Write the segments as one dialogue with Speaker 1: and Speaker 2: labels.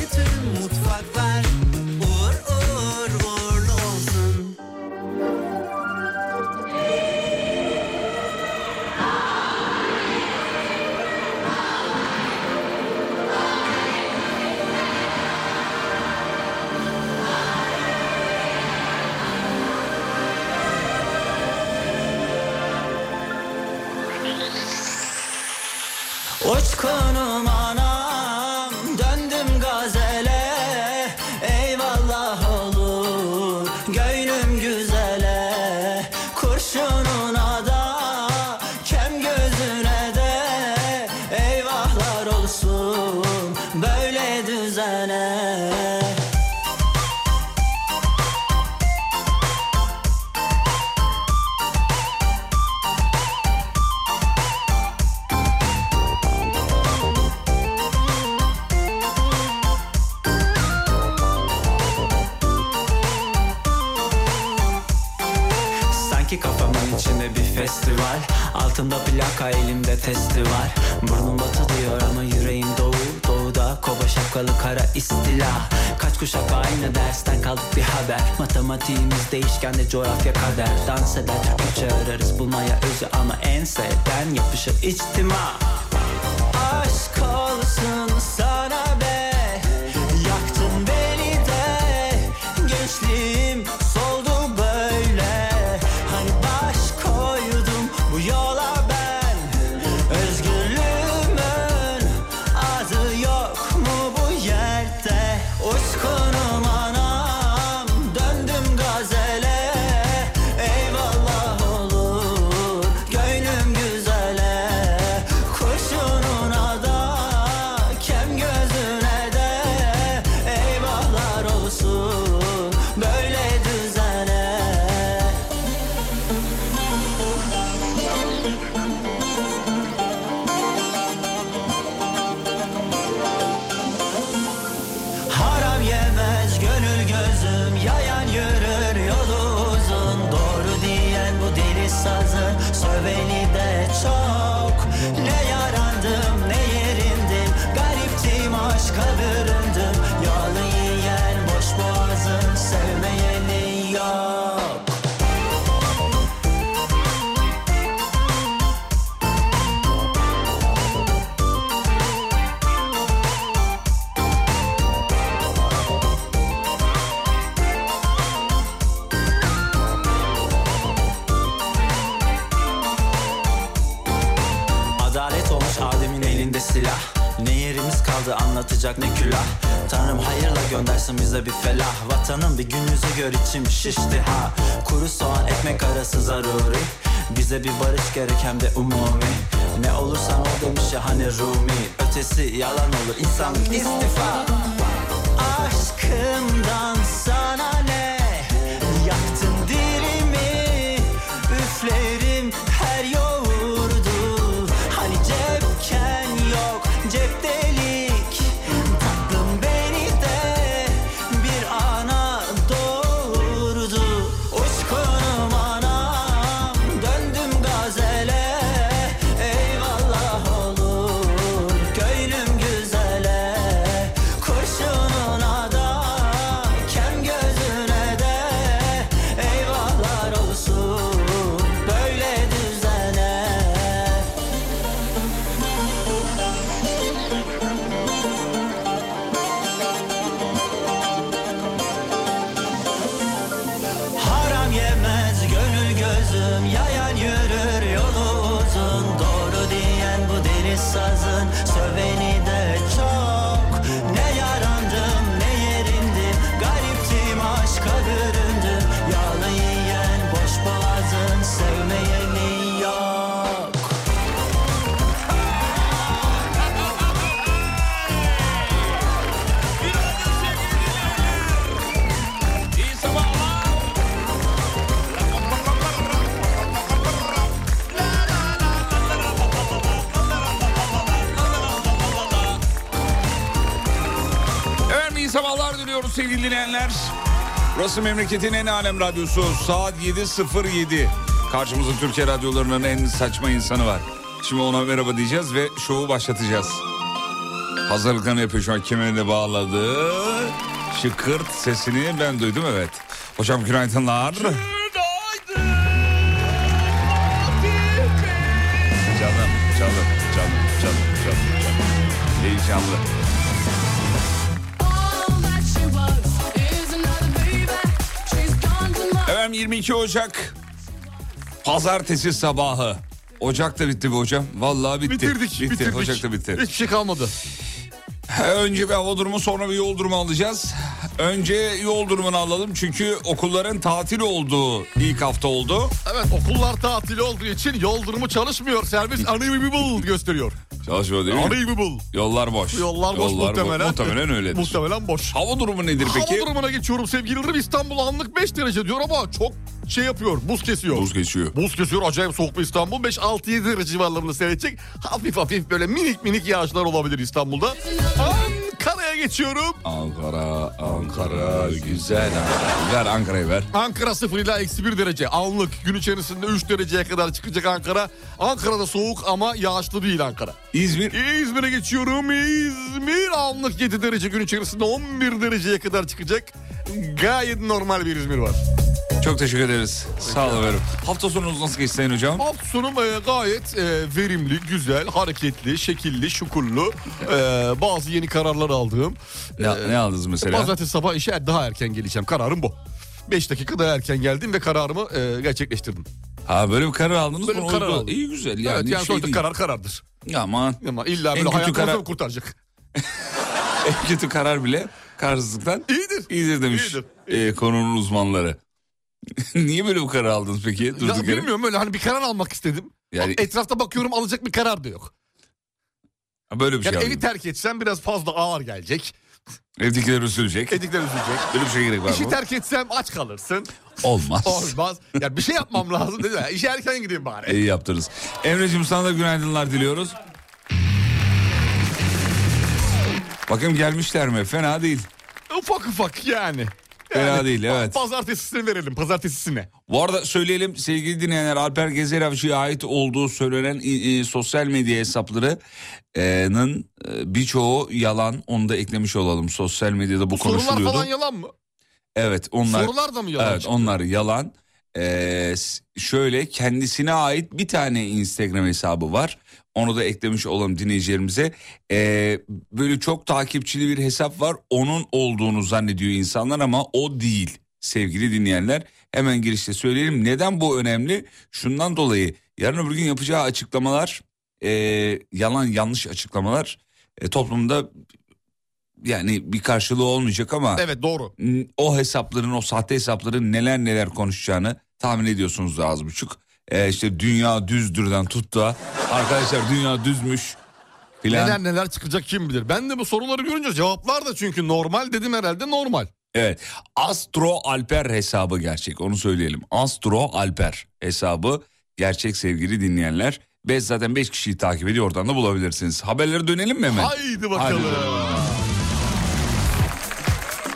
Speaker 1: Bütün mutfaklar uğur uğur uğurlu olsun. Uçkunum anam döndüm gazele Eyvallah olur gönlüm güzele Kurşununa da kem gözüne de Eyvahlar olsun böyle düzene Sanki kafamın içinde bir festival Altında plaka elimde testi var Burnum batı diyor ama yüreğim doğu Doğuda kova şapkalı kara istila Kaç kuşak aynı dersten kaldık bir haber Matematiğimiz değişken de coğrafya kader Dans eder Türkçe ararız bulmaya özü Ama enseden yapışır içtima Aşk olsun sana be Yaktın beni de Gençliğim soldu böyle Hani baş koydum bu yola ben Özgürlüğümün adı yok mu bu yerde Uçkunum anam döndüm gazele Eyvallah olur gönlüm güzele Kurşununa da kem gözüne de Eyvahlar olsun böyle düzene Haram yemez gönül gözüm Yayan yürür yolu uzun Doğru diyen bu deli sazın Söveni de çok Ne yarandım ne yerindim Gariptim aşka büründüm Yağlı yiyen boş boğazın Sevmeyeni yok Adalet olmuş Adem'in elinde silah Ne yerimiz kaldı anlatacak ne külah Tanrım hayırla göndersin bize bir felah Vatanın bir gün yüzü gör içim şişti ha Kuru soğan ekmek arası zaruri Bize bir barış gerek hem de umumi Ne olursan ol demiş ya hani Rumi Ötesi yalan olur insanlık istifa Aşkımdan sana ne Yaktın dilimi Üflerim her yoğurdu Hani cepken yok Ceptelik Tatlım beni de Bir ana doğurdu Uçkunum anam Döndüm gazele Eyvallah olur Köylüm güzele Kurşununa da Kem gözüne de Eyvahlar olsun Böyle düzene Haram yemez gönül gözüm Yayan yürür yolu uzun Doğru diyen bu deli sazın Söveni de çok Ne yarandım ne yerindim Gariptim aşka büründüm Yağlı yiyen boş boğazın Sevmeyeni yok
Speaker 2: Efendim iyi sabahlar diliyoruz sevgili dinleyenler. Burası memleketin en alem radyosu. Saat 7.07. Karşımızda Türkiye radyolarının en saçma insanı var. Şimdi ona merhaba diyeceğiz ve şovu başlatacağız. Hazırlıklarını yapıyor şu an kemerini bağladı. Şıkırt sesini ben duydum evet. Hocam günaydınlar. Canım, canım, canım, canım, canım, canım. Heyecanlı. Efendim 22 Ocak Pazartesi sabahı. Ocak da bitti be hocam. Vallahi bitti.
Speaker 3: Bitirdik,
Speaker 2: bitti.
Speaker 3: bitirdik.
Speaker 2: Ocak da bitti.
Speaker 3: Hiçbir şey kalmadı.
Speaker 2: E, Önce bir hava durumu sonra bir yol durumu alacağız. Önce yol durumunu alalım çünkü okulların tatil olduğu ilk hafta oldu.
Speaker 3: Evet okullar tatil olduğu için yol durumu çalışmıyor. Servis unavailable gösteriyor.
Speaker 2: Çalışmıyor değil mi?
Speaker 3: Unavailable.
Speaker 2: Yollar boş.
Speaker 3: Yollar boş muhtemelen.
Speaker 2: bo- muhtemelen öyledir.
Speaker 3: Muhtemelen boş.
Speaker 2: Hava durumu nedir peki?
Speaker 3: Hava durumuna geçiyorum sevgili Yıldırım. İstanbul anlık 5 derece diyor ama çok şey yapıyor. Buz kesiyor.
Speaker 2: Buz geçiyor.
Speaker 3: Buz kesiyor acayip soğuk bir İstanbul. 5-6-7 derece civarlarında seyredecek. Hafif hafif böyle minik minik yağışlar olabilir İstanbul'da. Ankara'ya geçiyorum.
Speaker 2: Ankara, Ankara, güzel Ankara. Ver Ankara'yı ver.
Speaker 3: Ankara 0 ila eksi 1 derece anlık. Gün içerisinde 3 dereceye kadar çıkacak Ankara. Ankara'da soğuk ama yağışlı değil Ankara.
Speaker 2: İzmir.
Speaker 3: İzmir'e geçiyorum. İzmir anlık 7 derece gün içerisinde 11 dereceye kadar çıkacak. Gayet normal bir İzmir var.
Speaker 2: Çok teşekkür ederiz. Sağ olun efendim. Hafta sonunuz nasıl geçti Sayın Hocam?
Speaker 3: Hafta sonu e, gayet e, verimli, güzel, hareketli, şekilli, şukurlu. E, bazı yeni kararlar aldığım. e,
Speaker 2: Ne, ne aldınız mesela?
Speaker 3: Pazartesi sabah işe daha erken geleceğim. Kararım bu. 5 dakika daha erken geldim ve kararımı e, gerçekleştirdim.
Speaker 2: Ha böyle bir karar aldınız
Speaker 3: Böyle
Speaker 2: bunu
Speaker 3: bir karar
Speaker 2: uygula-
Speaker 3: aldım.
Speaker 2: İyi güzel yani.
Speaker 3: Yani evet yani
Speaker 2: şey
Speaker 3: sonuçta
Speaker 2: değil.
Speaker 3: karar karardır.
Speaker 2: Aman.
Speaker 3: Ama illa
Speaker 2: En
Speaker 3: böyle
Speaker 2: kötü
Speaker 3: hayatımızı
Speaker 2: karar-
Speaker 3: mı kurtaracak?
Speaker 2: En kötü karar bile kararsızlıktan
Speaker 3: İyidir.
Speaker 2: iyidir demiş
Speaker 3: İyidir.
Speaker 2: e, konunun uzmanları. Niye böyle bu karar aldınız peki?
Speaker 3: Ya
Speaker 2: Durduk yere.
Speaker 3: bilmiyorum öyle hani bir karar almak istedim.
Speaker 2: Yani-
Speaker 3: Etrafta bakıyorum alacak bir karar da yok.
Speaker 2: Ha, Böyle bir şey
Speaker 3: Yani evi
Speaker 2: aldınız.
Speaker 3: terk etsen biraz fazla ağır gelecek.
Speaker 2: Evdekiler üzülecek.
Speaker 3: Edikler üzülecek.
Speaker 2: Böyle bir şey gerek var
Speaker 3: İşi
Speaker 2: mı?
Speaker 3: terk etsem aç kalırsın.
Speaker 2: Olmaz.
Speaker 3: Olmaz. ya bir şey yapmam lazım dedi. Ya, İşe erken gideyim bari.
Speaker 2: İyi yaptınız. Emre'cim sana da günaydınlar diliyoruz. Bakın gelmişler mi? Fena değil.
Speaker 3: Ufak ufak yani.
Speaker 2: Fena
Speaker 3: Yani
Speaker 2: değil evet.
Speaker 3: Pazartesisini verelim pazartesisine.
Speaker 2: Bu arada söyleyelim sevgili dinleyenler Alper Gezer Avcı'ya ait olduğu söylenen e, e, sosyal medya hesaplarının e, birçoğu yalan. Onu da eklemiş olalım. Sosyal medyada bu,
Speaker 3: Bu sorular
Speaker 2: konuşuluyordu.
Speaker 3: falan yalan mı?
Speaker 2: evet onlar
Speaker 3: Sorular da mı yalan?
Speaker 2: evet onlar yalan. E, s- şöyle kendisine ait bir tane Instagram hesabı var. Onu da eklemiş olalım dinleyicilerimize. E, böyle çok takipçili bir hesap var. Onun olduğunu zannediyor insanlar ama o değil sevgili dinleyenler. Hemen girişte söyleyelim. Neden bu önemli? Şundan dolayı yarın öbür gün yapacağı açıklamalar e, yalan yanlış açıklamalar e, toplumda yani bir karşılığı olmayacak ama
Speaker 3: Evet doğru.
Speaker 2: n- o hesapların o sahte hesapların neler neler konuşacağını tahmin ediyorsunuz da az buçuk. Ee, işte dünya düzdürden tut da arkadaşlar dünya düzmüş filan.
Speaker 3: Neler neler çıkacak kim bilir. Ben de bu soruları görünce cevaplar da çünkü normal dedim herhalde normal.
Speaker 2: Evet Astro Alper hesabı gerçek onu söyleyelim. Astro Alper hesabı gerçek sevgili dinleyenler. Biz zaten 5 kişiyi takip ediyor oradan da bulabilirsiniz. Haberlere dönelim mi hemen?
Speaker 3: Haydi bakalım.
Speaker 2: Haydi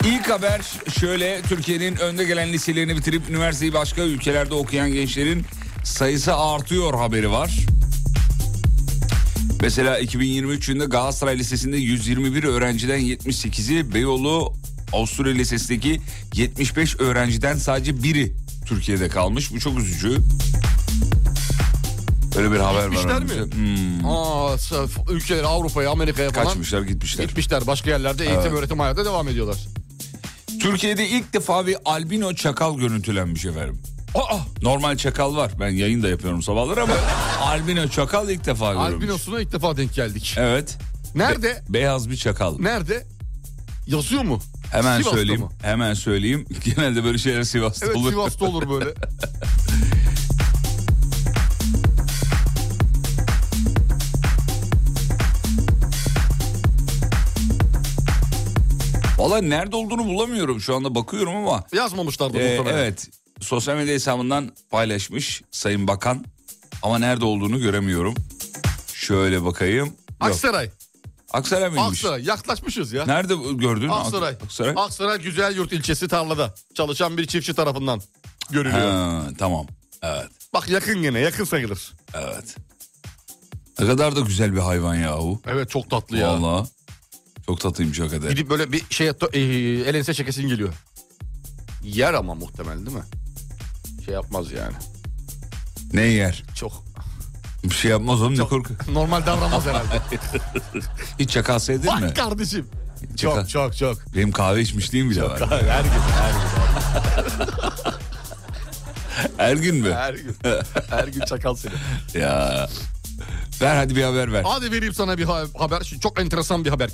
Speaker 2: İlk haber şöyle Türkiye'nin önde gelen liselerini bitirip üniversiteyi başka ülkelerde okuyan gençlerin sayısı artıyor haberi var. Mesela 2023 yılında Galatasaray Lisesi'nde 121 öğrenciden 78'i, Beyoğlu Avusturya Lisesi'ndeki 75 öğrenciden sadece biri Türkiye'de kalmış. Bu çok üzücü. Böyle bir haber var.
Speaker 3: Gitmişler mi?
Speaker 2: önümüzde. Hmm,
Speaker 3: Aa, sırf ülkeler Avrupa'ya, Amerika'ya falan
Speaker 2: kaçmışlar gitmişler.
Speaker 3: gitmişler. Başka yerlerde eğitim öğretim hayata devam ediyorlar.
Speaker 2: Türkiye'de ilk defa bir albino çakal görüntülenmiş efendim. Aa, normal çakal var. Ben yayın da yapıyorum sabahları ama albino çakal ilk defa görülmüş.
Speaker 3: Albinosuna ilk defa denk geldik.
Speaker 2: Evet.
Speaker 3: Nerede?
Speaker 2: Beyaz bir çakal.
Speaker 3: Nerede? Yazıyor mu?
Speaker 2: Hemen
Speaker 3: Sivas'ta
Speaker 2: söyleyeyim.
Speaker 3: mı?
Speaker 2: Hemen söyleyeyim. Genelde böyle şeyler Sivas'ta
Speaker 3: Evet
Speaker 2: olur.
Speaker 3: Sivas'ta olur böyle.
Speaker 2: Valla nerede olduğunu bulamıyorum şu anda bakıyorum ama.
Speaker 3: Yazmamışlardı
Speaker 2: Ee,
Speaker 3: muhtemelen.
Speaker 2: evet. Sosyal medya hesabından paylaşmış Sayın Bakan. Ama nerede olduğunu göremiyorum. Şöyle bakayım. Yok.
Speaker 3: Aksaray.
Speaker 2: Aksaray mıymış?
Speaker 3: Aksaray. Yaklaşmışız ya.
Speaker 2: Nerede gördün? Ak-
Speaker 3: Aksaray.
Speaker 2: Aksaray.
Speaker 3: Aksaray Güzel Yurt ilçesi tarlada. Çalışan bir çiftçi tarafından görülüyor.
Speaker 2: Ha, tamam. Evet.
Speaker 3: Bak yakın gene yakın sayılır.
Speaker 2: Evet. Ne kadar da güzel bir hayvan yahu.
Speaker 3: Evet çok tatlı ya.
Speaker 2: Valla. Çok tatlıymış o kadar.
Speaker 3: Gidip böyle bir şey to- e, el ense çekesin geliyor. Yer ama muhtemelen değil mi? Şey yapmaz yani.
Speaker 2: Ne yer?
Speaker 3: Çok
Speaker 2: Bir şey yapmaz oğlum ne korku.
Speaker 3: normal davranmaz herhalde.
Speaker 2: Hiç çakası edin mi?
Speaker 3: Bak kardeşim. Çok çok çok.
Speaker 2: Benim kahve içmişliğim bile var.
Speaker 3: Her gün her gün.
Speaker 2: Her gün mü?
Speaker 3: Her gün. Her gün çakal seni.
Speaker 2: Ya. Ver hadi bir haber ver.
Speaker 3: Hadi vereyim sana bir ha- haber. Şimdi çok enteresan bir haber.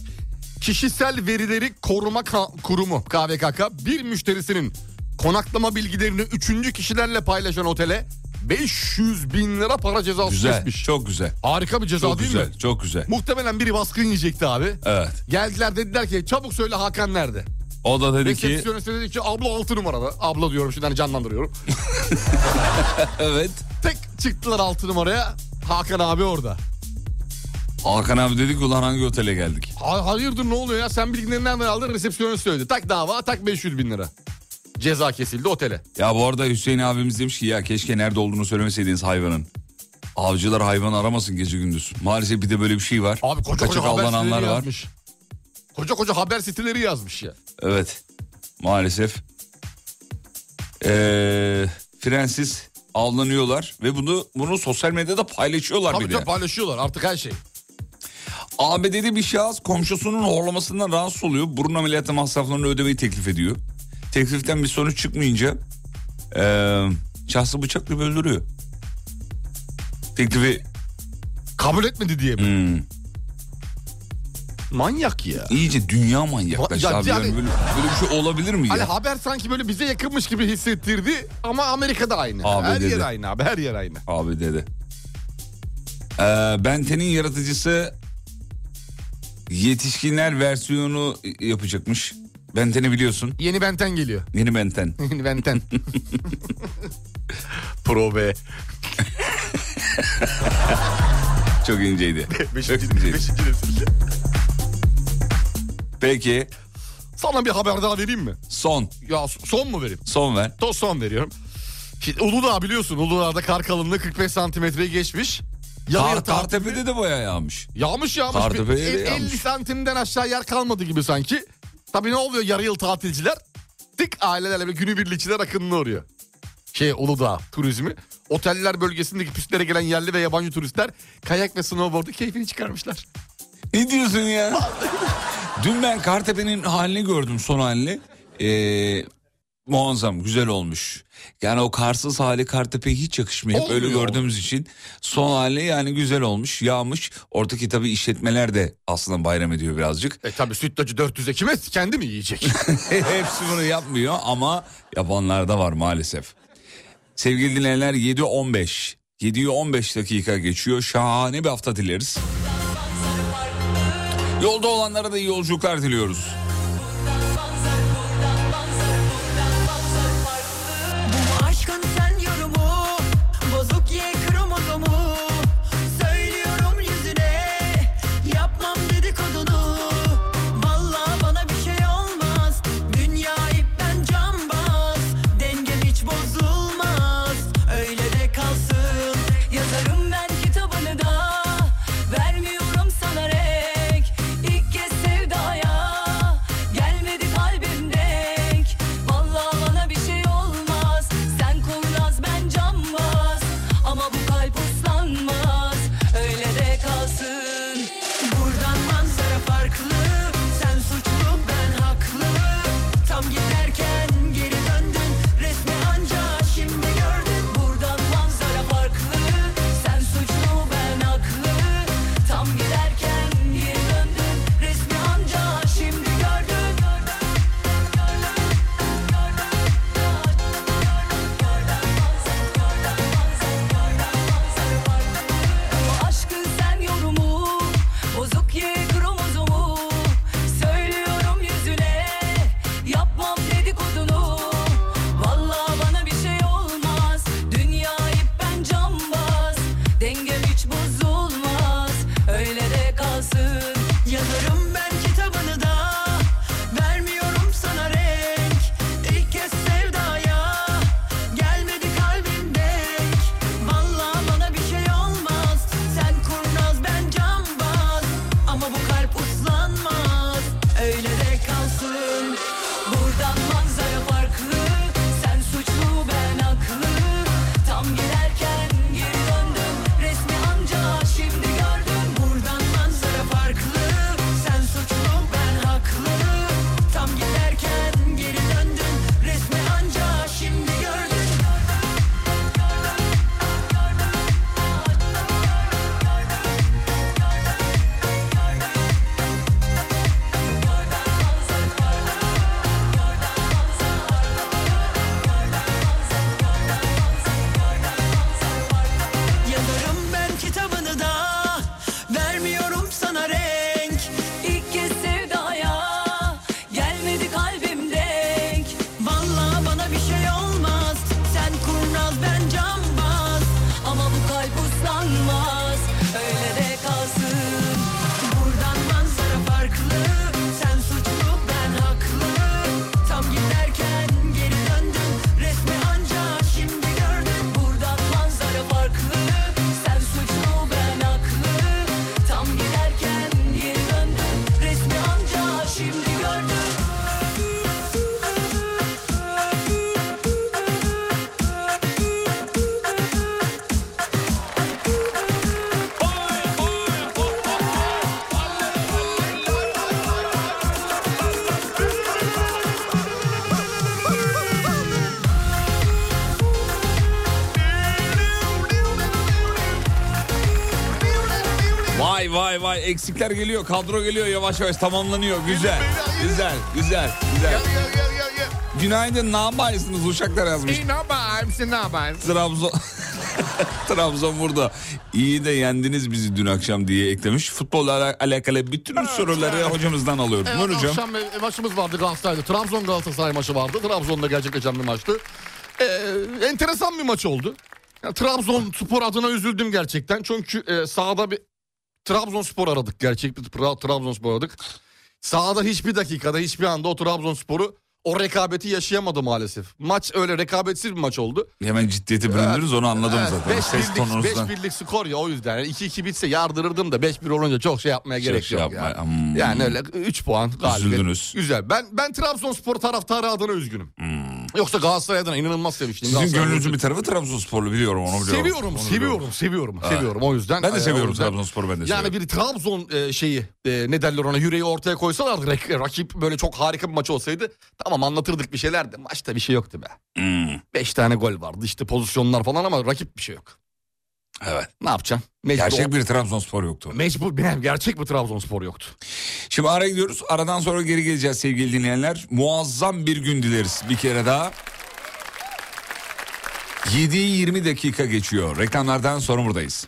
Speaker 3: Kişisel Verileri Koruma Ka- Kurumu KVKK bir müşterisinin konaklama bilgilerini üçüncü kişilerle paylaşan otele 500 bin lira para cezası
Speaker 2: Güzel.
Speaker 3: kesmiş.
Speaker 2: Çok güzel.
Speaker 3: Harika bir ceza
Speaker 2: Çok
Speaker 3: değil mi?
Speaker 2: güzel. Çok güzel.
Speaker 3: Muhtemelen biri baskın yiyecekti abi.
Speaker 2: Evet.
Speaker 3: Geldiler dediler ki çabuk söyle Hakan nerede?
Speaker 2: O da dedi ki
Speaker 3: Resepsiyonist dedi ki abla 6 numarada. Abla diyorum şimdi hani canlandırıyorum.
Speaker 2: evet.
Speaker 3: Tek çıktılar 6 numaraya Hakan abi orada.
Speaker 2: Hakan abi dedi ki ulan hangi otele geldik?
Speaker 3: Ha- Hayırdır ne oluyor ya sen bilgilerini nereden aldın resepsiyonist söyledi. Tak dava tak 500 bin lira. Ceza kesildi otele.
Speaker 2: Ya bu arada Hüseyin abimiz demiş ki ya keşke nerede olduğunu söylemeseydiniz hayvanın. Avcılar hayvan aramasın gece gündüz. Maalesef bir de böyle bir şey var.
Speaker 3: Abi koca koca
Speaker 2: Kaçak
Speaker 3: haber
Speaker 2: avlananlar
Speaker 3: siteleri
Speaker 2: var.
Speaker 3: yazmış. Koca koca haber siteleri yazmış ya.
Speaker 2: Evet. Maalesef. Ee, Fransiz avlanıyorlar ve bunu bunu sosyal medyada paylaşıyorlar
Speaker 3: Tabii
Speaker 2: bile.
Speaker 3: tabii paylaşıyorlar artık her şey.
Speaker 2: ABD'de bir şahıs komşusunun horlamasından rahatsız oluyor. Burun ameliyatı masraflarını ödemeyi teklif ediyor. Tekliften bir sonuç çıkmayınca eee şahsı bıçakla öldürüyor. Teklifi
Speaker 3: Kabul etmedi diye mi?
Speaker 2: hmm,
Speaker 3: Manyak ya.
Speaker 2: iyice dünya manyaklaştı
Speaker 3: Ya
Speaker 2: abi.
Speaker 3: yani-
Speaker 2: Yani böyle, böyle bir şey olabilir mi
Speaker 3: Hani
Speaker 2: ya?
Speaker 3: haber sanki böyle bize yakınmış gibi hissettirdi ama Amerika'da aynı.
Speaker 2: Abi
Speaker 3: her yer
Speaker 2: dedi.
Speaker 3: aynı abi her yer aynı.
Speaker 2: Abi dedi. Eee Benten'in yaratıcısı yetişkinler versiyonu yapacakmış. Benten'i biliyorsun.
Speaker 3: Yeni Benten geliyor.
Speaker 2: Yeni Benten.
Speaker 3: Yeni Benten. Pro be.
Speaker 2: Çok inceydi. Çok
Speaker 3: Beşinci,
Speaker 2: inceydi.
Speaker 3: beşinci nesil.
Speaker 2: Peki
Speaker 3: Sana bir haber daha vereyim mi?
Speaker 2: son.
Speaker 3: Ya son mu vereyim?
Speaker 2: Son ver.
Speaker 3: Toz son veriyorum. Şimdi Uludağ biliyorsun Uludağ'da kar kalınlığı 45 santimetreyi geçmiş. Yarı
Speaker 2: Kar,
Speaker 3: yatağı-
Speaker 2: Kartepe'de de boya yağmış.
Speaker 3: Yağmış yağmış.
Speaker 2: Kartepe'de
Speaker 3: Bir- el- 50
Speaker 2: yağmış.
Speaker 3: santimden aşağı yer kalmadı gibi sanki. Tabii ne oluyor yarı yıl tatilciler? Tık ailelerle ve günübirlikçiler akınına uğruyor. Şey Uludağ turizmi. Oteller bölgesindeki pistlere gelen yerli ve yabancı turistler kayak ve snowboard'u keyfini çıkarmışlar.
Speaker 2: Ne diyorsun ya? Dün ben Kartepe'nin halini gördüm son halini. Ee, muazzam güzel olmuş. Yani o karsız hali Kartepe'ye hiç yakışmıyor. Hep öyle
Speaker 3: Olmuyor.
Speaker 2: gördüğümüz için son hali yani güzel olmuş yağmış. Oradaki tabii işletmeler de aslında bayram ediyor birazcık.
Speaker 3: E tabii sütlacı 400 ekime kendi mi yiyecek?
Speaker 2: E, Hepsi bunu yapmıyor ama yapanlar da var maalesef. Sevgili dinleyenler 7.15. 7'yi 15 dakika geçiyor. Şahane bir hafta dileriz. Yolda olanlara da iyi yolculuklar diliyoruz.
Speaker 4: Bu aşkın sen yorumu Bozuk ye kromozomu Söylüyorum yüzüne Yapmam dedikodunu Vallahi bana bir şey olmaz Dünya ipten cambaz Dengem hiç bozulmaz Öyle de kalsın Yazarım ben kitabını da Vermiyorum sana renk İlk kez sevdaya şey şey şey şey kutlanmaz Öyle de kalsın Buradan manzara farklı Sen suçlu ben haklı Tam giderken geri döndüm Resmi anca şimdi gördüm Buradan manzara farklı Sen suçlu ben haklı Tam giderken geri döndüm Resmi anca şimdi gördüm
Speaker 2: Vay vay vay eksikler geliyor kadro geliyor yavaş yavaş tamamlanıyor güzel güzel güzel güzel.
Speaker 3: Gel gel gel gel.
Speaker 2: Günaydın ne yaparsınız uşaklar yazmış.
Speaker 3: İyi ne yapayım sen ne yapayım?
Speaker 2: Trabzon Trabzon burada. İyi de yendiniz bizi dün akşam diye eklemiş. Futbolla ala- alakalı bütün soruları hocamızdan alıyorum.
Speaker 3: Evet,
Speaker 2: Nurcuğum.
Speaker 3: akşam bir maçımız vardı Galatasaray'da. Trabzon Galatasaray maçı vardı. Trabzon'da gerçekleşen bir maçtı. Ee, enteresan bir maç oldu. Ya, Trabzon spor adına üzüldüm gerçekten. Çünkü e, sahada bir Trabzon spor aradık. Gerçek bir tra- Trabzon spor aradık. Sahada hiçbir dakikada hiçbir anda o Trabzon sporu o rekabeti yaşayamadı maalesef. Maç öyle rekabetsiz bir maç oldu.
Speaker 2: Hemen ciddiyeti büründünüz onu anladım zaten. Ses
Speaker 3: 5
Speaker 2: tonunuzdan.
Speaker 3: birlik, skor ya o yüzden. Yani 2-2 bitse yardırırdım da 5-1 olunca çok şey yapmaya gerek
Speaker 2: şey
Speaker 3: yok.
Speaker 2: yapma-
Speaker 3: yani.
Speaker 2: Hmm.
Speaker 3: yani öyle 3 puan galibiyet.
Speaker 2: Üzüldünüz.
Speaker 3: Güzel. Ben ben Trabzonspor taraftarı adına üzgünüm. Yoksa Galatasaray adına inanılmaz sevmiştim.
Speaker 2: Hmm. Sizin
Speaker 3: Galatasaray-
Speaker 2: gönlünüzün bir tarafı Trabzonsporlu biliyorum onu biliyorum.
Speaker 3: Seviyorum,
Speaker 2: Onu biliyorum.
Speaker 3: seviyorum, seviyorum, seviyorum. O yüzden
Speaker 2: Ben de
Speaker 3: e,
Speaker 2: seviyorum
Speaker 3: o yüzden-
Speaker 2: Trabzonspor'u ben de seviyorum.
Speaker 3: Yani bir Trabzon e, şeyi e, ne derler ona yüreği ortaya koysalardı rak- rakip böyle çok harika bir maç olsaydı tamam anlatırdık bir şeyler de maçta bir şey yoktu be.
Speaker 2: Hmm,
Speaker 3: 5 tane gol vardı işte pozisyonlar falan ama rakip bir şey yok.
Speaker 2: evet.
Speaker 3: Ne yapacaksın? Mecbur
Speaker 2: Gerçek bir Trabzonspor yoktu.
Speaker 3: Mecbur benim gerçek bir Trabzonspor yoktu.
Speaker 2: Şimdi ara gidiyoruz. Aradan sonra geri geleceğiz sevgili dinleyenler. Muazzam bir gün dileriz bir kere daha. 7'yi 20 dakika geçiyor. Reklamlardan sonra buradayız.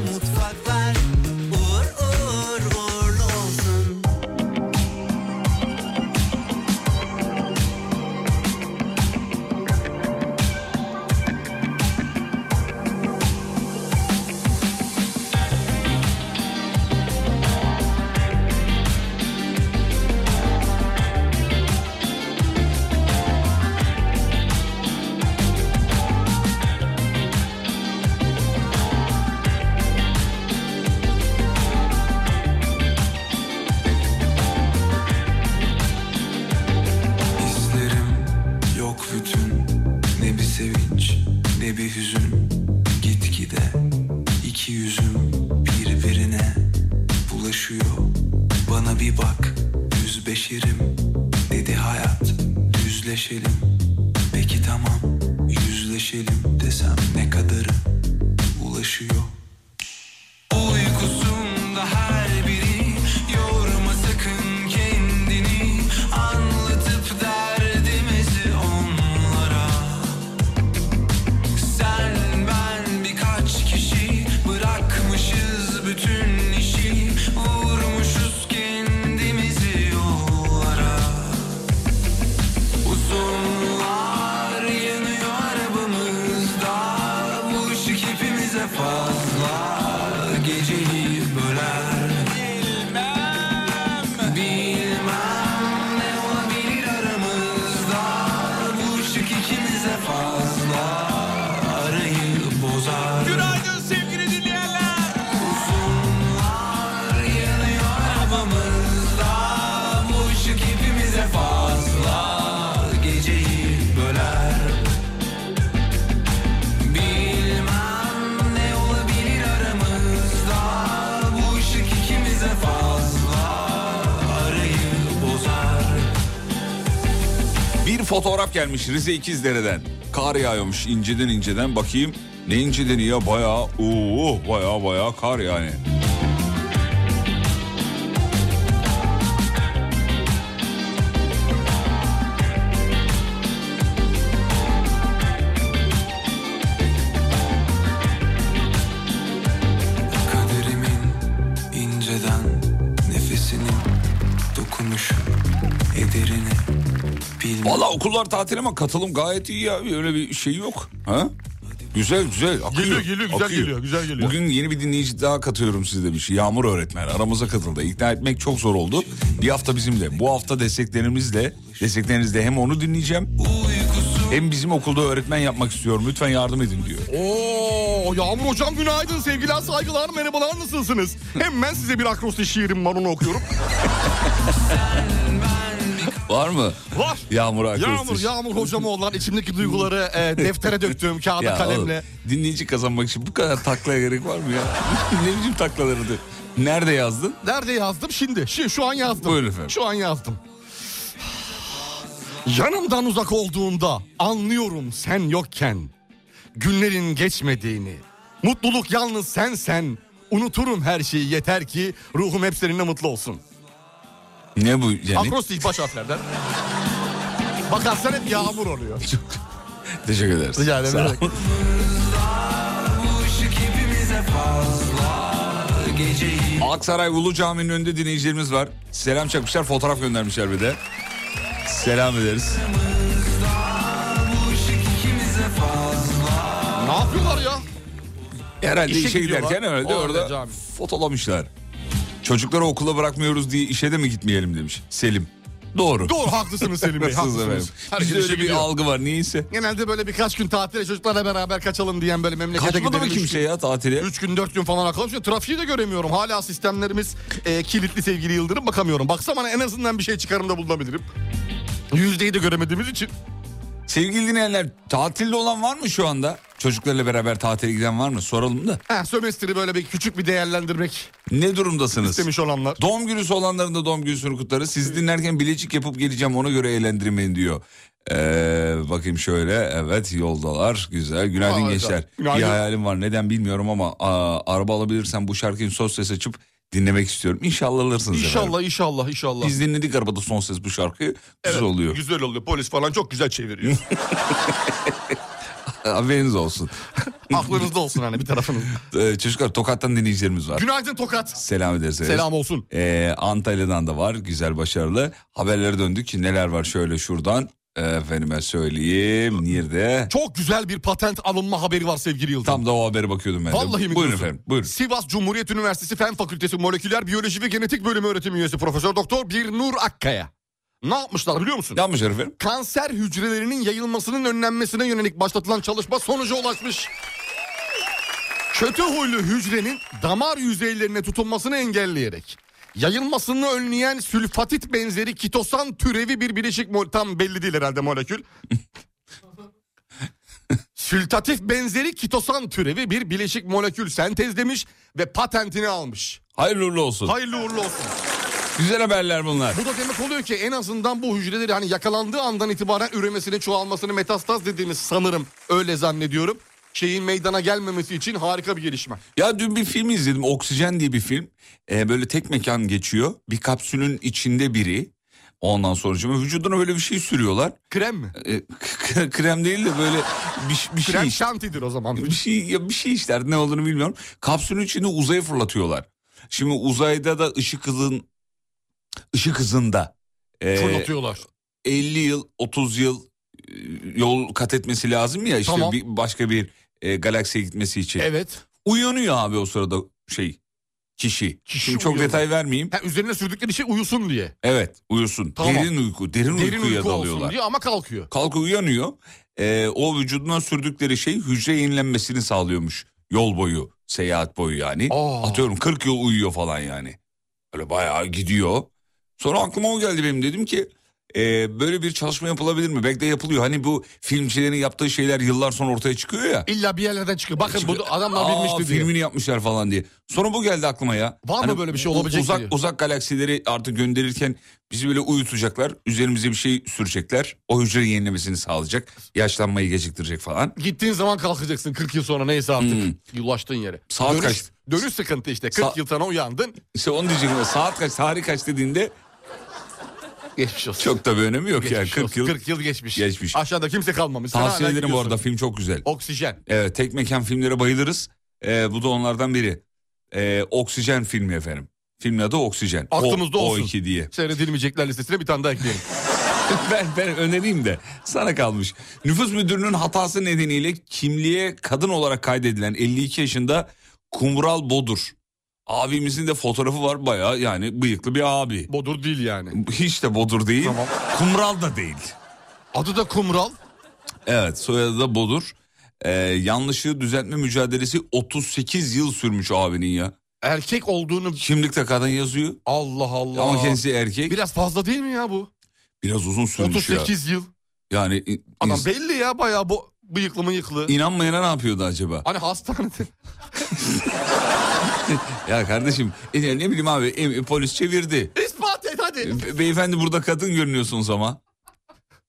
Speaker 4: mutfaklar uğur uğur uğurlu olsun.
Speaker 5: İzlerim yok bütün Ne bir sevinç ne bir hüzün Gitgide iki yüzüm birbirine bulaşıyor Bana bir bak yüz beşerim Dedi hayat düzleşelim Peki tamam yüzleşelim desem ne kadarı ulaşıyor Uykusunda her biri yorma sakın kendini anlatıp derdimizi onlara. Sen ben birkaç kişi bırakmışız bütün işi vurmuşuz kendimizi yollara. Uzunlar yanıyor arabamızda Bu ışık hepimize fazla Geceliği böler Bilmem Bilmem ne olabilir aramızda Bu ışık ikimize fazla Arayı bozar Günaydın sevgili dinleyenler Uzunlar yanıyor arabamızda Bu ışık hepimize fazla Geceyi böler Bilmem ne olabilir aramızda Bu ışık ikimize fazla Arayı bozar
Speaker 2: Bir fotoğraf gelmiş Rize İkizdere'den. Kar yağıyormuş inceden inceden. Bakayım ne inceden ya bayağı uuu bayağı bayağı kar yani.
Speaker 5: Kaderimin inceden nefesinin dokunuşu ederini bilmem
Speaker 2: Valla okullar tatil ama katılım gayet iyi ya. Öyle bir şey yok. Ha? Güzel güzel. Akıyor,
Speaker 3: Geliyor geliyor güzel
Speaker 2: akıyor.
Speaker 3: geliyor güzel geliyor.
Speaker 2: Bugün yeni bir dinleyici daha katıyorum size demiş. Yağmur öğretmen aramıza katıldı. İkna etmek çok zor oldu. Bir hafta bizimle. Bu hafta desteklerimizle, desteklerinizle hem onu dinleyeceğim. Hem bizim okulda öğretmen yapmak istiyorum. Lütfen yardım edin diyor.
Speaker 3: Oo Yağmur Hocam günaydın sevgiler saygılar merhabalar nasılsınız? Hemen size bir akrostiş şiirim var onu okuyorum.
Speaker 2: Var mı?
Speaker 3: Var. Yağmur
Speaker 2: Yağmur akrostiş.
Speaker 3: Yağmur Hocam olan içimdeki duyguları e, deftere döktüm kağıda
Speaker 2: Ya
Speaker 3: kalemle.
Speaker 2: oğlum, dinleyici kazanmak için bu kadar taklaya gerek var mı ya? ne biçim taklalarıydı? Nerede yazdın?
Speaker 3: Nerede yazdım şimdi? Şu, şu an yazdım.
Speaker 2: Buyurun efendim.
Speaker 3: Şu an yazdım. Yanımdan uzak olduğunda anlıyorum sen yokken. Günlerin geçmediğini. Mutluluk yalnız sen sen. Unuturum her şeyi yeter ki ruhum hep seninle mutlu olsun.
Speaker 2: Ne bu yani?
Speaker 3: Akrostik baş harflerden. Bakarsan hep yağmur oluyor.
Speaker 2: Teşekkür ederiz.
Speaker 3: Rica ederim.
Speaker 2: Sağ ol.
Speaker 5: Bu ışık hepimize fazla Geceyi
Speaker 2: Aksaray Ulu Camii'nin önünde dinleyicilerimiz var. Selam çakmışlar, fotoğraf göndermişler bir de. Selam ederiz.
Speaker 5: bu ışık ikimize fazla
Speaker 3: Ne yapıyorlar ya?
Speaker 2: Herhalde işe,
Speaker 3: İşe gidiyorlar.
Speaker 2: giderken herhalde
Speaker 3: Orada
Speaker 2: orada
Speaker 3: cami.
Speaker 2: fotolamışlar. Çocukları okula bırakmıyoruz diye işe de mi gitmeyelim demiş Selim. Doğru.
Speaker 3: Doğru haklısınız Selim Bey.
Speaker 2: Nasılsınız efendim?
Speaker 3: haklısınız. Herkes
Speaker 2: Bizde
Speaker 3: işe
Speaker 2: öyle bir
Speaker 3: gidiyor.
Speaker 2: algı var niyeyse.
Speaker 3: Genelde böyle birkaç gün tatile çocuklarla beraber kaçalım diyen böyle memlekete
Speaker 2: Kaçmadı mı
Speaker 3: gidelim. üç
Speaker 2: kimse
Speaker 3: gün-
Speaker 2: ya tatile?
Speaker 3: şey. Üç gün dört gün falan akalamış. Trafiği de göremiyorum. Hala sistemlerimiz e, kilitli sevgili Yıldırım. Bakamıyorum. Baksam hani en azından bir şey çıkarımda bulunabilirim. Yüzdeyi de göremediğimiz için.
Speaker 2: Sevgili dinleyenler tatilde olan var mı şu anda? Çocuklarla beraber tatile giden var mı? Soralım da.
Speaker 3: Heh, sömestri böyle bir küçük bir değerlendirmek
Speaker 2: Ne durumdasınız?
Speaker 3: istemiş olanlar.
Speaker 2: Doğum günüsü olanların da doğum günüsünü kutlarız. Sizi dinlerken bilecik yapıp geleceğim ona göre eğlendirmeyin diyor. Ee, bakayım şöyle evet yoldalar güzel günaydın
Speaker 3: Aa,
Speaker 2: gençler.
Speaker 3: günaydın.
Speaker 2: Bir hayalim var neden bilmiyorum ama aa, araba alabilirsem bu şarkıyı son ses açıp dinlemek istiyorum. İnşallah alırsınız efendim.
Speaker 3: İnşallah inşallah inşallah.
Speaker 2: Biz dinledik arabada son ses bu şarkıyı güzel oluyor.
Speaker 3: Güzel oluyor. Polis falan çok güzel çeviriyor.
Speaker 2: Haberiniz olsun.
Speaker 3: Aklınızda olsun hani bir tarafınız.
Speaker 2: Ee, çocuklar Tokat'tan dinleyicilerimiz var.
Speaker 3: Günaydın Tokat.
Speaker 2: Selam ederiz.
Speaker 3: Selam olsun.
Speaker 2: Ee, Antalya'dan da var güzel başarılı. Haberlere döndük ki neler var şöyle şuradan. Ee, Efendime söyleyeyim. Nerede?
Speaker 3: Çok güzel bir patent alınma haberi var sevgili Yıldırım.
Speaker 2: Tam da o habere bakıyordum ben de.
Speaker 3: Vallahi mi
Speaker 2: Buyurun
Speaker 3: diyorsun?
Speaker 2: efendim buyurun.
Speaker 3: Sivas Cumhuriyet Üniversitesi Fen Fakültesi Moleküler Biyoloji ve Genetik Bölümü öğretim üyesi Profesör Doktor Bir Nur Akkaya. Ne yapmışlar biliyor musun?
Speaker 2: Ne yapmış efendim?
Speaker 3: Kanser hücrelerinin yayılmasının önlenmesine yönelik başlatılan çalışma sonuca ulaşmış. Kötü huylu hücrenin damar yüzeylerine tutunmasını engelleyerek yayılmasını önleyen sülfatit benzeri kitosan türevi bir bileşik mol tam belli değil herhalde molekül. Sültatif benzeri kitosan türevi bir bileşik molekül sentezlemiş ve patentini almış.
Speaker 2: Hayırlı uğurlu olsun.
Speaker 3: Hayırlı uğurlu olsun.
Speaker 2: Güzel haberler bunlar.
Speaker 3: Bu da demek oluyor ki en azından bu hücreleri hani yakalandığı andan itibaren üremesini, çoğalmasını, metastaz dediğimiz sanırım öyle zannediyorum. Şeyin meydana gelmemesi için harika bir gelişme.
Speaker 2: Ya dün bir film izledim. Oksijen diye bir film. Ee, böyle tek mekan geçiyor. Bir kapsülün içinde biri. Ondan sonra vücuduna böyle bir şey sürüyorlar.
Speaker 3: Krem mi?
Speaker 2: Ee, k- krem değil de böyle bir, bir şey
Speaker 3: Krem şantidir o zaman.
Speaker 2: bir şey ya bir şey işler ne olduğunu bilmiyorum. Kapsülün içinde uzaya fırlatıyorlar. Şimdi uzayda da ışık hızın ışık hızında e,
Speaker 3: Fırlatıyorlar.
Speaker 2: 50 yıl 30 yıl e, yol kat etmesi lazım ya işte
Speaker 3: Tamam.
Speaker 2: bir, başka bir e, galaksiye gitmesi için.
Speaker 3: Evet.
Speaker 2: Uyanıyor abi o sırada şey kişi.
Speaker 3: Kişi
Speaker 2: Şimdi çok
Speaker 3: uyanıyor.
Speaker 2: detay vermeyeyim.
Speaker 3: Ha, üzerine sürdükleri şey uyusun diye.
Speaker 2: Evet uyusun.
Speaker 3: Tamam.
Speaker 2: Derin uyku, derin,
Speaker 3: Derin
Speaker 2: uykuya
Speaker 3: uyku olsun
Speaker 2: dalıyorlar.
Speaker 3: diye ama kalkıyor.
Speaker 2: Kalkıyor uyanıyor. Ee, o vücuduna sürdükleri şey hücre yenilenmesini sağlıyormuş. Yol boyu, seyahat boyu yani.
Speaker 3: Aa.
Speaker 2: Atıyorum 40 yıl uyuyor falan yani. Öyle bayağı gidiyor. Sonra aklıma o geldi benim dedim ki e, böyle bir çalışma yapılabilir mi? Belki de yapılıyor. Hani bu filmcilerin yaptığı şeyler yıllar sonra ortaya çıkıyor ya.
Speaker 3: İlla bir yerlerden çıkıyor. Bakın
Speaker 2: Çıkıyor.
Speaker 3: bunu adamlar
Speaker 2: Aa,
Speaker 3: bilmişti diye.
Speaker 2: filmini yapmışlar falan diye. Sonra bu geldi aklıma ya.
Speaker 3: Var mı böyle bir şey
Speaker 2: u-
Speaker 3: olabilecek
Speaker 2: uzak,
Speaker 3: diye.
Speaker 2: Uzak galaksileri artık gönderirken bizi böyle uyutacaklar. Üzerimize bir şey sürecekler. O hücre yenilemesini sağlayacak. Yaşlanmayı geciktirecek falan.
Speaker 3: Gittiğin zaman kalkacaksın 40 yıl sonra neyse artık. Ulaştığın yere.
Speaker 2: Hmm. Saat
Speaker 3: dönüş,
Speaker 2: kaç?
Speaker 3: Dönüş sıkıntı işte. 40
Speaker 2: Sa-
Speaker 3: yıl sonra uyandın.
Speaker 2: İşte onu diyeceğim. Saat kaç, tarih kaç dediğinde
Speaker 3: Geçmiş olsun.
Speaker 2: çok da bir önemi yok yani.
Speaker 3: Geçmiş
Speaker 2: 40
Speaker 3: olsun.
Speaker 2: yıl.
Speaker 3: 40 yıl geçmiş.
Speaker 2: Geçmiş.
Speaker 3: Aşağıda kimse kalmamış. Sen
Speaker 2: Tavsiye
Speaker 3: hala
Speaker 2: ederim bu arada
Speaker 3: gidiyorsun.
Speaker 2: film çok güzel.
Speaker 3: Oksijen.
Speaker 2: Evet, Ee, tek mekan filmlere bayılırız. Ee, bu da onlardan biri. Ee, Oksijen filmi efendim. Filmin adı Oksijen.
Speaker 3: Aklımızda
Speaker 2: o,
Speaker 3: olsun.
Speaker 2: O2 diye.
Speaker 3: Seyredilmeyecekler listesine bir tane daha ekleyelim.
Speaker 2: ben, ben önereyim de sana kalmış. Nüfus müdürünün hatası nedeniyle kimliğe kadın olarak kaydedilen 52 yaşında Kumral Bodur. Abimizin de fotoğrafı var bayağı yani bıyıklı bir abi.
Speaker 3: Bodur değil yani.
Speaker 2: Hiç de Bodur değil.
Speaker 3: Tamam.
Speaker 2: Kumral da değil.
Speaker 3: Adı da Kumral.
Speaker 2: Evet soyadı da Bodur. Ee, yanlışı düzeltme mücadelesi 38 yıl sürmüş abinin ya.
Speaker 3: Erkek olduğunu...
Speaker 2: Kimlikte kadın yazıyor
Speaker 3: Allah Allah.
Speaker 2: ama kendisi erkek.
Speaker 3: Biraz fazla değil mi ya bu?
Speaker 2: Biraz uzun sürmüş ya.
Speaker 3: 38 yıl.
Speaker 2: Yani in-
Speaker 3: Adam
Speaker 2: ins-
Speaker 3: belli ya bayağı bu bıyıklı mıyıklı.
Speaker 2: inanmayana ne yapıyordu acaba?
Speaker 3: Hani hastanede.
Speaker 2: Ya kardeşim e, ne bileyim abi e, e, polis çevirdi. E,
Speaker 3: İspat et hadi.
Speaker 2: Be- beyefendi burada kadın görünüyorsunuz ama.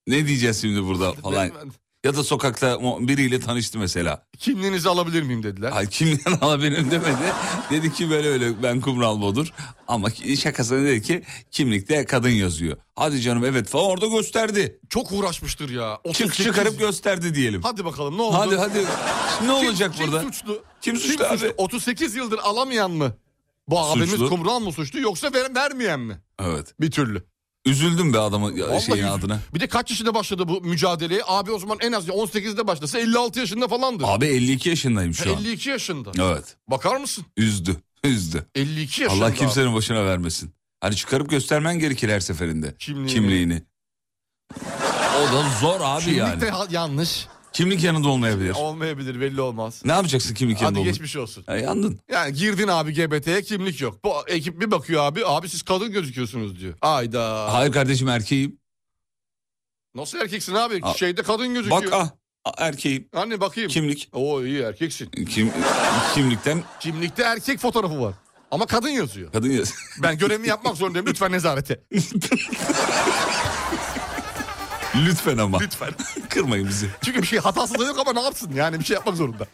Speaker 2: Ne diyeceğiz şimdi burada falan.
Speaker 3: Ben-
Speaker 2: Ya da sokakta o biriyle tanıştı mesela.
Speaker 3: Kimliğinizi alabilir miyim dediler.
Speaker 2: Ay, kimden alabilirim demedi. Dedi ki böyle öyle ben kumral bodur. Ama ki- şakasına dedi ki kimlikte kadın yazıyor. Hadi canım evet falan orada gösterdi.
Speaker 3: Çok uğraşmıştır ya.
Speaker 2: Çık
Speaker 3: 38
Speaker 2: çıkarıp gösterdi diyelim.
Speaker 3: Hadi bakalım ne oldu?
Speaker 2: Hadi hadi. Şimdi ne
Speaker 3: Kim-
Speaker 2: olacak
Speaker 3: kim
Speaker 2: burada?
Speaker 3: Suçlu?
Speaker 2: Kim suçlu abi?
Speaker 3: 38 yıldır alamayan mı? Bu abimiz
Speaker 2: Suçlu.
Speaker 3: kumral mı suçlu yoksa ver, vermeyen mi?
Speaker 2: Evet.
Speaker 3: Bir türlü.
Speaker 2: Üzüldüm be adamın ya,
Speaker 3: Vallahi
Speaker 2: şeyin
Speaker 3: üzüldüm.
Speaker 2: adına.
Speaker 3: Bir de kaç yaşında başladı bu mücadeleye? Abi o zaman en az 18'de başlasa 56 yaşında falandır.
Speaker 2: Abi 52 yaşındayım şu an.
Speaker 3: 52 yaşında.
Speaker 2: Evet.
Speaker 3: Bakar mısın?
Speaker 2: Üzdü. Üzdü.
Speaker 3: 52 yaşında.
Speaker 2: Allah kimsenin başına vermesin. Hani çıkarıp göstermen gerekir her seferinde
Speaker 3: Kimliğini.
Speaker 2: kimliğini. o da zor abi
Speaker 3: Kimlik
Speaker 2: şey yani.
Speaker 3: de ha- yanlış.
Speaker 2: Kimlik yanında olmayabilir.
Speaker 3: Olmayabilir belli olmaz.
Speaker 2: Ne yapacaksın kimlik yanında
Speaker 3: Hadi
Speaker 2: olmayıp?
Speaker 3: geçmiş olsun.
Speaker 2: Ya yandın.
Speaker 3: Yani girdin abi GBT'ye kimlik yok. Bu ekip bir bakıyor abi. Abi siz kadın gözüküyorsunuz diyor. Ayda.
Speaker 2: Hayır kardeşim erkeğim.
Speaker 3: Nasıl erkeksin abi?
Speaker 2: A-
Speaker 3: Şeyde kadın gözüküyor.
Speaker 2: Bak ah ah, erkeğim.
Speaker 3: Anne bakayım.
Speaker 2: Kimlik.
Speaker 3: Oo iyi erkeksin.
Speaker 2: Kim, kimlikten
Speaker 3: Kimlikte erkek fotoğrafı var. Ama kadın yazıyor.
Speaker 2: kadın yaz.
Speaker 3: Ben görevimi yapmak zorundayım. Lütfen nezarete.
Speaker 2: Lütfen ama.
Speaker 3: Lütfen.
Speaker 2: Kırmayın bizi.
Speaker 3: Çünkü bir şey hatası da yok ama ne yapsın? Yani bir şey yapmak zorunda.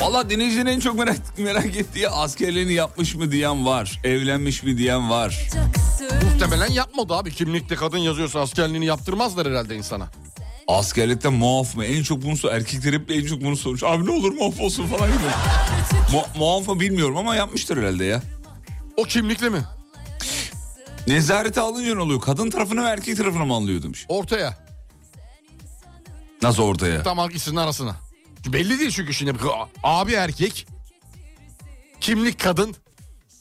Speaker 2: Valla dinleyicinin en çok merak, merak ettiği askerliğini yapmış mı diyen var. Evlenmiş mi diyen var.
Speaker 3: Muhtemelen yapmadı abi. Kimlikte kadın yazıyorsa askerliğini yaptırmazlar herhalde insana.
Speaker 2: Askerlikte muaf mı? En çok bunu sor. Erkekler hep en çok bunu sormuş. Abi ne olur muaf olsun falan gibi. Mu- muaf mı bilmiyorum ama yapmıştır herhalde ya.
Speaker 3: O kimlikle mi?
Speaker 2: Nezarete alınca ne oluyor? Kadın tarafını mı erkek tarafını mı alınıyor demiş.
Speaker 3: Ortaya.
Speaker 2: Nasıl ortaya?
Speaker 3: Tam ikisinin arasına. Belli değil çünkü şimdi. Abi erkek. Kimlik kadın.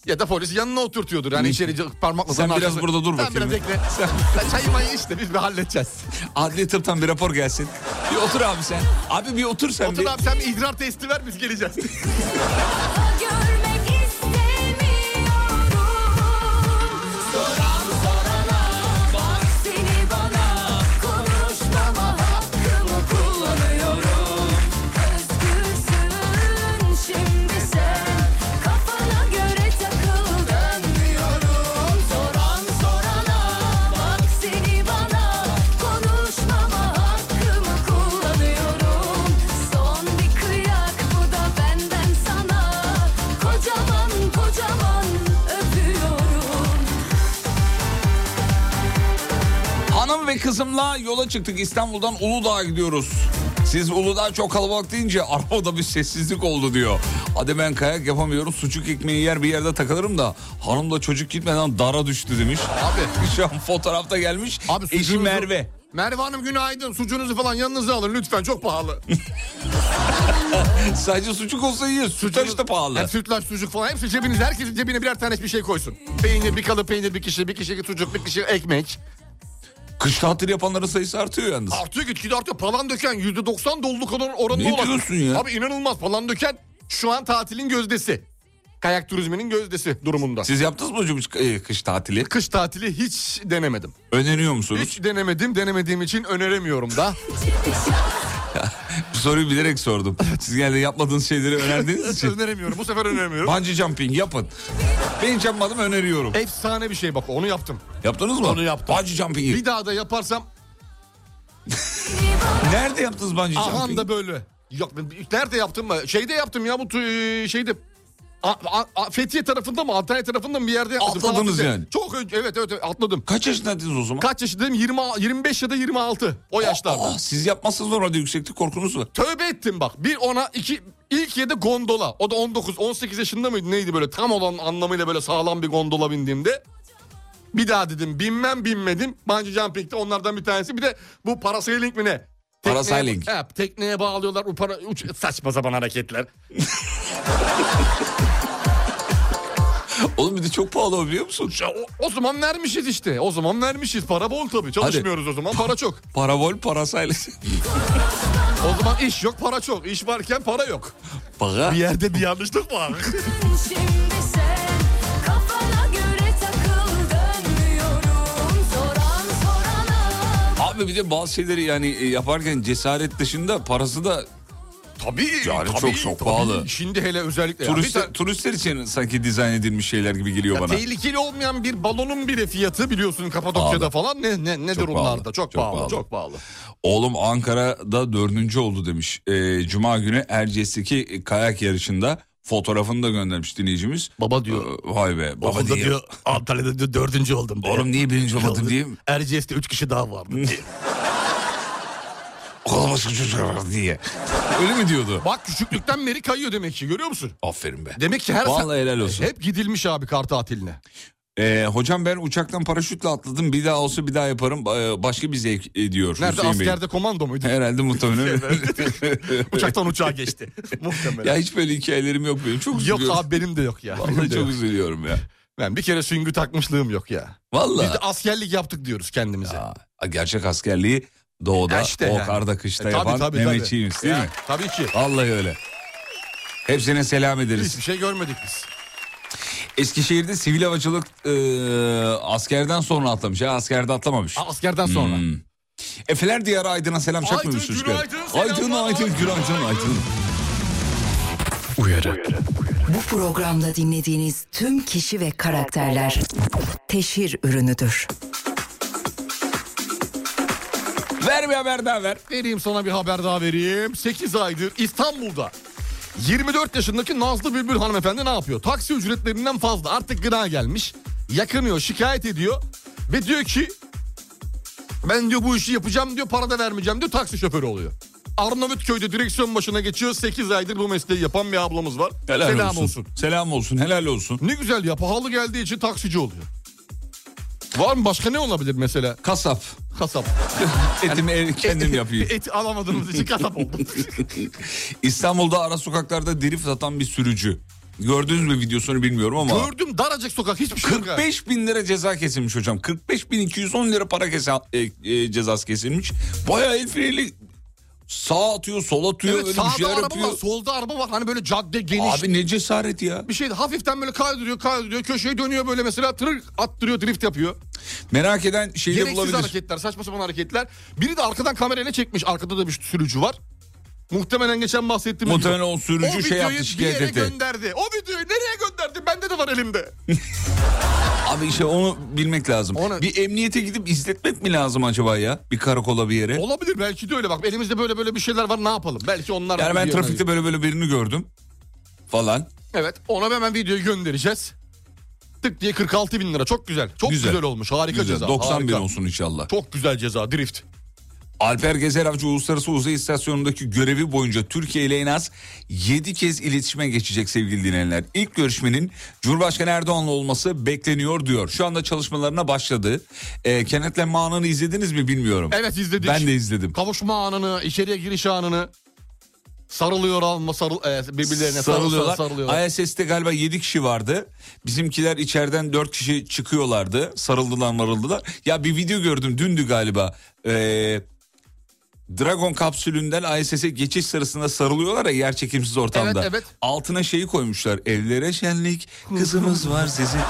Speaker 3: Ya da polis yanına oturtuyordur. Yani içeri parmakla
Speaker 2: Sen biraz burada
Speaker 3: Sen
Speaker 2: dur bakayım.
Speaker 3: biraz bekle.
Speaker 2: Sen-
Speaker 3: Sen çayı mayı iç de biz bir halledeceğiz.
Speaker 2: Adli tıptan bir rapor gelsin. Bir otur abi sen. Abi bir otur sen.
Speaker 3: Otur
Speaker 2: bir.
Speaker 3: abi sen bir idrar testi ver biz geleceğiz.
Speaker 6: Görmek istemiyorum Soran sorana Bak seni bana Konuşmama hakkımı kullanıyorum Özgürsün şimdi sen Kafana göre takıl Dönmüyorum Soran sorana Bak seni bana Konuşmama hakkımı kullanıyorum Son bir kıyak bu da benden sana Kocaman kocaman öpüyorum
Speaker 2: Hanım ve kızımla yola çıktık. İstanbul'dan Uludağ'a gidiyoruz. Siz Uludağ çok kalabalık deyince arabada bir sessizlik oldu diyor. Hadi ben kayak yapamıyorum. Sucuk ekmeği yer bir yerde takılırım da hanımla çocuk gitmeden dara düştü demiş. Abi şu an fotoğrafta gelmiş.
Speaker 3: Abi
Speaker 2: Eşi
Speaker 3: sucuğunuzu-
Speaker 2: Merve.
Speaker 3: Merve Hanım günaydın. Sucuğunuzu falan yanınıza alın lütfen çok pahalı.
Speaker 2: Sadece sucuk olsa iyi. Sütler işte pahalı.
Speaker 3: Yani sütlaç, sucuk falan hepsi cebiniz. Herkesin cebine birer tane bir şey koysun. Peynir, bir kalıp peynir, bir kişi, bir kişi sucuk, bir kişi ekmek.
Speaker 2: Kış tatili yapanların sayısı artıyor yalnız.
Speaker 3: Artıyor gitgide artıyor. Palandöken %90 doluluk oran- oranında
Speaker 2: Ne
Speaker 3: olan.
Speaker 2: diyorsun ya?
Speaker 3: Abi inanılmaz. Palandöken şu an tatilin gözdesi. Kayak turizminin gözdesi durumunda.
Speaker 2: Siz yaptınız mı hocam hiç, e, kış tatili?
Speaker 3: Kış tatili hiç denemedim.
Speaker 2: Öneriyor musunuz?
Speaker 3: Hiç denemedim. Denemediğim için öneremiyorum da.
Speaker 2: Bu soruyu bilerek sordum. Siz genelde yapmadığınız şeyleri önerdiğiniz için.
Speaker 3: öneremiyorum. Bu sefer öneremiyorum.
Speaker 2: Bungee jumping yapın. Ben hiç yapmadım öneriyorum.
Speaker 3: Efsane bir şey bak onu yaptım.
Speaker 2: Yaptınız mı?
Speaker 3: Onu yaptım.
Speaker 2: Bungee jumping'i.
Speaker 3: Bir daha da yaparsam
Speaker 2: Nerede yaptınız bungee
Speaker 3: Ahan
Speaker 2: jumping'i?
Speaker 3: da böyle. Yok ben- nerede yaptım mı? Şeyde yaptım ya bu tu- şeyde A- A- A- Fethiye tarafında mı Antalya tarafında mı bir yerde yapmadım.
Speaker 2: Atladınız
Speaker 3: Fatih'te.
Speaker 2: yani.
Speaker 3: Çok önce evet evet, evet, atladım.
Speaker 2: Kaç yaşındaydınız o zaman?
Speaker 3: Kaç yaşındayım? 20, 25 ya da 26 o yaşlarda.
Speaker 2: Aa, siz yapmazsanız normalde yükseklik korkunuz var.
Speaker 3: Tövbe ettim bak. Bir ona iki ilk yedi gondola. O da 19 18 yaşında mıydı neydi böyle tam olan anlamıyla böyle sağlam bir gondola bindiğimde. Bir daha dedim binmem binmedim. Bungee jumping'de onlardan bir tanesi. Bir de bu parasailing mi ne? Tekneye-
Speaker 2: Parasailing.
Speaker 3: He, tekneye bağlıyorlar. O para, uç, saçma sapan hareketler.
Speaker 2: Oğlum bir de çok pahalı o biliyor musun?
Speaker 3: Ya o, o zaman vermişiz işte. O zaman vermişiz. Para bol tabii. Çalışmıyoruz o zaman. Para çok.
Speaker 2: Parabol parasayla.
Speaker 3: O zaman iş yok, para çok. İş varken para yok.
Speaker 2: Baka.
Speaker 3: Bir yerde bir yanlışlık var.
Speaker 6: Şimdi sen kafana göre takıl dönmüyorum soran sorana
Speaker 2: Abi bir de bazı şeyleri yani e, yaparken cesaret dışında parası da
Speaker 3: tabii.
Speaker 2: Yani
Speaker 3: tabii,
Speaker 2: çok çok
Speaker 3: tabii.
Speaker 2: pahalı.
Speaker 3: Şimdi hele özellikle. ya. Bir
Speaker 2: turistler,
Speaker 3: tane-
Speaker 2: turistler için sanki dizayn edilmiş şeyler gibi geliyor
Speaker 3: Ya
Speaker 2: bana.
Speaker 3: tehlikeli olmayan bir balonun bile fiyatı biliyorsun Kapadokya'da
Speaker 2: Pahalı.
Speaker 3: falan ne ne nedir
Speaker 2: Çok pahalı,
Speaker 3: onlarda çok,
Speaker 2: çok
Speaker 3: pahalı,
Speaker 2: pahalı. Ee,
Speaker 3: çok pahalı.
Speaker 2: Oğlum Ankara'da dördüncü oldu demiş. Ee, Cuma günü Erciyes'teki kayak yarışında fotoğrafını da göndermiş dinleyicimiz.
Speaker 3: Baba
Speaker 2: Ee, vay be. Baba,
Speaker 3: babam da
Speaker 2: diye.
Speaker 3: Antalya'da diyor dördüncü oldum. diye.
Speaker 2: Oğlum niye birinci olmadın diyeyim.
Speaker 3: Erciyes'te üç kişi daha vardı.
Speaker 2: Okula başka çocuk var diye. Öyle mi diyordu?
Speaker 3: Bak küçüklükten beri kayıyor demek ki görüyor musun?
Speaker 2: Aferin be.
Speaker 3: Demek ki her
Speaker 2: Vallahi helal olsun.
Speaker 3: hep gidilmiş abi kar tatiline.
Speaker 2: Ee, hocam ben uçaktan paraşütle atladım. Bir daha olsa bir daha yaparım. Ee, başka bir zevk e, diyor
Speaker 3: Nerede
Speaker 2: Hüseyin Bey.
Speaker 3: askerde Şey, komando muydu?
Speaker 2: Herhalde muhtemelen öyle.
Speaker 3: Uçaktan uçağa geçti.
Speaker 2: ya
Speaker 3: Muhtemelen.
Speaker 2: hiç böyle hikayelerim yok benim. Çok
Speaker 3: yok
Speaker 2: üzülüyorum.
Speaker 3: abi benim de yok ya. Benim
Speaker 2: Vallahi
Speaker 3: de
Speaker 2: çok
Speaker 3: yok.
Speaker 2: üzülüyorum ya.
Speaker 3: Ben bir kere süngü takmışlığım yok ya.
Speaker 2: Vallahi.
Speaker 3: Biz de askerlik yaptık diyoruz kendimize.
Speaker 2: Aa, gerçek askerliği doğuda,
Speaker 3: Ya işte yani.
Speaker 2: karda, kışta
Speaker 3: E, tabii,
Speaker 2: yapan
Speaker 3: tabii,
Speaker 2: Mehmetçiğimiz
Speaker 3: tabii.
Speaker 2: değil
Speaker 3: Ya,
Speaker 2: mi?
Speaker 3: Tabii ki.
Speaker 2: Vallahi öyle. Hepsine selam ederiz.
Speaker 3: Hiçbir şey görmedik biz.
Speaker 2: Eskişehir'de sivil havacılık e, askerden sonra atlamış. Ha, askerde atlamamış.
Speaker 3: Aa, Askerden sonra.
Speaker 2: Hmm. Efeler Diyarı Aydın'a selam çakmıyor
Speaker 3: Aydın,
Speaker 2: çocuklar.
Speaker 3: günaydın,
Speaker 2: Aydın,
Speaker 3: selamlar.
Speaker 2: Aydın, Aydın, günaydın, Aydın.
Speaker 7: Bu programda dinlediğiniz tüm kişi ve karakterler teşhir ürünüdür.
Speaker 2: Ver bir haber daha ver.
Speaker 3: Vereyim sana bir haber daha vereyim. 8 aydır İstanbul'da 24 yaşındaki Nazlı Bülbül hanımefendi ne yapıyor? Taksi ücretlerinden fazla artık gına gelmiş. Yakınıyor, şikayet ediyor ve diyor ki ben diyor bu işi yapacağım diyor para da vermeyeceğim diyor taksi şoförü oluyor. Arnavutköy'de direksiyon başına geçiyor. 8 aydır bu mesleği yapan bir ablamız var.
Speaker 2: Helal
Speaker 3: Selam
Speaker 2: olsun.
Speaker 3: olsun.
Speaker 2: Selam olsun, helal olsun.
Speaker 3: Ne güzel ya pahalı geldiği için taksici oluyor. Var mı başka ne olabilir mesela?
Speaker 2: Kasap.
Speaker 3: Kasap.
Speaker 2: Etimi ev- kendim yapayım.
Speaker 3: Et alamadığımız için kasap olduk.
Speaker 2: İstanbul'da ara sokaklarda drift atan bir sürücü. Gördünüz mü videosunu bilmiyorum ama.
Speaker 3: Gördüm daracık sokak hiçbir şey yok. ha.
Speaker 2: 45 bin lira ceza kesilmiş hocam. 45 bin 210 lira para kesen, e, e, cezası kesilmiş. Bayağı el freniyle sağ atıyor, sol atıyor,
Speaker 3: Evet
Speaker 2: öyle bir
Speaker 3: sağda
Speaker 2: şeyler
Speaker 3: araba
Speaker 2: yapıyor.
Speaker 3: var solda araba var hani böyle cadde geniş.
Speaker 2: Abi ne cesaret ya.
Speaker 3: Bir şey hafiften böyle kaydırıyor kaydırıyor köşeye dönüyor böyle mesela tır attırıyor drift yapıyor.
Speaker 2: Merak eden şeyi de
Speaker 3: Gereksiz
Speaker 2: bulabilir.
Speaker 3: hareketler saçma sapan hareketler. Biri de arkadan kamerayla çekmiş arkada da bir sürücü var. Muhtemelen geçen bahsettiğim
Speaker 2: Muhtemelen
Speaker 3: video.
Speaker 2: o sürücü şey
Speaker 3: videoyu
Speaker 2: yaptı,
Speaker 3: bir
Speaker 2: şikayet
Speaker 3: yere
Speaker 2: etti.
Speaker 3: gönderdi. O videoyu nereye gönderdi? Bende de var elimde.
Speaker 2: Abi işte onu bilmek lazım.
Speaker 3: Onu-
Speaker 2: Bir emniyete gidip izletmek mi lazım acaba ya? Bir karakola bir yere.
Speaker 3: Olabilir belki de öyle bak elimizde böyle böyle bir şeyler var ne yapalım? Belki onlar
Speaker 2: yani ben
Speaker 3: biliyor,
Speaker 2: trafikte böyle böyle birini gördüm falan.
Speaker 3: Evet ona hemen videoyu göndereceğiz. Tık diye 46 bin lira çok güzel. Çok güzel,
Speaker 2: Güzel.
Speaker 3: olmuş harika
Speaker 2: Güzel,
Speaker 3: ceza.
Speaker 2: 90 bin
Speaker 3: harika.
Speaker 2: olsun inşallah.
Speaker 3: Çok güzel ceza drift.
Speaker 2: Alper Gezer Avcı Uluslararası Uzay İstasyonu'ndaki görevi boyunca Türkiye ile en az 7 kez iletişime geçecek sevgili dinleyenler. İlk görüşmenin Cumhurbaşkanı Erdoğan'la olması bekleniyor diyor. Şu anda çalışmalarına başladı. Ee, kenetlenme anını izlediniz mi bilmiyorum.
Speaker 3: Evet izledik.
Speaker 2: Ben de izledim.
Speaker 3: Kavuşma anını, içeriye giriş anını. Sarılıyor alma sarıl, e, birbirlerine sarılıyorlar.
Speaker 2: sarılıyorlar.
Speaker 3: sarılıyorlar.
Speaker 2: ISS'te galiba 7 kişi vardı. Bizimkiler içeriden 4 kişi çıkıyorlardı. Sarıldılar marıldılar. Ya bir video gördüm dündü galiba. Ee, Dragon kapsülünden ISS'e geçiş sırasında sarılıyorlar ya yer çekimsiz ortamda.
Speaker 3: Evet, evet.
Speaker 2: Altına şeyi koymuşlar. Evlere şenlik, kızımız var sizin.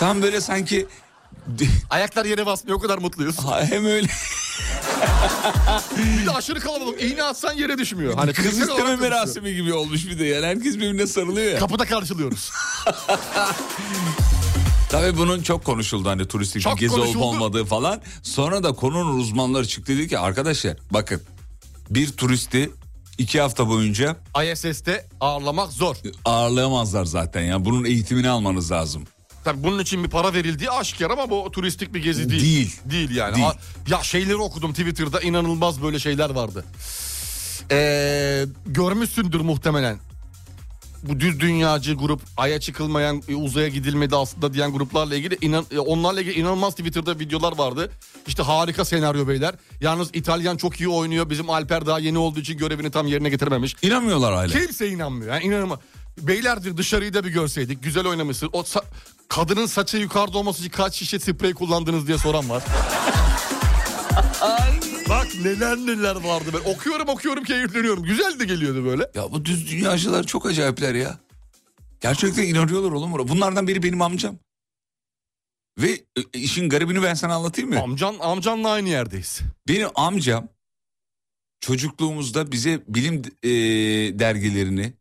Speaker 2: Tam böyle sanki
Speaker 3: Ayaklar yere basmıyor o kadar mutluyuz.
Speaker 2: Ha, hem öyle
Speaker 3: Bir de aşırı kalabalık iğne atsan yere düşmüyor. Hani
Speaker 2: kız
Speaker 3: fiziksel olarak
Speaker 2: isteme
Speaker 3: da düşüyor.
Speaker 2: merasimi gibi olmuş bir de yani herkes birbirine sarılıyor ya.
Speaker 3: Kapıda karşılıyoruz.
Speaker 2: Tabii bunun çok konuşuldu hani turistik
Speaker 3: Çok
Speaker 2: bir gezi olup
Speaker 3: konuşuldu.
Speaker 2: olmadığı falan. Sonra da konunun uzmanları çıktı dedi ki arkadaşlar bakın bir turisti iki hafta boyunca
Speaker 3: ISS'te ağırlamak zor.
Speaker 2: ağırlayamazlar zaten ya. Bunun eğitimini almanız lazım.
Speaker 3: Tabii bunun için bir para verildiği aşikar ama bu turistik bir gezi değil.
Speaker 2: Değil.
Speaker 3: Değil yani.
Speaker 2: Değil.
Speaker 3: A- Ya şeyleri okudum Twitter'da inanılmaz böyle şeyler vardı. Ee, görmüşsündür muhtemelen. Bu düz dünyacı grup, aya çıkılmayan, e, uzaya gidilmedi aslında diyen gruplarla ilgili inan, e, onlarla ilgili inanılmaz Twitter'da videolar vardı. İşte harika senaryo beyler. Yalnız İtalyan çok iyi oynuyor. Bizim Alper daha yeni olduğu için görevini tam yerine getirmemiş.
Speaker 2: İnanmıyorlar hala.
Speaker 3: Kimse inanmıyor. Yani inanılmaz. Beylerdir dışarıyı da bir görseydik. Güzel oynamışsın. O sa- kadının saçı yukarıda olması için kaç şişe sprey kullandınız diye soran var. Bak neler neler vardı ben. Okuyorum okuyorum keyifleniyorum. Güzel de geliyordu böyle.
Speaker 2: Ya bu düz dünyacılar çok acayipler ya. Gerçekten inanıyorlar oğlum. buna. Bunlardan biri benim amcam. Ve e, işin garibini ben sana anlatayım mı?
Speaker 3: Amcan amcanla aynı yerdeyiz.
Speaker 2: Benim amcam çocukluğumuzda bize bilim e, dergilerini,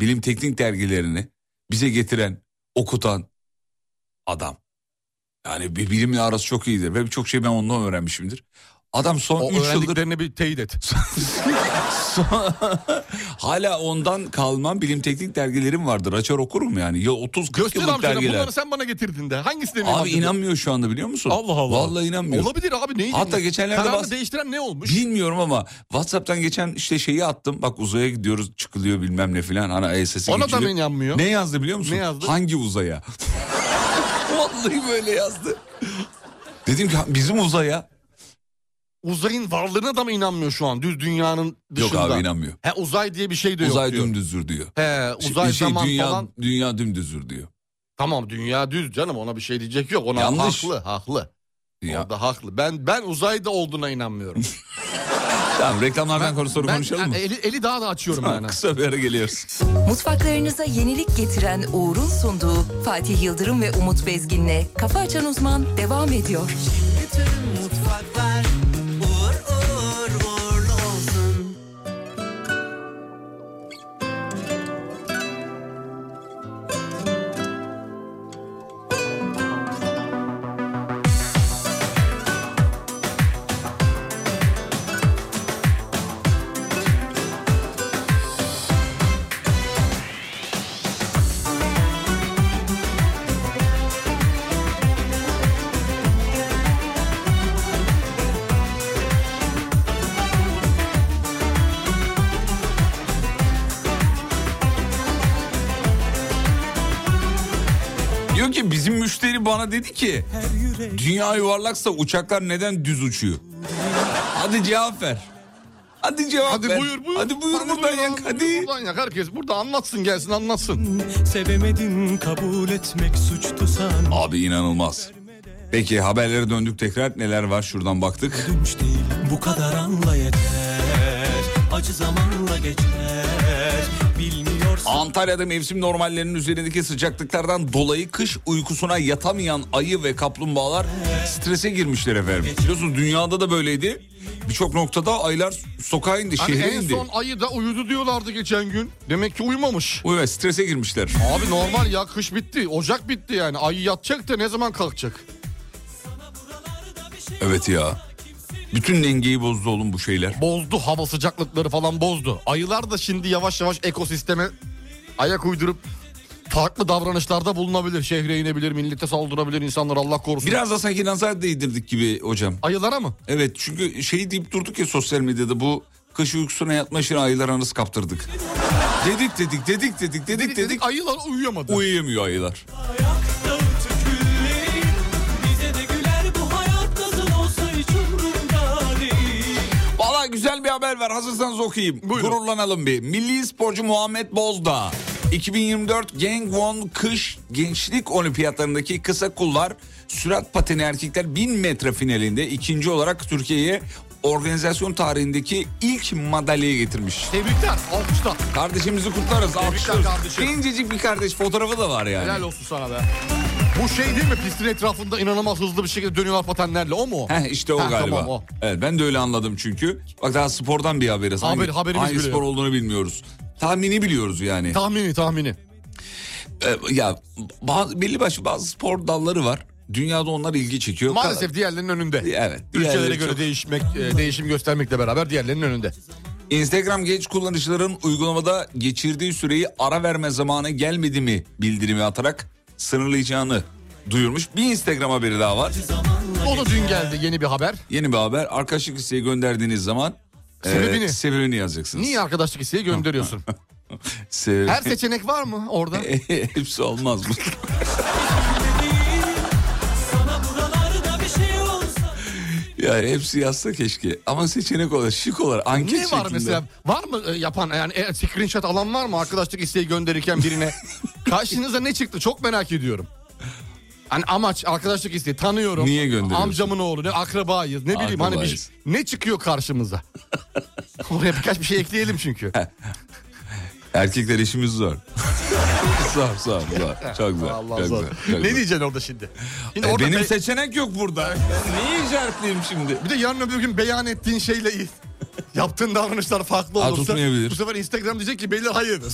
Speaker 2: bilim teknik dergilerini bize getiren, okutan adam. Yani bir bilimle arası çok iyidir ve birçok şey ben ondan öğrenmişimdir. Adam
Speaker 3: O
Speaker 2: son 3 yıldır
Speaker 3: öğrendiklerini bir teyit et.
Speaker 2: son- hala ondan kalmam bilim teknik dergilerim vardır. Açar okurum yani. Ya 30 40
Speaker 3: Göster
Speaker 2: yıllık
Speaker 3: amcana
Speaker 2: dergiler.
Speaker 3: bunları sen bana getirdin de. Hangisi de benim
Speaker 2: Abi
Speaker 3: hakkımda?
Speaker 2: inanmıyor şu anda biliyor musun?
Speaker 3: Allah Allah.
Speaker 2: Vallahi inanmıyor.
Speaker 3: Olabilir abi neydi?
Speaker 2: Hatta geçenlerde
Speaker 3: Kararını
Speaker 2: bas-
Speaker 3: değiştiren ne olmuş?
Speaker 2: Bilmiyorum ama WhatsApp'tan geçen işte şeyi attım. Bak uzaya gidiyoruz çıkılıyor bilmem ne filan. Hani ISS'e
Speaker 3: Ona da
Speaker 2: geçiliyor.
Speaker 3: ben inanmıyor.
Speaker 2: Ne yazdı biliyor musun?
Speaker 3: Ne yazdı?
Speaker 2: Hangi uzaya? Vallahi böyle yazdı. Dedim ki bizim uzaya.
Speaker 3: Uzayın varlığına da mı inanmıyor şu an? Düz dünyanın
Speaker 2: Yok
Speaker 3: dışında.
Speaker 2: abi inanmıyor.
Speaker 3: He uzay diye bir şey de yok
Speaker 2: uzay
Speaker 3: diyor.
Speaker 2: dümdüzdür diyor.
Speaker 3: He uzay
Speaker 2: Şey, şey,
Speaker 3: zaman
Speaker 2: dünya,
Speaker 3: falan.
Speaker 2: Dünya dümdüzdür diyor.
Speaker 3: Tamam dünya düz canım ona bir şey diyecek yok. Ona
Speaker 2: Yanlış.
Speaker 3: haklı haklı.
Speaker 2: Ya.
Speaker 3: Orada haklı. Ben ben uzayda olduğuna inanmıyorum.
Speaker 2: Tamam reklamlardan sonra soru
Speaker 3: Ben-
Speaker 2: konuşalım mı?
Speaker 3: Eli, eli daha da açıyorum
Speaker 2: Tamam,
Speaker 3: yani.
Speaker 2: Kısa bir ara geliyoruz.
Speaker 7: Mutfaklarınıza yenilik getiren Uğur'un sunduğu Fatih Yıldırım ve Umut Bezgin'le Kafa Açan Uzman devam ediyor.
Speaker 4: Bütün mutfaklar uğur uğur uğurlu olsun.
Speaker 2: Diyor ki bizim müşteri bana dedi ki dünya yuvarlaksa uçaklar neden düz uçuyor? Hadi cevap ver. Hadi cevap
Speaker 3: Hadi
Speaker 2: ver.
Speaker 3: buyur buyur.
Speaker 2: Hadi buyur buradan
Speaker 3: buyur
Speaker 2: yak
Speaker 3: abi,
Speaker 2: hadi. Hmm,
Speaker 3: Buradan yak herkes burada anlatsın gelsin anlatsın.
Speaker 8: Sevemedim kabul etmek suçtu sandım
Speaker 2: Abi inanılmaz. Peki haberlere döndük tekrar neler var şuradan baktık.
Speaker 8: Dünç değil bu kadar anla yeter Acı zamanla geçer Bilmiyorsun
Speaker 2: Antalya'da mevsim normallerinin üzerindeki sıcaklıklardan dolayı kış uykusuna yatamayan ayı ve kaplumbağalar strese girmişler efendim. Biliyorsunuz dünyada da böyleydi. Birçok noktada aylar sokağa indi,
Speaker 3: Hani
Speaker 2: şehre
Speaker 3: en
Speaker 2: indi.
Speaker 3: son ayı da uyudu diyorlardı geçen gün. Demek ki uyumamış.
Speaker 2: Uy be, strese girmişler.
Speaker 3: Abi normal ya kış bitti. Ocak bitti yani. Ayı yatacak da ne zaman kalkacak?
Speaker 2: Evet ya. Bütün dengeyi bozdu oğlum bu şeyler.
Speaker 3: bozdu hava sıcaklıkları falan bozdu. Ayılar da şimdi yavaş yavaş ekosisteme ayak uydurup farklı davranışlarda bulunabilir. Şehre inebilir, millete saldırabilir insanlar Allah korusun.
Speaker 2: Biraz da sanki nazar değdirdik gibi hocam.
Speaker 3: Ayılara mı?
Speaker 2: Evet çünkü şey deyip durduk ya sosyal medyada bu kış uykusuna yatma işini ayılar anası kaptırdık. dedik dedik dedik dedik dedik dedik.
Speaker 3: ayılar uyuyamadı.
Speaker 2: Uyuyamıyor ayılar.
Speaker 8: Dağıtı küllerin Bize de güler bu hayat nasıl olsa hiç umurumda değil
Speaker 2: Valla güzel bir haber var hazırsanız okuyayım. Gururlanalım bir. Milli sporcu Muhammed Bozda 2024 Gangwon Kış Gençlik Olimpiyatlarındaki kısa kullar sürat pateni erkekler 1000 metre finalinde ikinci olarak Türkiye'ye organizasyon tarihindeki ilk madalyayı getirmiş.
Speaker 3: Tebrikler, alkışlar.
Speaker 2: Kardeşimizi kutlarız. Alkışlarız.
Speaker 3: kardeşim.
Speaker 2: İncecik bir kardeş fotoğrafı da var yani.
Speaker 3: Helal olsun sana be. Bu şey değil mi? Pistin etrafında inanılmaz hızlı bir şekilde dönüyorlar patenlerle. O mu? o?
Speaker 2: Heh, işte o
Speaker 3: Heh,
Speaker 2: galiba.
Speaker 3: tamam, o.
Speaker 2: Evet ben de öyle anladım çünkü. Bak daha spordan bir haberiz.
Speaker 3: Haber-
Speaker 2: hangi,
Speaker 3: haberimiz
Speaker 2: hangi
Speaker 3: bile
Speaker 2: spor
Speaker 3: yok.
Speaker 2: olduğunu bilmiyoruz. Tahmini biliyoruz yani.
Speaker 3: Tahmini, tahmini.
Speaker 2: Ee, ya bazı, belli başlı bazı spor dalları var. Dünyada onlar ilgi çekiyor.
Speaker 3: Maalesef diğerlerinin önünde.
Speaker 2: Evet.
Speaker 3: Ülkelere
Speaker 2: diğerleri
Speaker 3: göre
Speaker 2: çok-
Speaker 3: değişmek, e, değişim göstermekle beraber diğerlerinin önünde.
Speaker 2: Instagram genç kullanıcıların uygulamada geçirdiği süreyi ara verme zamanı gelmedi mi bildirimi atarak sınırlayacağını duyurmuş. Bir Instagram haberi daha var.
Speaker 3: O da dün geldi yeni bir haber.
Speaker 2: Yeni bir haber. Arkadaşlık isteği gönderdiğiniz zaman e,
Speaker 3: Sebebini.
Speaker 2: sebebini yazacaksınız.
Speaker 3: Niye arkadaşlık isteği gönderiyorsun?
Speaker 2: Sebebi-
Speaker 3: Her seçenek var mı orada?
Speaker 2: E, Hepsi olmaz bu.
Speaker 8: Sana buralarda bir şey olsa
Speaker 2: Yani hepsi yazsa keşke. Ama seçenek olarak, şık olarak, anket
Speaker 3: Ne var
Speaker 2: şeklinde.
Speaker 3: mesela? Var mı e, yapan yani e, screenshot alan var mı arkadaşlık isteği gönderirken birine? Karşınıza ne çıktı? Çok merak ediyorum. Hani amaç arkadaşlık isteği tanıyorum.
Speaker 2: Niye gönderiyorsun?
Speaker 3: Amcamın oğlu ne akrabayız ne bileyim hani bir,
Speaker 2: Akrabayız.
Speaker 3: ne çıkıyor karşımıza? Oraya birkaç bir şey ekleyelim çünkü.
Speaker 2: Erkekler işimiz zor. zor, zor, zor. Çok zor.
Speaker 3: Allah
Speaker 2: çok
Speaker 3: zor.
Speaker 2: zor, çok
Speaker 3: Ne
Speaker 2: zor.
Speaker 3: diyeceksin orada şimdi? Şimdi
Speaker 2: E,
Speaker 3: orada
Speaker 2: benim
Speaker 3: be-
Speaker 2: seçenek yok burada. Neyi işaretleyeyim şimdi?
Speaker 3: bir de yarın öbür gün beyan ettiğin şeyle il- yaptığın davranışlar farklı
Speaker 2: Ha,
Speaker 3: olursa
Speaker 2: tutmayabilir.
Speaker 3: bu sefer Instagram diyecek ki beyler hayır.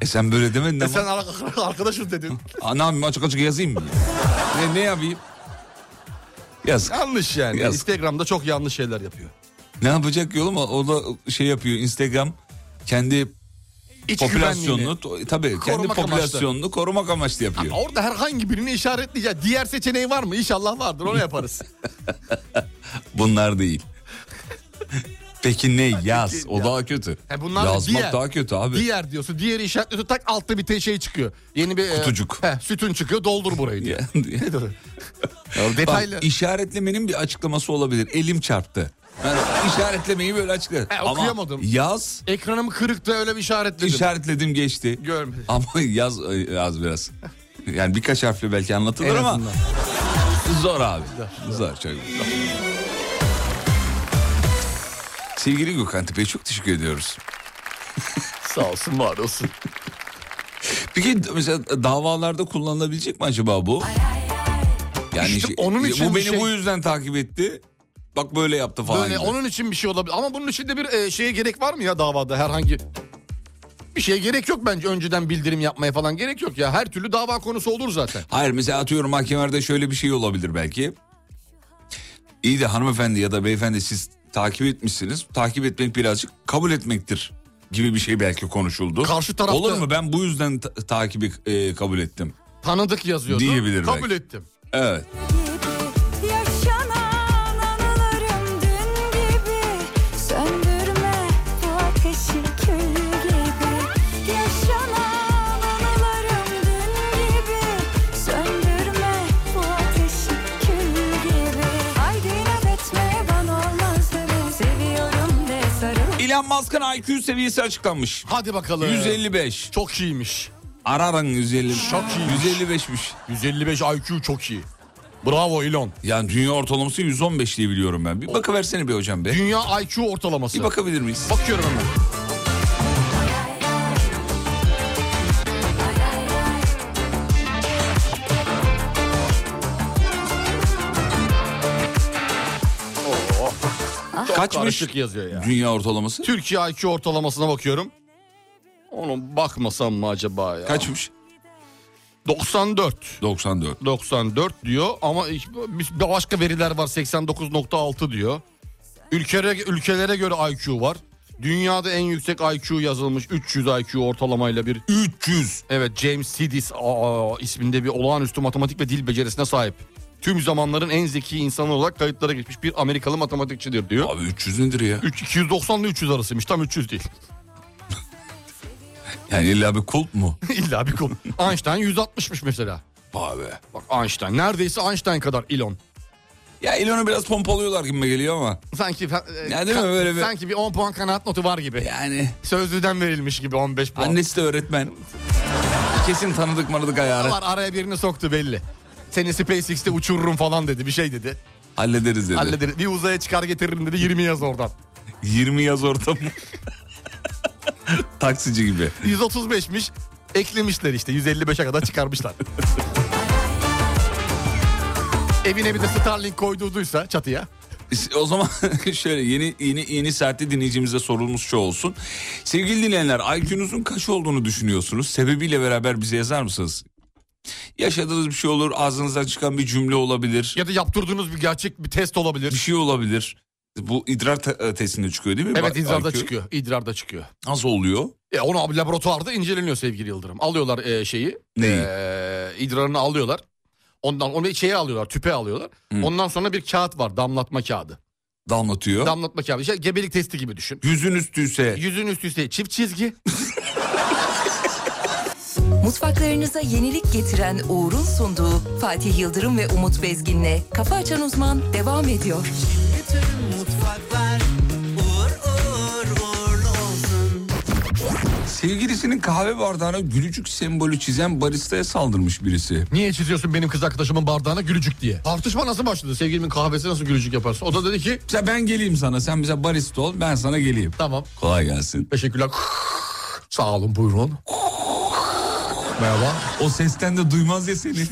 Speaker 2: E sen böyle demedin
Speaker 3: E
Speaker 2: ama.
Speaker 3: sen ar- arkadaşız dedin.
Speaker 2: Aa, ne yapayım açık açık yazayım mı? ne, ne yapayım? Yazık.
Speaker 3: Yanlış yani.
Speaker 2: Yazık.
Speaker 3: Instagram'da çok yanlış şeyler yapıyor.
Speaker 2: Ne yapacak yolum o, o da şey yapıyor Instagram kendi
Speaker 3: İç
Speaker 2: popülasyonunu
Speaker 3: güvenliğini.
Speaker 2: to- tabii kendi
Speaker 3: Korumak amaçlı.
Speaker 2: popülasyonunu korumak amaçlı yapıyor.
Speaker 3: Orada herhangi birini işaretleyeceğiz. Diğer seçeneği var mı? İnşallah vardır. Onu yaparız.
Speaker 2: Bunlar değil. Peki ne yaz?
Speaker 3: Peki,
Speaker 2: o
Speaker 3: ya.
Speaker 2: daha kötü.
Speaker 3: He, bunlar da
Speaker 2: Yazmak
Speaker 3: diğer.
Speaker 2: daha kötü abi.
Speaker 3: Diğer diyorsun. Diğeri işaretliyorsun. Tak altta bir te- şey çıkıyor. Yeni bir... e,
Speaker 2: Kutucuk.
Speaker 3: he, sütün çıkıyor. Doldur burayı diyor. detaylı.
Speaker 2: Bak, işaretlemenin bir açıklaması olabilir. Elim çarptı. Yani işaretlemeyi böyle açıkla.
Speaker 3: He,
Speaker 2: Ama
Speaker 3: okuyamadım.
Speaker 2: yaz
Speaker 3: Ekranım kırıktı öyle bir işaretledim.
Speaker 2: işaretledim geçti.
Speaker 3: Görmedim.
Speaker 2: Ama yaz e, yaz biraz. Yani birkaç harfle belki anlatılır
Speaker 3: En
Speaker 2: ama
Speaker 3: azından.
Speaker 2: zor abi. Zor, çok zor. Sevgili Gökhan Tepe'ye çok teşekkür ediyoruz.
Speaker 3: Sağ olsun var olsun.
Speaker 2: Peki mesela davalarda kullanılabilecek mi acaba bu? Yani
Speaker 3: İşte
Speaker 2: şey-
Speaker 3: onun için
Speaker 2: bu
Speaker 3: bir
Speaker 2: beni
Speaker 3: şey-
Speaker 2: bu yüzden takip etti. Bak böyle yaptı falan.
Speaker 3: Böyle
Speaker 2: gibi.
Speaker 3: onun için bir şey olabilir. Ama bunun için de bir e, şeye gerek var mı ya davada herhangi? Bir şeye gerek yok bence. Önceden bildirim yapmaya falan gerek yok ya. Her türlü dava konusu olur zaten.
Speaker 2: Hayır mesela atıyorum mahkemelerde şöyle bir şey olabilir belki. İyi de hanımefendi ya da beyefendi siz takip etmişsiniz. Takip etmek birazcık kabul etmektir gibi bir şey belki konuşuldu.
Speaker 3: Karşı tarafta-
Speaker 2: Olur mu ben bu yüzden ta- takibi e, kabul ettim.
Speaker 3: Tanıdık yazıyordu.
Speaker 2: Diyebilir
Speaker 3: Kabul
Speaker 2: belki.
Speaker 3: ettim.
Speaker 2: Evet.
Speaker 6: gibi yaşanan anılarım dün gibi söndürme bu ateşi kül gibi yaşanan anılarım dün gibi söndürme bu ateşi kül gibi haydi inat etme bana olmaz de seviyorum de sarıl
Speaker 2: Elon Musk'ın IQ seviyesi açıklanmış.
Speaker 3: Hadi bakalım.
Speaker 2: 155.
Speaker 3: Çok iyiymiş.
Speaker 2: Araran 150.
Speaker 3: Çok iyiymiş.
Speaker 2: 155'miş.
Speaker 3: 155 IQ çok iyi. Bravo Elon.
Speaker 2: Yani dünya ortalaması 115 diye biliyorum ben. Bir bakıversene bir hocam be.
Speaker 3: Dünya IQ ortalaması.
Speaker 2: Bir bakabilir miyiz?
Speaker 3: Bakıyorum hemen.
Speaker 2: Kaçmış
Speaker 3: Karışık yazıyor ya.
Speaker 2: dünya ortalaması?
Speaker 3: Türkiye IQ ortalamasına bakıyorum. Onu bakmasam mı acaba ya?
Speaker 2: Kaçmış?
Speaker 3: 94.
Speaker 2: 94.
Speaker 3: 94 diyor ama hiç- bir- başka veriler var 89.6 diyor. Ülkelere, ülkelere göre IQ var. Dünyada en yüksek IQ yazılmış 300 IQ ortalamayla bir
Speaker 2: 300.
Speaker 3: Evet James Sidis aa, isminde bir olağanüstü matematik ve dil becerisine sahip. Tüm zamanların en zeki insanı olarak kayıtlara geçmiş bir Amerikalı matematikçidir diyor.
Speaker 2: Abi 300 nedir ya?
Speaker 3: 3, 290 ile 300 arasıymış tam 300 değil.
Speaker 2: Yani illa bir kult mu?
Speaker 3: İlla bir konu. Einstein 160'mış mesela.
Speaker 2: Abi.
Speaker 3: Bak Einstein neredeyse Einstein kadar Elon.
Speaker 2: Ya Elon'u biraz pompalıyorlar gibime geliyor ama.
Speaker 3: Sanki fe- e,
Speaker 2: Ya değil mi?
Speaker 3: ka-
Speaker 2: Böyle bir-
Speaker 3: sanki bir 10 puan kanaat notu var gibi.
Speaker 2: Yani
Speaker 3: Sözlüden verilmiş gibi 15 puan.
Speaker 2: annesi de öğretmen. Kesin tanıdık manıdık ayarı.
Speaker 3: var araya birini soktu belli. Seni SpaceX'te uçururum falan dedi bir şey dedi.
Speaker 2: Hallederiz dedi.
Speaker 3: Hallederiz. Bir uzaya çıkar getiririm dedi 20 yaz oradan.
Speaker 2: 20 yaz ortamı. Taksici gibi.
Speaker 3: 135'miş. Eklemişler işte 155'e kadar çıkarmışlar. Evine bir de Starlink koyduğuysa çatıya.
Speaker 2: O zaman şöyle yeni yeni yeni saatte dinleyicimize sorulmuş şu olsun. Sevgili dinleyenler IQ'nuzun kaç olduğunu düşünüyorsunuz? Sebebiyle beraber bize yazar mısınız? Yaşadığınız bir şey olur, ağzınızdan çıkan bir cümle olabilir.
Speaker 3: Ya da yaptırdığınız bir gerçek bir test olabilir.
Speaker 2: Bir şey olabilir. Bu idrar te- e, testinde çıkıyor değil mi?
Speaker 3: Evet
Speaker 2: Ba-
Speaker 3: idrarda
Speaker 2: IQ.
Speaker 3: çıkıyor. İdrarda çıkıyor.
Speaker 2: Nasıl oluyor?
Speaker 3: E onu abi laboratuvarda inceleniyor sevgili Yıldırım. Alıyorlar e, şeyi.
Speaker 2: Neyi?
Speaker 3: e, idrarını alıyorlar. Ondan onu şeye alıyorlar, tüpe alıyorlar.
Speaker 2: Hı.
Speaker 3: Ondan sonra bir kağıt var, damlatma kağıdı.
Speaker 2: Damlatıyor.
Speaker 3: Damlatma kağıdı. İşte gebelik testi gibi düşün.
Speaker 2: Yüzün üstüyse
Speaker 3: Yüzün üst üste çift çizgi.
Speaker 7: Mutfaklarınıza yenilik getiren Uğur'un sunduğu Fatih Yıldırım ve Umut Bezgin'le Kafa Açan Uzman devam ediyor.
Speaker 9: Bütün mutfaklar uğur uğur uğurlu olsun
Speaker 2: sevgilisinin kahve bardağına gülücük sembolü çizen baristaya saldırmış birisi.
Speaker 3: Niye çiziyorsun benim kız arkadaşımın bardağına gülücük diye? Tartışma nasıl başladı? Sevgilimin kahvesi nasıl gülücük yaparsın? O da dedi ki
Speaker 2: Mesela ben geleyim sana sen bize barista ol ben sana geleyim.
Speaker 3: tamam
Speaker 2: Kolay gelsin.
Speaker 3: teşekkürler. Sağ olun buyurun. Merhaba.
Speaker 2: O sesten de duymaz ya seni.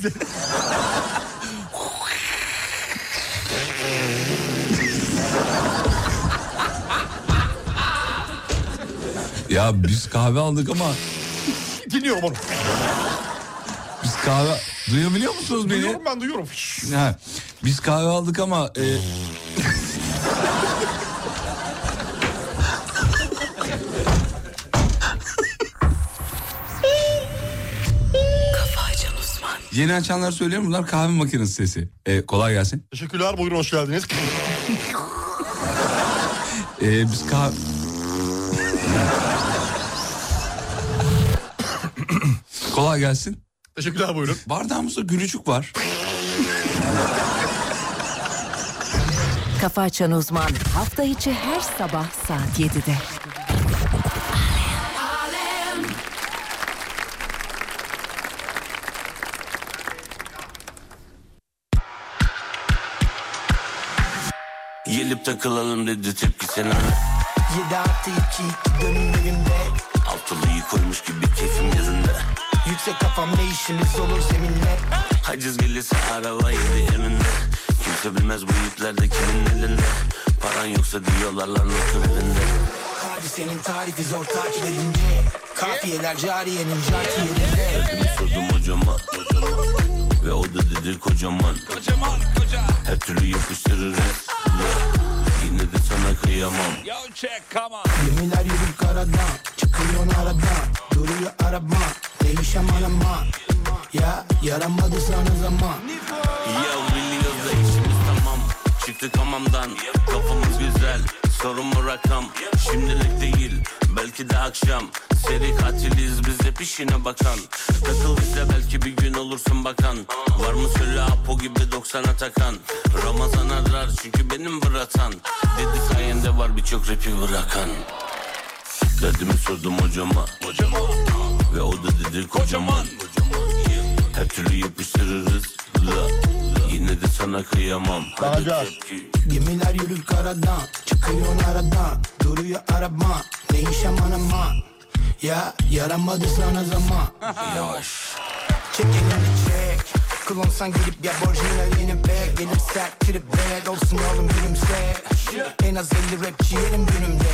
Speaker 2: ya biz kahve aldık ama
Speaker 3: Dinliyorum onu.
Speaker 2: biz kahve... Duyabiliyor musunuz beni?
Speaker 3: Duyuyorum ben duyuyorum.
Speaker 2: Ha, biz kahve aldık ama... e, Yeni açanlar söylüyorum bunlar kahve makinesi sesi. E, kolay gelsin.
Speaker 3: Teşekkürler buyurun hoş geldiniz.
Speaker 2: E, biz kahve... kolay gelsin.
Speaker 3: Teşekkürler buyurun.
Speaker 2: Bardağımızda gülücük var.
Speaker 7: Kafa Açan Uzman hafta içi her sabah saat 7'de.
Speaker 10: Gelip takılalım dedi tepkisine
Speaker 9: Yedi artı iki dönüm elimde
Speaker 10: Altılıyı koymuş gibi keyfim yerinde
Speaker 9: Yüksek kafam ne işimiz olur zeminle
Speaker 10: Haciz gelirse araba yedi önünde Kimse bilmez bu yüklerde kimin elinde Paran yoksa diyorlar lan otur evinde
Speaker 9: Hadisenin tarifi zor takip edince Kafiyeler cariyenin cakiyeleri
Speaker 10: Dedim sordum hocama Ve o da dedi kocaman Her türlü yapıştırır Yine de sana kıyamam
Speaker 9: Gemiler yürür karada Çıkıyorsun arada Duruyor araba Değişem arama Ya yaramadı sana zaman
Speaker 10: Ya biliyoruz da işimiz tamam Çıktık hamamdan kafamız güzel Sorun bu rakam şimdilik değil Belki de akşam Seri katiliz biz hep işine bakan Takıl bize belki bir gün olursun bakan Var mı söyle Apo gibi 90'a takan Ramazan arar çünkü benim bıratan Dedi sayende var birçok rapi bırakan Dedimi sordum hocama Ve o da dedi kocaman Her türlü yapıştırırız la. Yine de sana kıyamam Hadi tepki.
Speaker 9: Gemiler yürür karada Çıkıyorsun arada Duruyor araba Değişem arama Ya yaramadı sana zaman
Speaker 10: Yavaş
Speaker 9: Çek elini çek Klonsan gelip ya borcuna yeni bek Gelip sert trip bad olsun oğlum gülümse En az 50 rapçi yerim günümde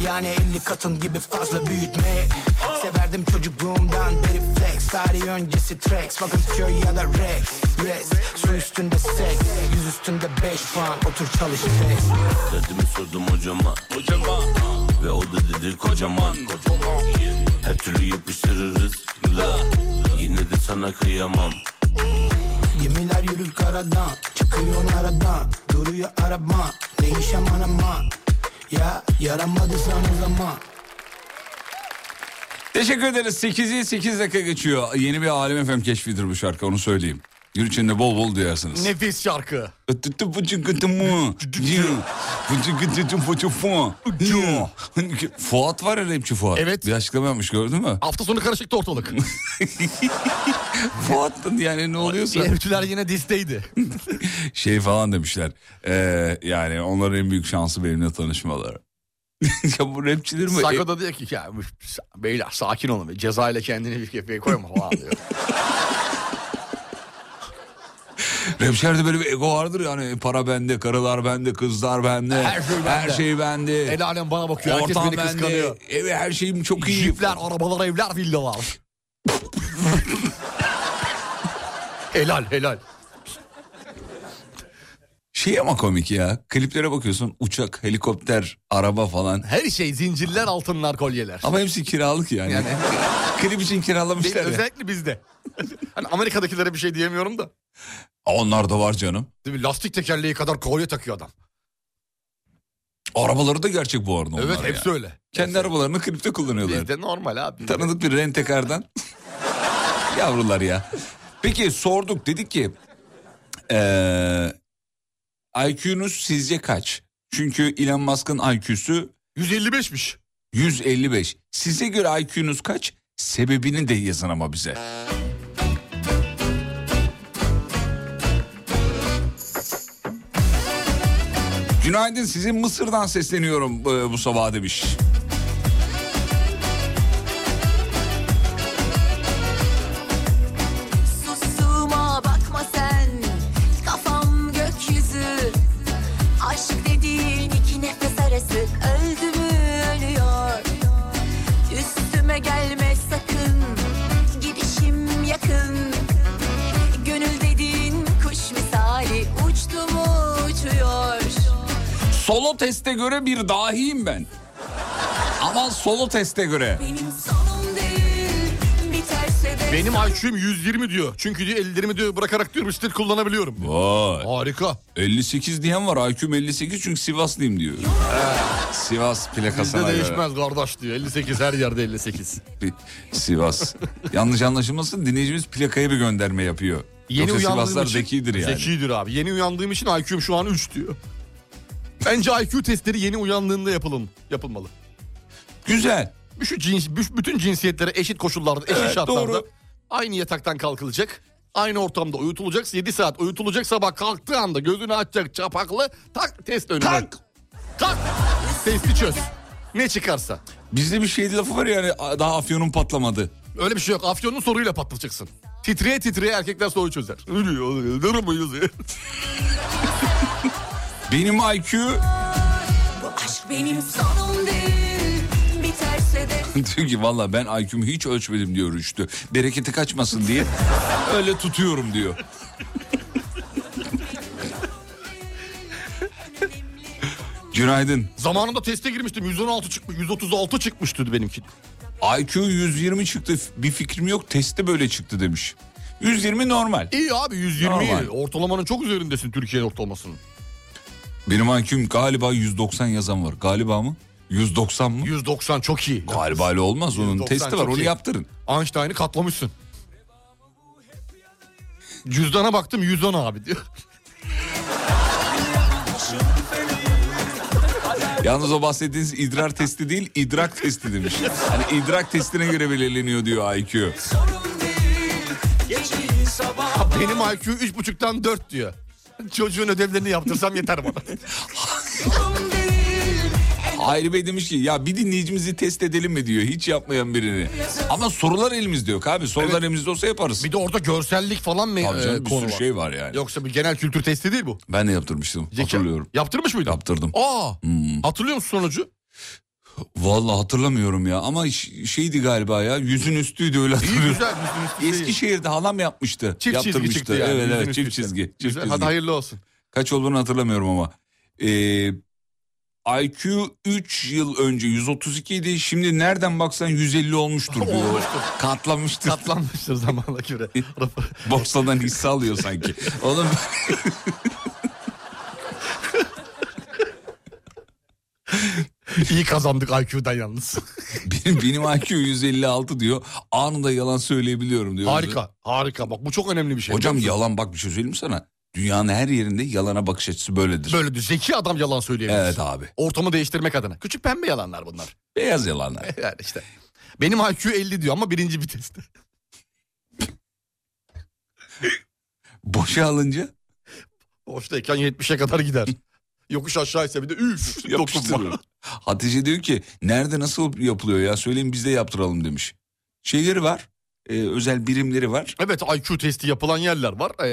Speaker 9: Yani 50 katın gibi fazla büyütme Severdim çocukluğumdan beri flex Tarih öncesi tracks Bakırköy ya da Rex Rex Su üstünde seks Yüz üstünde 5 puan Otur çalış test
Speaker 10: Dedimi sordum hocama Ve o da dedi kocaman Her türlü yapıştırırız la. Yine de sana kıyamam
Speaker 9: Gemiler yürür karada Çıkıyorsun arada Duruyor araba Değişem anama Ya yaramadı sana zaman
Speaker 2: Teşekkür ederiz. 8'i 8 dakika geçiyor. Yeni bir Alem FM keşfidir bu şarkı onu söyleyeyim. Gün içinde bol bol duyarsınız.
Speaker 3: Nefis şarkı.
Speaker 2: Ötütü fıçı kıtı mı? Yuh. Fıçı kıtı tı fıçı fı. Yuh. Fuat var ya rapçi Fuat.
Speaker 3: Evet.
Speaker 2: Bir açıklama yapmış gördün mü?
Speaker 3: Hafta sonu karışıktı ortalık.
Speaker 2: Fuat'ın yani ne oluyorsa.
Speaker 3: Evçiler yine disteydi.
Speaker 2: şey falan demişler. Ee, yani onların en büyük şansı benimle tanışmaları. ya bu rapçiler mi?
Speaker 3: Sako da diyor ki ya beyler sakin olun. Ceza ile kendini bir kefeye koyma falan diyor.
Speaker 2: E, rapçilerde böyle bir ego vardır yani. Para bende, karılar bende, kızlar bende.
Speaker 3: Her şey bende.
Speaker 2: Her şey bende.
Speaker 3: El alem bana bakıyor. Herkes
Speaker 2: Ortam
Speaker 3: beni
Speaker 2: bende.
Speaker 3: kıskanıyor.
Speaker 2: Evet her şeyim çok iyi.
Speaker 3: Jipler, arabalar, evler, villalar. helal helal.
Speaker 2: Şey ama komik ya. Kliplere bakıyorsun uçak, helikopter, araba falan.
Speaker 3: Her şey zincirler, altınlar, kolyeler.
Speaker 2: Ama hepsi kiralık yani.
Speaker 3: Yani-
Speaker 2: Klip için
Speaker 3: Değil,
Speaker 2: kiralamışlar ya.
Speaker 3: özellikle bizde. hani Amerika'dakilere bir şey diyemiyorum da.
Speaker 2: Onlar da var canım.
Speaker 3: Değil mi? Lastik tekerleği kadar kolye takıyor adam.
Speaker 2: Arabaları da gerçek bu arada
Speaker 3: evet
Speaker 2: onlar ya.
Speaker 3: hepsi öyle.
Speaker 2: Kendi arabalarını klipte kullanıyorlar.
Speaker 3: Bizde normal abi.
Speaker 2: Tanıdık bir rentekardan. Yavrular ya. Peki sorduk dedik ki eee IQ'nuz sizce kaç? Çünkü Elon Musk'ın IQ'su
Speaker 3: 155'miş.
Speaker 2: 155. Size göre IQ'nuz kaç? Sebebini de yazın ama bize. Günaydın size Mısır'dan sesleniyorum e, bu sabah demiş.
Speaker 4: Sustuğuma bakma sen Kafam gökyüzü Aşk dediğin iki nefes arası Öldü mü ölüyor Üstüme gelme sakın Gidişim yakın Gönül dediğin kuş misali Uçtu mu uçuyor
Speaker 2: Solo teste göre bir dahiyim ben. Ama solo teste göre.
Speaker 4: Benim sonum değil Biterse de
Speaker 3: Benim IQ'm 120 diyor. Çünkü diyor ellerimi diyor bırakarak diyor bisiklet kullanabiliyorum. diyor.
Speaker 2: Vay.
Speaker 3: Harika.
Speaker 2: 58 diyen var. IQ'm 58 çünkü Sivaslıyım diyor. Sivas
Speaker 3: Bizde
Speaker 2: plakasına göre.
Speaker 3: değişmez kardeş diyor. 58 her yerde 58.
Speaker 2: Bir- Sivas. Yanlış anlaşılmasın dinleyicimiz plakaya bir gönderme yapıyor. Yeni Yoksa Sivaslar zekidir yani.
Speaker 3: Zekidir abi. Yeni uyandığım için IQ'm şu an 3 diyor. Bence IQ testleri yeni uyandığında yapılın, yapılmalı.
Speaker 2: Güzel.
Speaker 3: Şu cins, bü- bütün cinsiyetlere eşit koşullarda, eşit
Speaker 2: Evet,
Speaker 3: şartlarda
Speaker 2: doğru.
Speaker 3: aynı yataktan kalkılacak. Aynı ortamda uyutulacak. 7 saat uyutulacak. Sabah kalktığı anda gözünü açacak çapaklı. Tak test önüne.
Speaker 2: Tak!
Speaker 3: Tak! Testi çöz. Ne çıkarsa.
Speaker 2: Bizde bir şey lafı var yani daha afyonun patlamadı.
Speaker 3: Öyle bir şey yok. Afyonun soruyla patlatacaksın. Titreye titreye erkekler soru çözer. Ölüyor, ölüyor, ölüyor.
Speaker 2: Benim IQ
Speaker 4: Bu aşk benim sonum değil Biterse de
Speaker 2: diyor ki valla ben IQ'mu hiç ölçmedim diyor Rüştü. Bereketi kaçmasın diye öyle tutuyorum diyor. Günaydın.
Speaker 3: Zamanında teste girmiştim. 116 çıkmış, 136 çıkmıştı benimki.
Speaker 2: IQ 120 çıktı bir fikrim yok testte böyle çıktı demiş. 120 normal.
Speaker 3: İyi abi 120.
Speaker 2: Normal.
Speaker 3: Ortalamanın çok üzerindesin Türkiye ortalamasının.
Speaker 2: Benim IQ'm galiba 190 yazan var. Galiba mı? 190 mı?
Speaker 3: 190 çok iyi.
Speaker 2: Galiba öyle olmaz onun
Speaker 3: 190
Speaker 2: testi var
Speaker 3: çok
Speaker 2: onu
Speaker 3: iyi.
Speaker 2: yaptırın.
Speaker 3: Einstein'ı katlamışsın. Cüzdana baktım 110 abi diyor.
Speaker 2: Yalnız o bahsettiğiniz idrar testi değil idrak testi demiş. Hani idrak testine göre belirleniyor diyor IQ.
Speaker 3: Ha, Benim IQ 3.5'tan 4 diyor. Çocuğun ödevlerini yaptırsam yeter bana.
Speaker 2: Hayri Bey demiş ki ya bir dinleyicimizi test edelim mi diyor hiç yapmayan birini. Ama sorular elimizde yok abi sorular elimizde olsa yaparız.
Speaker 3: Bir de orada görsellik falan mı
Speaker 2: Tabii
Speaker 3: e,
Speaker 2: canım, bir
Speaker 3: konu
Speaker 2: sürü
Speaker 3: var?
Speaker 2: şey var yani.
Speaker 3: Yoksa bir genel kültür testi değil bu.
Speaker 2: Ben de yaptırmıştım
Speaker 3: Zeka-
Speaker 2: hatırlıyorum.
Speaker 3: Yaptırmış mıydın?
Speaker 2: Yaptırdım. Hmm.
Speaker 3: Aa, hatırlıyor musun sonucu?
Speaker 2: Vallahi hatırlamıyorum ya ama ş- şeydi galiba ya yüzün üstüydü öyle
Speaker 3: İyi
Speaker 2: hatırlıyorum.
Speaker 3: güzel. Üstü üstü iyi.
Speaker 2: Eskişehir'de halam yapmıştı.
Speaker 3: Şey- Çift çizgi
Speaker 2: yaptırmıştı.
Speaker 3: çıktı yani.
Speaker 2: Evet
Speaker 3: yüzün
Speaker 2: evet
Speaker 3: üstü
Speaker 2: çift
Speaker 3: üstü.
Speaker 2: çizgi. Çift
Speaker 3: Güzel,
Speaker 2: çizgi.
Speaker 3: Hadi hayırlı olsun.
Speaker 2: Kaç olduğunu hatırlamıyorum ama. Ee, IQ 3 yıl önce 132 idi. Şimdi nereden baksan 150 olmuştur diyor.
Speaker 3: Olmuştur.
Speaker 2: Katlamıştır.
Speaker 3: Katlanmıştır zamanla göre.
Speaker 2: Borsadan hisse alıyor sanki. Oğlum
Speaker 3: İyi kazandık IQ'dan yalnız.
Speaker 2: benim, benim IQ 156 diyor. Anında yalan söyleyebiliyorum diyor.
Speaker 3: harika, harika. Bak bu çok önemli bir şey.
Speaker 2: Hocam yalan bak bir şey söyleyeyim mi sana? Dünyanın her yerinde yalana bakış açısı böyledir.
Speaker 3: Böyle şey. de zeki adam yalan söyleyebilir.
Speaker 2: Evet abi.
Speaker 3: Ortamı değiştirmek adına. Küçük pembe yalanlar bunlar.
Speaker 2: Beyaz yalanlar.
Speaker 3: Yani işte. Benim IQ 50 diyor ama birinci viteste.
Speaker 2: Boşa alınca
Speaker 3: Boştayken 70'e kadar gider. Yokuş aşağıysa bir de üf dokunma.
Speaker 2: yapıştırıyor. Hatice diyor ki nerede nasıl yapılıyor ya söyleyin biz de yaptıralım demiş. Şeyleri var. e, özel birimleri var.
Speaker 3: Evet IQ testi yapılan yerler var. Ee,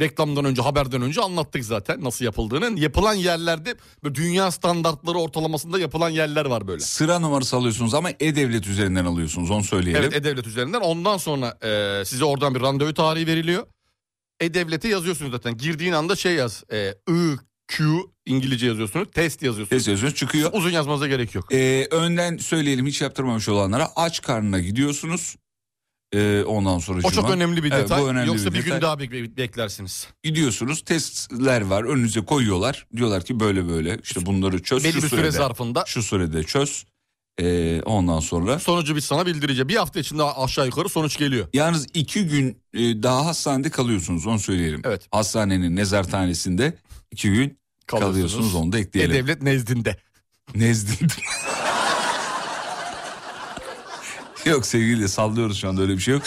Speaker 3: reklamdan önce haberden önce anlattık zaten nasıl yapıldığını. Yapılan yerlerde böyle dünya standartları ortalamasında yapılan yerler var böyle.
Speaker 2: Sıra numarası alıyorsunuz ama e-devlet üzerinden alıyorsunuz onu söyleyelim.
Speaker 3: Evet E-Devlet üzerinden. Ondan sonra e, size oradan bir randevu tarihi veriliyor. E-Devlet'e yazıyorsunuz zaten. Girdiğin anda şey yaz. E, I, Q İngilizce yazıyorsunuz. Test yazıyorsunuz.
Speaker 2: Test yazıyorsunuz, çıkıyor.
Speaker 3: Uzun yazmanıza gerek yok.
Speaker 2: Ee, önden söyleyelim hiç yaptırmamış olanlara aç karnına gidiyorsunuz. Ee, ondan sonra
Speaker 3: O çok
Speaker 2: cuma-
Speaker 3: önemli bir
Speaker 2: Evet,
Speaker 3: detay.
Speaker 2: bu önemli
Speaker 3: Yoksa bir,
Speaker 2: detay.
Speaker 3: gün daha bek- beklersiniz.
Speaker 2: gidiyorsunuz testler var önünüze koyuyorlar. Diyorlar ki böyle böyle işte bunları çöz
Speaker 3: Belli
Speaker 2: şu
Speaker 3: bir süre
Speaker 2: sürede.
Speaker 3: zarfında.
Speaker 2: Şu sürede çöz. Ee, ondan sonra
Speaker 3: Sonucu biz sana bildireceğiz. Bir hafta içinde aşağı yukarı sonuç geliyor.
Speaker 2: Yalnız iki gün e, daha hastanede kalıyorsunuz onu söyleyelim.
Speaker 3: Evet.
Speaker 2: Hastanenin nezarthanesinde iki gün kalıyorsunuz, onu da
Speaker 3: E,
Speaker 2: ekleyelim.
Speaker 3: devlet nezdinde.
Speaker 2: Nezdinde. yok sevgili sallıyoruz şu anda öyle bir şey yok.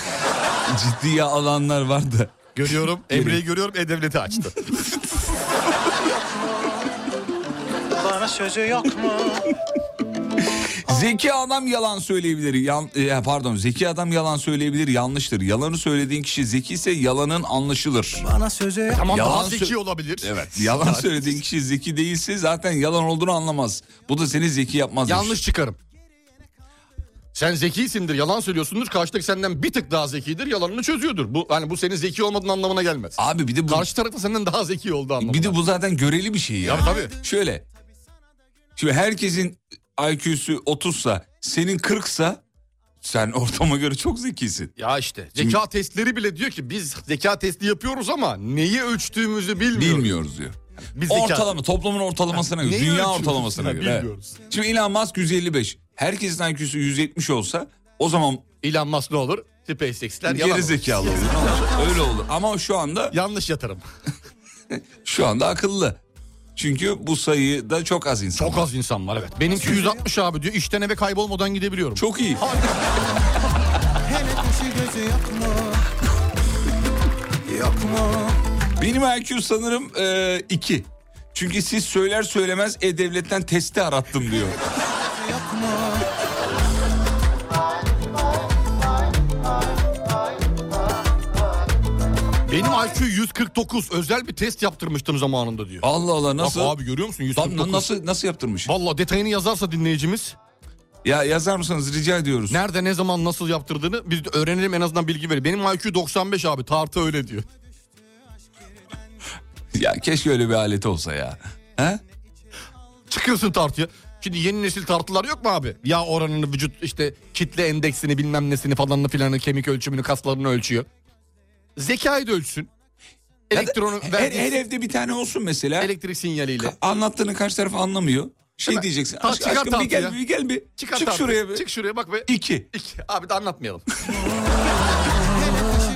Speaker 2: Ciddiye alanlar var da.
Speaker 3: Görüyorum. Emre'yi görüyorum. E-Devlet'i açtı.
Speaker 11: Bana sözü yok mu?
Speaker 2: Zeki adam yalan söyleyebilir. Yan, e, pardon zeki adam yalan söyleyebilir yanlıştır. Yalanı söylediğin kişi zeki ise yalanın anlaşılır.
Speaker 11: Bana sözü yok.
Speaker 3: Tamam
Speaker 2: Yalan
Speaker 3: daha
Speaker 2: sö-
Speaker 3: zeki olabilir.
Speaker 2: Evet yalan söylediğin kişi zeki değilse zaten yalan olduğunu anlamaz. Bu da seni zeki yapmaz.
Speaker 3: Yanlış çıkarım. Sen zekisindir, yalan söylüyorsundur. Karşıdaki senden bir tık daha zekidir, yalanını çözüyordur. Bu hani bu senin zeki olmadığın anlamına gelmez.
Speaker 2: Abi bir de bu
Speaker 3: Karşı tarafta senden daha zeki oldu anlamına.
Speaker 2: bir de bu zaten göreli bir şey ya.
Speaker 3: Ya tabii.
Speaker 2: Şöyle. Şimdi herkesin IQ'su 30 sa senin 40 sa sen ortama göre çok zekisin.
Speaker 3: Ya işte zeka testleri bile diyor ki biz zeka testi yapıyoruz ama neyi ölçtüğümüzü bilmiyoruz.
Speaker 2: Bilmiyoruz diyor.
Speaker 3: Biz zeka-
Speaker 2: Ortalama toplumun ortalamasına göre,
Speaker 3: Neyi
Speaker 2: dünya
Speaker 3: ölçüyoruz?
Speaker 2: ortalamasına
Speaker 3: Ha,
Speaker 2: göre. evet.
Speaker 3: Bilmiyoruz.
Speaker 2: Şimdi Elon Musk 155. Herkesin IQ'su 170 olsa o zaman
Speaker 3: Elon Musk ne olur? SpaceX'ler yalan
Speaker 2: geri
Speaker 3: olur.
Speaker 2: zekalı olur. Ne olur? Öyle olur. Ama şu anda
Speaker 3: Yanlış yatırım.
Speaker 2: şu anda akıllı. Çünkü bu sayıda çok az insan.
Speaker 3: Çok az insan var evet. Benim 260 abi diyor işten eve kaybolmadan gidebiliyorum.
Speaker 2: Çok iyi.
Speaker 11: Hele kuşu gözü yok mu? Yok mu?
Speaker 2: Benim IQ sanırım 2. Çünkü siz söyler söylemez E-Devlet'ten testi arattım diyor.
Speaker 11: Yok mu?
Speaker 3: Benim IQ 149 özel bir test yaptırmıştım zamanında diyor.
Speaker 2: Allah Allah
Speaker 3: Bak
Speaker 2: nasıl?
Speaker 3: abi görüyor musun
Speaker 2: Tam
Speaker 3: 149.
Speaker 2: na- nasıl nasıl yaptırmış?
Speaker 3: Valla detayını yazarsa dinleyicimiz
Speaker 2: Ya yazar mısınız rica ediyoruz.
Speaker 3: nerede ne zaman nasıl yaptırdığını biz de öğrenelim en azından bilgi verir. Benim IQ 95 abi tartı öyle diyor.
Speaker 2: Ya keşke öyle bir alet olsa ya. He?
Speaker 3: Çıkıyorsun tartıya. Şimdi yeni nesil tartılar yok mu abi? Ya oranını vücut işte kitle endeksini bilmem nesini falanını filanını kemik ölçümünü kaslarını ölçüyor. Zekayı da ölçsün. Elektronu
Speaker 2: Her,
Speaker 3: verdiği
Speaker 2: her evde bir tane olsun mesela.
Speaker 3: elektrik sinyaliyle.
Speaker 2: Anlattığını karşı taraf anlamıyor. Şey diyeceksin.
Speaker 3: Ta-
Speaker 2: Aşk,
Speaker 3: çıkar
Speaker 2: aşkım bir gel,
Speaker 3: tahtaya.
Speaker 2: bir gel bir.
Speaker 3: Çıkar
Speaker 2: Çık
Speaker 3: tartıyı.
Speaker 2: şuraya bir.
Speaker 3: Çık şuraya bak be.
Speaker 2: İki.
Speaker 3: İki. Abi de anlatmayalım.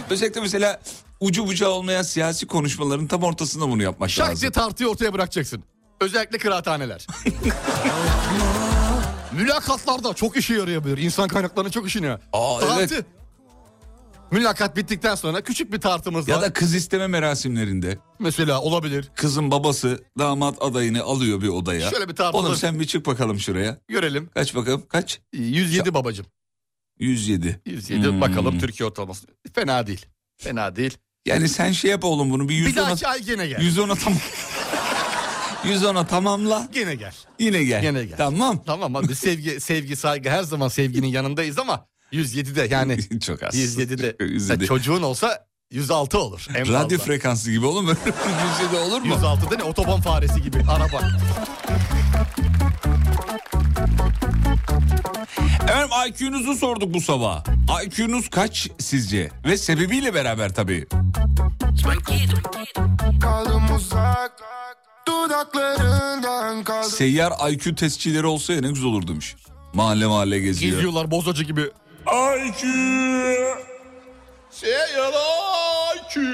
Speaker 2: Özellikle mesela ucu bucağı olmayan siyasi konuşmaların tam ortasında bunu yapmak
Speaker 3: Şak
Speaker 2: lazım.
Speaker 3: diye tartıyı ortaya bırakacaksın. Özellikle kıraathaneler. Mülakatlarda çok işe yarayabilir. İnsan kaynaklarının çok işine.
Speaker 2: Aa,
Speaker 3: Tartı.
Speaker 2: evet.
Speaker 3: Mülakat bittikten sonra küçük bir tartımız
Speaker 2: Ya
Speaker 3: var.
Speaker 2: da kız isteme merasimlerinde
Speaker 3: Mesela olabilir.
Speaker 2: kızın babası damat adayını alıyor bir odaya.
Speaker 3: Şöyle bir tartılır.
Speaker 2: Oğlum sen bir çık bakalım şuraya.
Speaker 3: Görelim.
Speaker 2: Kaç bakalım kaç?
Speaker 3: 107 babacım.
Speaker 2: 107.
Speaker 3: 107
Speaker 2: Hmm.
Speaker 3: bakalım Türkiye ortalaması. Fena değil. Fena değil.
Speaker 2: Yani sen şey yap oğlum bunu bir
Speaker 3: Bir
Speaker 2: 110'a
Speaker 3: dahaki ay gene gel.
Speaker 2: 110'a tamam. 110'a tamamla
Speaker 3: Gene gel.
Speaker 2: yine gel.
Speaker 3: Yine gel.
Speaker 2: Tamam.
Speaker 3: Tamam abi sevgi sevgi saygı her zaman sevginin yanındayız ama 107'de yani
Speaker 2: Çok az.
Speaker 3: 107'de
Speaker 2: 107.
Speaker 3: Ya çocuğun olsa 106 olur. En
Speaker 2: Radyo
Speaker 3: fazla.
Speaker 2: frekansı gibi oğlum böyle 107 olur mu?
Speaker 3: 106'da ne otoban faresi gibi araba.
Speaker 2: Efendim IQ'nuzu sorduk bu sabah. IQ'nuz kaç sizce? Ve sebebiyle beraber tabii.
Speaker 5: Kaldım uzak Dudaklarından kaldım
Speaker 2: Seyyar IQ testçileri olsa ya ne güzel olur demiş. Mahalle mahalle geziyor.
Speaker 3: Geziyorlar bozacı gibi.
Speaker 2: IQ.
Speaker 3: Şey yala ki.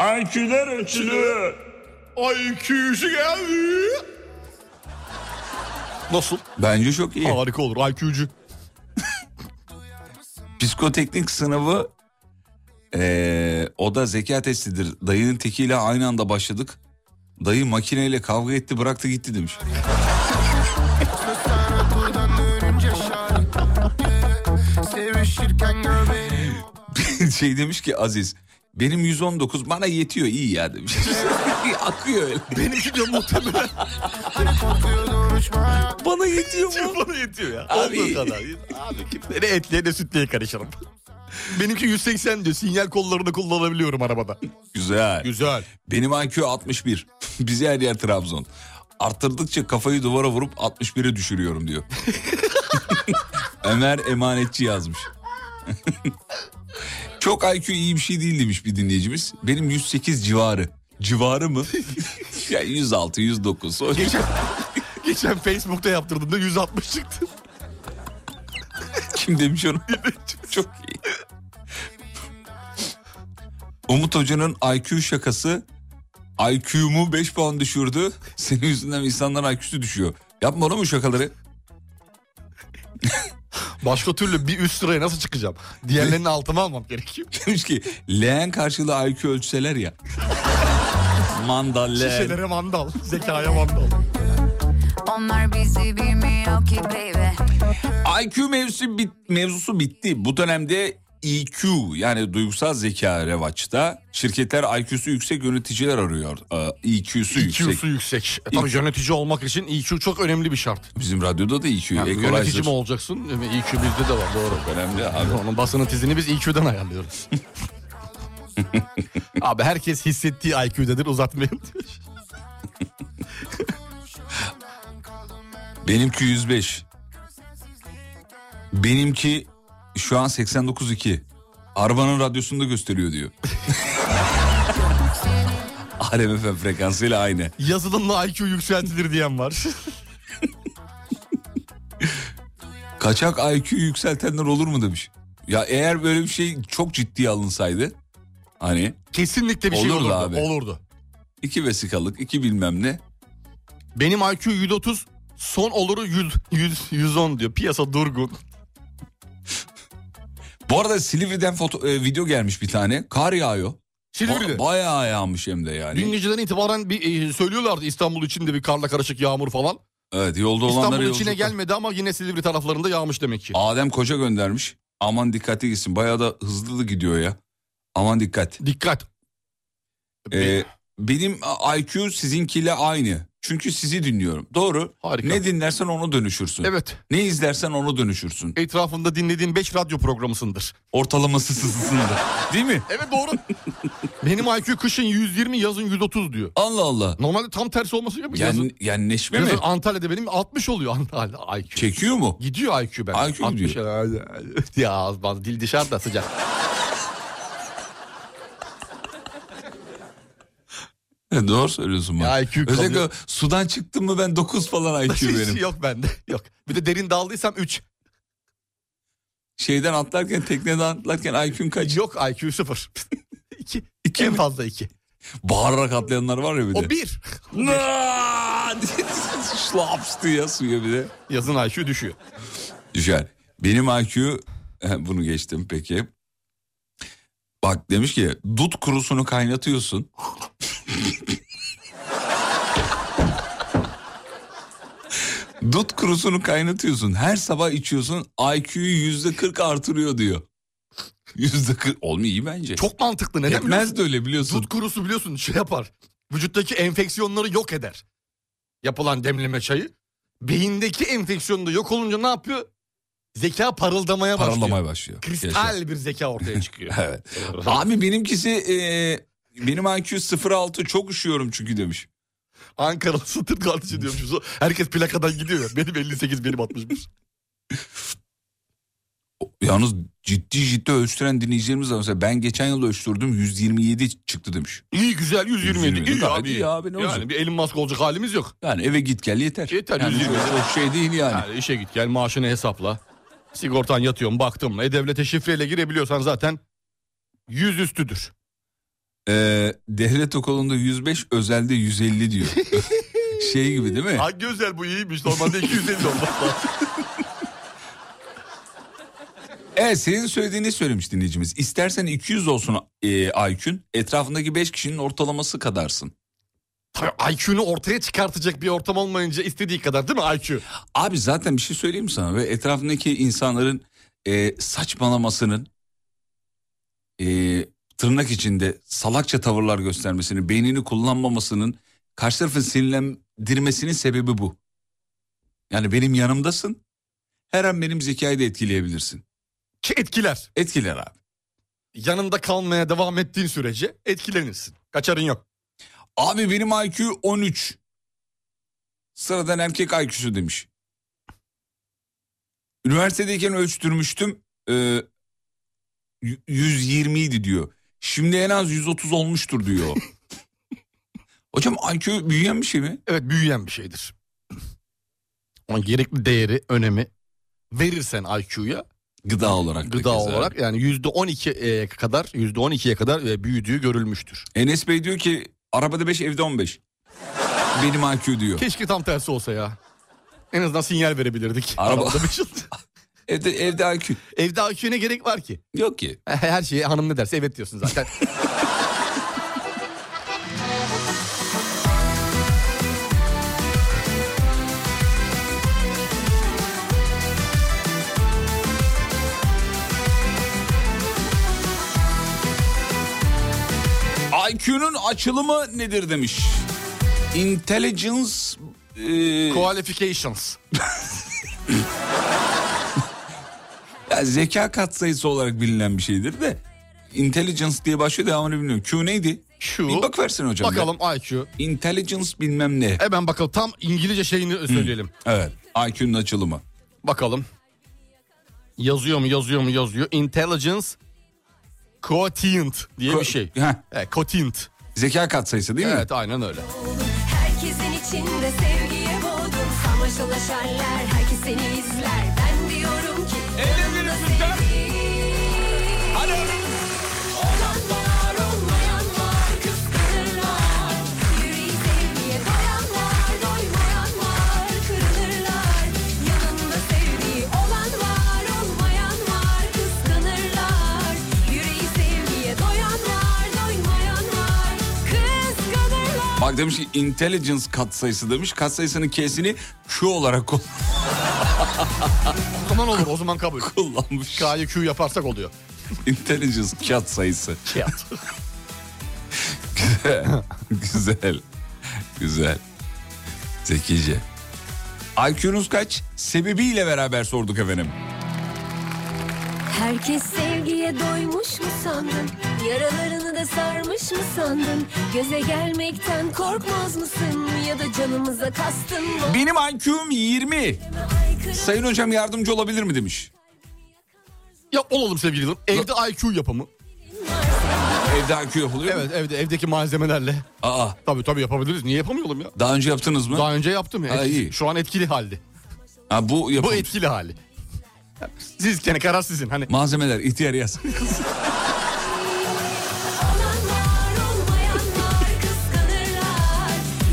Speaker 2: IQ'ler ölçülü.
Speaker 3: Ay IQ'cu geldi. Nasıl?
Speaker 2: Bence çok iyi.
Speaker 3: Harika olur IQ'cu.
Speaker 2: Psikoteknik sınavı eee, o da zeka testidir. Dayının tekiyle aynı anda başladık. Dayı makineyle kavga etti bıraktı gitti demiş.
Speaker 5: Sana buradan ölünce şahit Yeah. Sevişirken gör beni
Speaker 2: şey demiş ki Aziz benim 119 bana yetiyor iyi ya demiş. Akıyor öyle.
Speaker 3: Benimki de muhtemelen
Speaker 5: Korkuyordun uçmaya
Speaker 2: Bana yetiyor mu?
Speaker 3: bana yetiyor ya.
Speaker 2: Abi.
Speaker 3: Olduğu kadar. Abi kimleri etliye de sütlüye karışırım. Benimki 180 diyor. Sinyal kollarını kullanabiliyorum arabada.
Speaker 2: Güzel.
Speaker 3: Güzel.
Speaker 2: Benim IQ 61. Bizi her yer Trabzon. Arttırdıkça kafayı duvara vurup 61'e düşürüyorum diyor. Ömer emanetçi yazmış. Çok IQ iyi bir şey değil demiş bir dinleyicimiz. Benim 108 civarı. Civarı mı? ya 106, 109. O-
Speaker 3: Geçen, geçen Facebook'ta yaptırdığımda 160 çıktı.
Speaker 2: Kim demiş onu? Çok iyi. Umut Hoca'nın IQ şakası IQ'mu 5 puan düşürdü. Senin yüzünden insanların IQ'su düşüyor. Yapma oğlum bu şakaları.
Speaker 3: Başka türlü bir üst sıraya nasıl çıkacağım? Diğerlerinin altına almam gerekiyor.
Speaker 2: Demiş ki leğen karşılığı IQ ölçseler ya. Mandal leğen.
Speaker 3: Şişelere vandal, zekaya vandal.
Speaker 6: Onlar bizi bilmiyor ki baby
Speaker 2: IQ mevzusu, bit- mevzusu bitti. Bu dönemde EQ yani duygusal zeka revaçta şirketler IQ'su yüksek yöneticiler arıyor. Ee, EQ'su yüksek.
Speaker 3: IQ'su yüksek. E tabii yönetici olmak için IQ çok önemli bir şart.
Speaker 2: Bizim radyoda da EQ.
Speaker 3: Yani
Speaker 2: Equalizer.
Speaker 3: yönetici mi olacaksın? E, IQ bizde de var doğru.
Speaker 2: Önemli abi.
Speaker 3: Onun basının tizini biz IQ'den ayarlıyoruz. Abi herkes hissettiği IQ'dedir uzatmayın.
Speaker 2: Benimki 105. Benimki şu an 89.2. Arabanın radyosunda gösteriyor diyor. Alem FM frekansıyla aynı.
Speaker 3: Yazılımla IQ yükseltilir diyen var.
Speaker 2: Kaçak IQ yükseltenler olur mu demiş. Ya eğer böyle bir şey çok ciddiye alınsaydı. Hani
Speaker 3: Kesinlikle bir şey
Speaker 2: Olurdu
Speaker 3: olurdu.
Speaker 2: abi.
Speaker 3: Olurdu.
Speaker 2: iki vesikalık iki bilmem ne.
Speaker 3: Benim IQ 130 son oluru 100, 100, 110 diyor. Piyasa durgun.
Speaker 2: Bu arada Silivri'den foto, e, video gelmiş bir tane. Kar yağıyor.
Speaker 3: Silivri'de.
Speaker 2: Ba- bayağı yağmış hem de yani.
Speaker 3: Dün geceden itibaren bir e, söylüyorlardı İstanbul içinde bir karla karışık yağmur falan.
Speaker 2: Evet yolda olanlar
Speaker 3: İstanbul içine gelmedi ama yine Silivri taraflarında yağmış demek ki.
Speaker 2: Adem Koca göndermiş. Aman dikkatli gitsin. Bayağı da hızlı da gidiyor ya. Aman dikkat.
Speaker 3: Dikkat.
Speaker 2: Ee, benim IQ sizinkiyle aynı. Çünkü sizi dinliyorum. Doğru.
Speaker 3: Harika.
Speaker 2: Ne dinlersen onu dönüşürsün.
Speaker 3: Evet.
Speaker 2: Ne izlersen onu dönüşürsün.
Speaker 3: Etrafında dinlediğin 5 radyo programısındır.
Speaker 2: Ortalaması sızısındır. Değil mi?
Speaker 3: Evet doğru. Benim IQ kışın 120 yazın 130 diyor.
Speaker 2: Allah Allah.
Speaker 3: Normalde tam tersi olması gerekiyor. Yazın,
Speaker 2: Yani, yani neşme mi?
Speaker 3: yazın Antalya'da benim 60 oluyor Antalya IQ.
Speaker 2: Çekiyor mu?
Speaker 3: Gidiyor IQ ben.
Speaker 2: IQ gidiyor.
Speaker 3: ya az- baz- dil dışarıda sıcak.
Speaker 2: He, Doğru söylüyorsun bana.
Speaker 3: Ya IQ kalıyor.
Speaker 2: Özellikle sudan çıktım mı ben 9 falan IQ
Speaker 3: Hiç şey
Speaker 2: benim.
Speaker 3: Yok bende yok. Bir de derin daldıysam 3.
Speaker 2: Şeyden atlarken tekneden atlarken IQ'un kaç?
Speaker 3: Yok IQ 0. 2. en fazla 2.
Speaker 2: Bağırarak atlayanlar var ya bir de.
Speaker 3: O 1.
Speaker 2: Naa! Şlaps diye suya bir de.
Speaker 3: Yazın IQ düşüyor.
Speaker 2: Düşer. Benim IQ He, bunu geçtim peki. Bak demiş ki dut kurusunu kaynatıyorsun. dut kurusunu kaynatıyorsun. Her sabah içiyorsun. IQ'yu yüzde kırk artırıyor diyor. Yüzde kırk. Olmuyor iyi bence.
Speaker 3: Çok mantıklı neden biliyor musun?
Speaker 2: Etmez de öyle biliyorsun.
Speaker 3: Dut kurusu biliyorsun şey yapar. Vücuttaki enfeksiyonları yok eder. Yapılan demleme çayı. Beyindeki enfeksiyonu da yok olunca ne yapıyor? Zeka parıldamaya başlıyor.
Speaker 2: Paralamaya başlıyor.
Speaker 3: Kristal
Speaker 2: Yaşa.
Speaker 3: bir zeka ortaya çıkıyor.
Speaker 2: Evet. Abi benimkisi e, benim IQ 06 çok üşüyorum çünkü demiş.
Speaker 3: Ankaralı sıtırt kardeşi diyormuşuz. O- Herkes plakadan gidiyor ya. Benim 58, benim 61.
Speaker 2: Yalnız ciddi ciddi ölçtüren dinleyicilerimiz var. Mesela ben geçen yıl ölçtürdüm 127 çıktı demiş.
Speaker 3: İyi güzel 127.
Speaker 2: 127.
Speaker 3: İyi
Speaker 2: Gayet
Speaker 3: abi.
Speaker 2: iyi abi, ne olacak?
Speaker 3: yani bir elin maske olacak halimiz yok.
Speaker 2: Yani eve git gel yeter.
Speaker 3: Yeter,
Speaker 2: yani
Speaker 3: 127.
Speaker 2: çok şey değil yani.
Speaker 3: Yani işe git gel maaşını hesapla. Sigortan yatıyorsun baktım. E devlete şifreyle girebiliyorsan zaten yüz üstüdür.
Speaker 2: Ee, devlet okulunda 105 özelde 150 diyor. şey gibi değil mi?
Speaker 3: Hangi özel bu iyiymiş. Normalde 250 olmaz lazım.
Speaker 2: Evet E, senin söylediğini söylemiş dinleyicimiz. İstersen 200 olsun e, Aykün etrafındaki 5 kişinin ortalaması kadarsın.
Speaker 3: Tabii IQ'nu ortaya çıkartacak bir ortam olmayınca istediği kadar değil mi IQ?
Speaker 2: Abi zaten bir şey söyleyeyim mi sana? Ve etrafındaki insanların e, saçmalamasının e, tırnak içinde salakça tavırlar göstermesinin, beynini kullanmamasının karşı tarafın sinirlendirmesinin sebebi bu. Yani benim yanımdasın. Her an benim zekayı da etkileyebilirsin.
Speaker 3: Ki etkiler.
Speaker 2: Etkiler abi.
Speaker 3: yanında kalmaya devam ettiğin sürece etkilenirsin. Kaçarın yok.
Speaker 2: Abi benim IQ 13. Sıradan erkek IQ'su demiş. Üniversitedeyken ölçtürmüştüm. e, y- 120 idi diyor. Şimdi en az 130 olmuştur diyor. Hocam IQ büyüyen bir şey mi?
Speaker 3: Evet büyüyen bir şeydir. Ama gerekli değeri, önemi verirsen IQ'ya
Speaker 2: gıda olarak
Speaker 3: gıda olarak yani yüzde 12'ye kadar yüzde 12'ye kadar e, büyüdüğü görülmüştür.
Speaker 2: Enes Bey diyor ki arabada 5 evde 15. Benim IQ diyor.
Speaker 3: Keşke tam tersi olsa ya. En azından sinyal verebilirdik.
Speaker 2: Araba-
Speaker 3: Arabada bir şey-
Speaker 2: evde, evde IQ.
Speaker 3: Evde IQ'ya ne gerek var ki?
Speaker 2: Yok ki.
Speaker 3: Her şeye hanım ne derse evet diyorsun zaten.
Speaker 2: IQ'nun açılımı nedir demiş. Intelligence... E...
Speaker 3: Qualifications.
Speaker 2: Ya zeka katsayısı olarak bilinen bir şeydir de. Intelligence diye başlıyor devamını bilmiyorum. Q neydi?
Speaker 3: Şu.
Speaker 2: Bir bak versin hocam.
Speaker 3: Bakalım
Speaker 2: Ya.
Speaker 3: IQ.
Speaker 2: Intelligence bilmem ne.
Speaker 3: Hemen bakalım tam İngilizce şeyini söyleyelim.
Speaker 2: Evet. IQ'nun açılımı.
Speaker 3: Bakalım. Yazıyor mu yazıyor mu yazıyor. Intelligence quotient diye bir şey. Evet, quotient.
Speaker 2: Zeka katsayısı değil mi?
Speaker 3: Evet aynen öyle.
Speaker 12: Herkesin içinde sevgiye boğdum Samaşalaşanlar herkes seni izler Ben diyorum ki Elimizin Hadi Olanlar olmayanlar kıskanırlar Yüreği sevgiye dayanlar doymayanlar kırılırlar Yanında sevdiği olan var olmayan var kıskanırlar Yüreği sevgiye doyanlar doymayanlar kıskanırlar
Speaker 2: Bak demiş ki intelligence katsayısı demiş. Katsayısının kesini Q olarak kullan.
Speaker 3: O zaman olur o zaman kabul.
Speaker 2: Kullanmış.
Speaker 3: K'yı Q yaparsak oluyor.
Speaker 2: intelligence katsayısı.
Speaker 3: Kat.
Speaker 2: Güzel. Güzel. Güzel. Zekice. IQ'nuz kaç? Sebebiyle beraber sorduk efendim.
Speaker 12: Herkes sevgiye doymuş mu sandın? Yaralarını da sarmış mı sandın? Göze gelmekten korkmaz mısın? Ya da canımıza kastın mı?
Speaker 2: Benim IQ'm 20. Sayın hocam yardımcı olabilir mi demiş.
Speaker 3: Ya olalım sevgili yıldırım. Evde IQ yapımı.
Speaker 2: Evde IQ yapılıyor mu?
Speaker 3: Evet evde evdeki malzemelerle.
Speaker 2: Aa.
Speaker 3: Tabii tabii yapabiliriz. Niye yapamayalım ya?
Speaker 2: Daha önce yaptınız mı?
Speaker 3: Daha önce yaptım ya.
Speaker 2: Ha, iyi.
Speaker 3: Şu an etkili halde.
Speaker 2: Ha, bu yapılmış.
Speaker 3: Bu etkili hali. Siz kendi karar sizin. Hani
Speaker 2: Malzemeler ihtiyar yaz.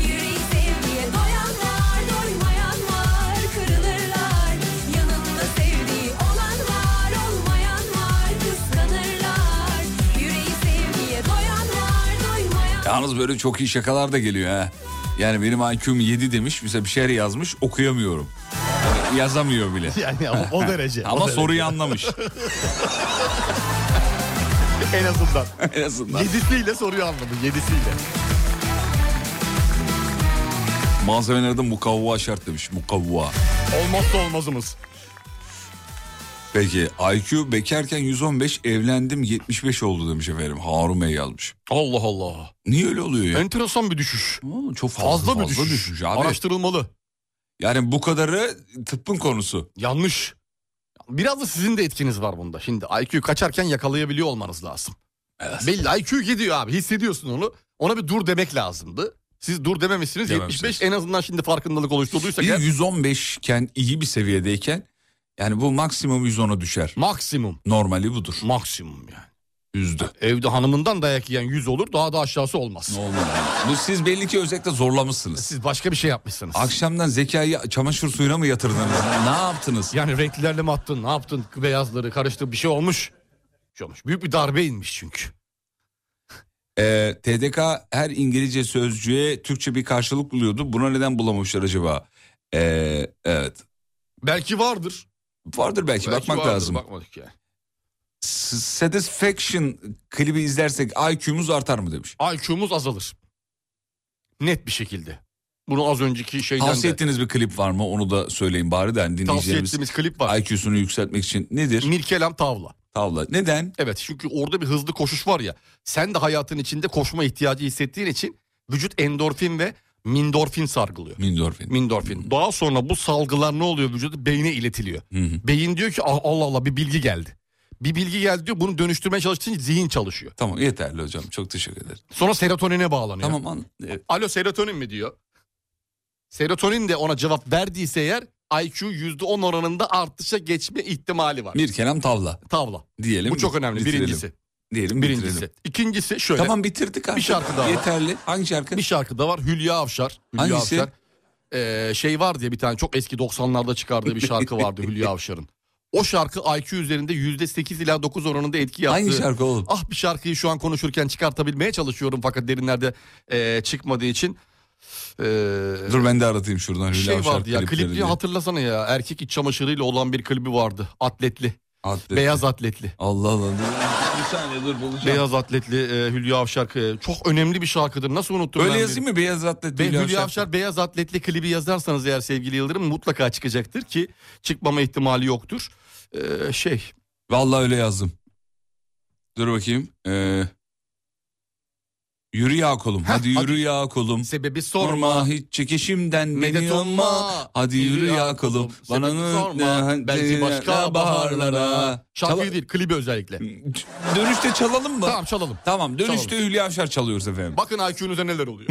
Speaker 12: Yüreği sevgiye doyanlar, doymayanlar kırılırlar. Yanında sevdiği olan var, olmayan var kıskanırlar. Yüreği sevgiye doyanlar, doymayan
Speaker 2: Yalnız böyle çok iyi şakalar da geliyor ha. Yani benim IQ'm 7 demiş. Mesela bir şeyler yazmış okuyamıyorum. Yani yazamıyor bile.
Speaker 3: Yani o- o derece,
Speaker 2: Ama
Speaker 3: o derece.
Speaker 2: soruyu anlamış.
Speaker 3: en azından.
Speaker 2: en azından.
Speaker 3: Yedisiyle soruyu anladım. Yedisiyle.
Speaker 2: Malzemelerde mukavva şart demiş. Mukavva.
Speaker 3: Olmazsa olmazımız.
Speaker 2: Peki IQ bekarken 115 evlendim 75 oldu demiş efendim. Harun Bey yazmış.
Speaker 3: Allah Allah.
Speaker 2: Niye öyle oluyor ya?
Speaker 3: Enteresan bir düşüş.
Speaker 2: çok
Speaker 3: fazla, bir
Speaker 2: fazla
Speaker 3: düşüş.
Speaker 2: düşüş abi.
Speaker 3: Araştırılmalı.
Speaker 2: Yani bu kadarı tıbbın konusu.
Speaker 3: Yanlış. Biraz da sizin de etkiniz var bunda. Şimdi IQ kaçarken yakalayabiliyor olmanız lazım. Belli IQ gidiyor abi hissediyorsun onu. Ona bir dur demek lazımdı. Siz dur dememişsiniz.
Speaker 2: Dememişsiniz.
Speaker 3: 75 en azından şimdi farkındalık oluşturduysak.
Speaker 2: Bir
Speaker 3: eğer-
Speaker 2: 115 iken iyi bir seviyedeyken yani bu maksimum 110'a düşer.
Speaker 3: Maksimum.
Speaker 2: Normali budur.
Speaker 3: Maksimum yani.
Speaker 2: Yüzdü.
Speaker 3: Evde hanımından dayak yiyen 100 olur daha da aşağısı olmaz.
Speaker 2: Ne oldu? Bu siz belli ki özellikle zorlamışsınız.
Speaker 3: Siz başka bir şey yapmışsınız.
Speaker 2: Akşamdan zekayı çamaşır suyuna mı yatırdınız? ne yaptınız?
Speaker 3: Yani renklilerle mi attın ne yaptın beyazları karıştı bir şey olmuş. Bir şey olmuş. Büyük bir darbe inmiş çünkü.
Speaker 2: Ee, TDK her İngilizce sözcüğe Türkçe bir karşılık buluyordu. Buna neden bulamamışlar acaba? Ee, evet.
Speaker 3: Belki vardır.
Speaker 2: Vardır belki, bakmak
Speaker 3: vardır,
Speaker 2: lazım.
Speaker 3: Bakmadık yani.
Speaker 2: S- Satisfaction klibi izlersek IQ'muz artar mı demiş.
Speaker 3: IQ'muz azalır. Net bir şekilde. Bunu az önceki şeyden
Speaker 2: Tavsiye
Speaker 3: de.
Speaker 2: ettiğiniz bir klip var mı? Onu da söyleyin bari de hani
Speaker 3: Tavsiye
Speaker 2: dinleyicilerimiz.
Speaker 3: ettiğimiz klip var.
Speaker 2: IQ'sunu yükseltmek için nedir?
Speaker 3: Mirkelam tavla.
Speaker 2: Tavla. Neden?
Speaker 3: Evet çünkü orada bir hızlı koşuş var ya. Sen de hayatın içinde koşma ihtiyacı hissettiğin için vücut endorfin ve mindorfin sargılıyor.
Speaker 2: Mindorfin.
Speaker 3: Mindorfin. Daha sonra bu salgılar ne oluyor vücuda? Beyne iletiliyor. Beyin diyor ki "Ah, Allah Allah bir bilgi geldi. Bir bilgi geldi diyor bunu dönüştürmeye çalıştığın için zihin çalışıyor.
Speaker 2: Tamam yeterli hocam. Çok teşekkür ederim.
Speaker 3: Sonra serotonine bağlanıyor.
Speaker 2: Tamam an.
Speaker 3: Alo serotonin mi diyor. Serotonin de ona cevap verdiyse eğer IQ %10 oranında artışa geçme ihtimali var.
Speaker 2: Mirkelam e, tavla.
Speaker 3: Tavla.
Speaker 2: Diyelim.
Speaker 3: Bu çok önemli
Speaker 2: bitirelim.
Speaker 3: birincisi.
Speaker 2: Diyelim
Speaker 3: Birincisi.
Speaker 2: bitirelim.
Speaker 3: İkincisi şöyle.
Speaker 2: Tamam, bitirdik artık.
Speaker 3: Bir şarkı daha var.
Speaker 2: Yeterli. Hangi şarkı?
Speaker 3: Bir şarkı da var. Hülya Avşar. Hülya
Speaker 2: Hangisi?
Speaker 3: Avşar. Ee, şey vardı ya bir tane çok eski 90'larda çıkardığı bir şarkı vardı Hülya Avşar'ın. O şarkı IQ üzerinde %8 ila 9 oranında etki yaptı.
Speaker 2: Hangi şarkı oğlum?
Speaker 3: Ah bir şarkıyı şu an konuşurken çıkartabilmeye çalışıyorum fakat derinlerde ee, çıkmadığı için. Ee,
Speaker 2: Dur ben de aratayım şuradan. Hülya
Speaker 3: şey
Speaker 2: Avşar
Speaker 3: vardı ya
Speaker 2: klipleri
Speaker 3: klipli
Speaker 2: diye.
Speaker 3: hatırlasana ya erkek iç çamaşırıyla olan bir klibi vardı atletli.
Speaker 2: Atletli.
Speaker 3: Beyaz atletli.
Speaker 2: Allah Allah. dur. Bir saniye dur bulacağım.
Speaker 3: Beyaz atletli e, Hülya Avşar e, çok önemli bir şarkıdır. Nasıl unuttum
Speaker 2: Öyle
Speaker 3: ben
Speaker 2: yazayım
Speaker 3: bunu?
Speaker 2: mı? Beyaz atletli
Speaker 3: Be-
Speaker 2: Hülya
Speaker 3: Hülya,
Speaker 2: Avşar.
Speaker 3: Avşar beyaz atletli klibi yazarsanız eğer sevgili Yıldırım mutlaka çıkacaktır ki çıkmama ihtimali yoktur. E, şey
Speaker 2: Vallahi öyle yazdım. Dur bakayım. Ee, yürü ya kolum. Hadi yürü ya kolum.
Speaker 3: Sebebi
Speaker 2: sorma. hiç çekişimden beni
Speaker 3: Medet olma.
Speaker 2: yonma. Hadi yürü, ya kolum. Bana
Speaker 3: sebebi
Speaker 2: ne- hani
Speaker 3: sorma
Speaker 2: ne-
Speaker 3: belki başka
Speaker 2: ne-
Speaker 3: baharlara. Şarkıyı
Speaker 2: Çal-
Speaker 3: değil klibi özellikle.
Speaker 2: Dönüşte çalalım mı?
Speaker 3: Tamam çalalım.
Speaker 2: Tamam dönüşte
Speaker 3: Çalalım.
Speaker 2: Hülya Avşar çalıyoruz efendim.
Speaker 3: Bakın IQ'nuza neler oluyor.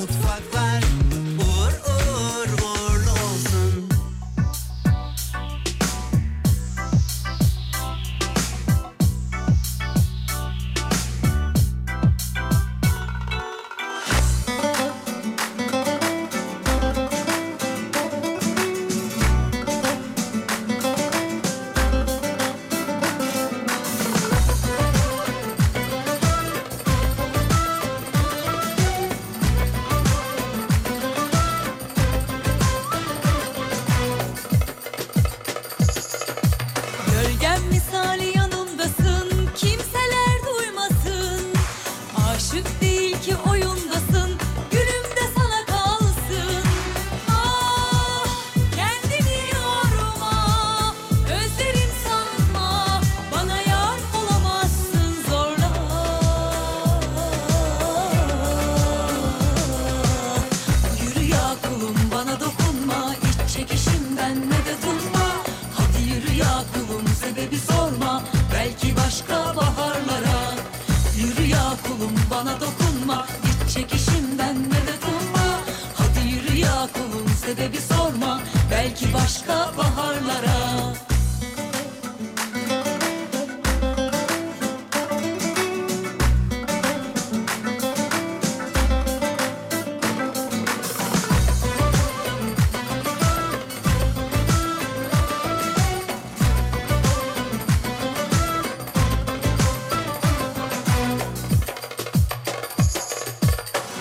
Speaker 4: mutfaklar uğur uğur uğurlu olsun. Gölgem misali yanımdasın kimseler duymasın Aşık değil ki oyundasın gülüm de sana kalsın Ah kendini yorma özlerim sanma Bana yar olamazsın zorla Yürü ya kulum bana dokunma iç çekişimden medet umma Hadi yürü ya kulum sebebi sorma Belki başka baharlara Yürü ya kulum bana dokunma İç çekişimden medet umma Hadi yürü ya kulum sebebi sorma Belki başka baharlara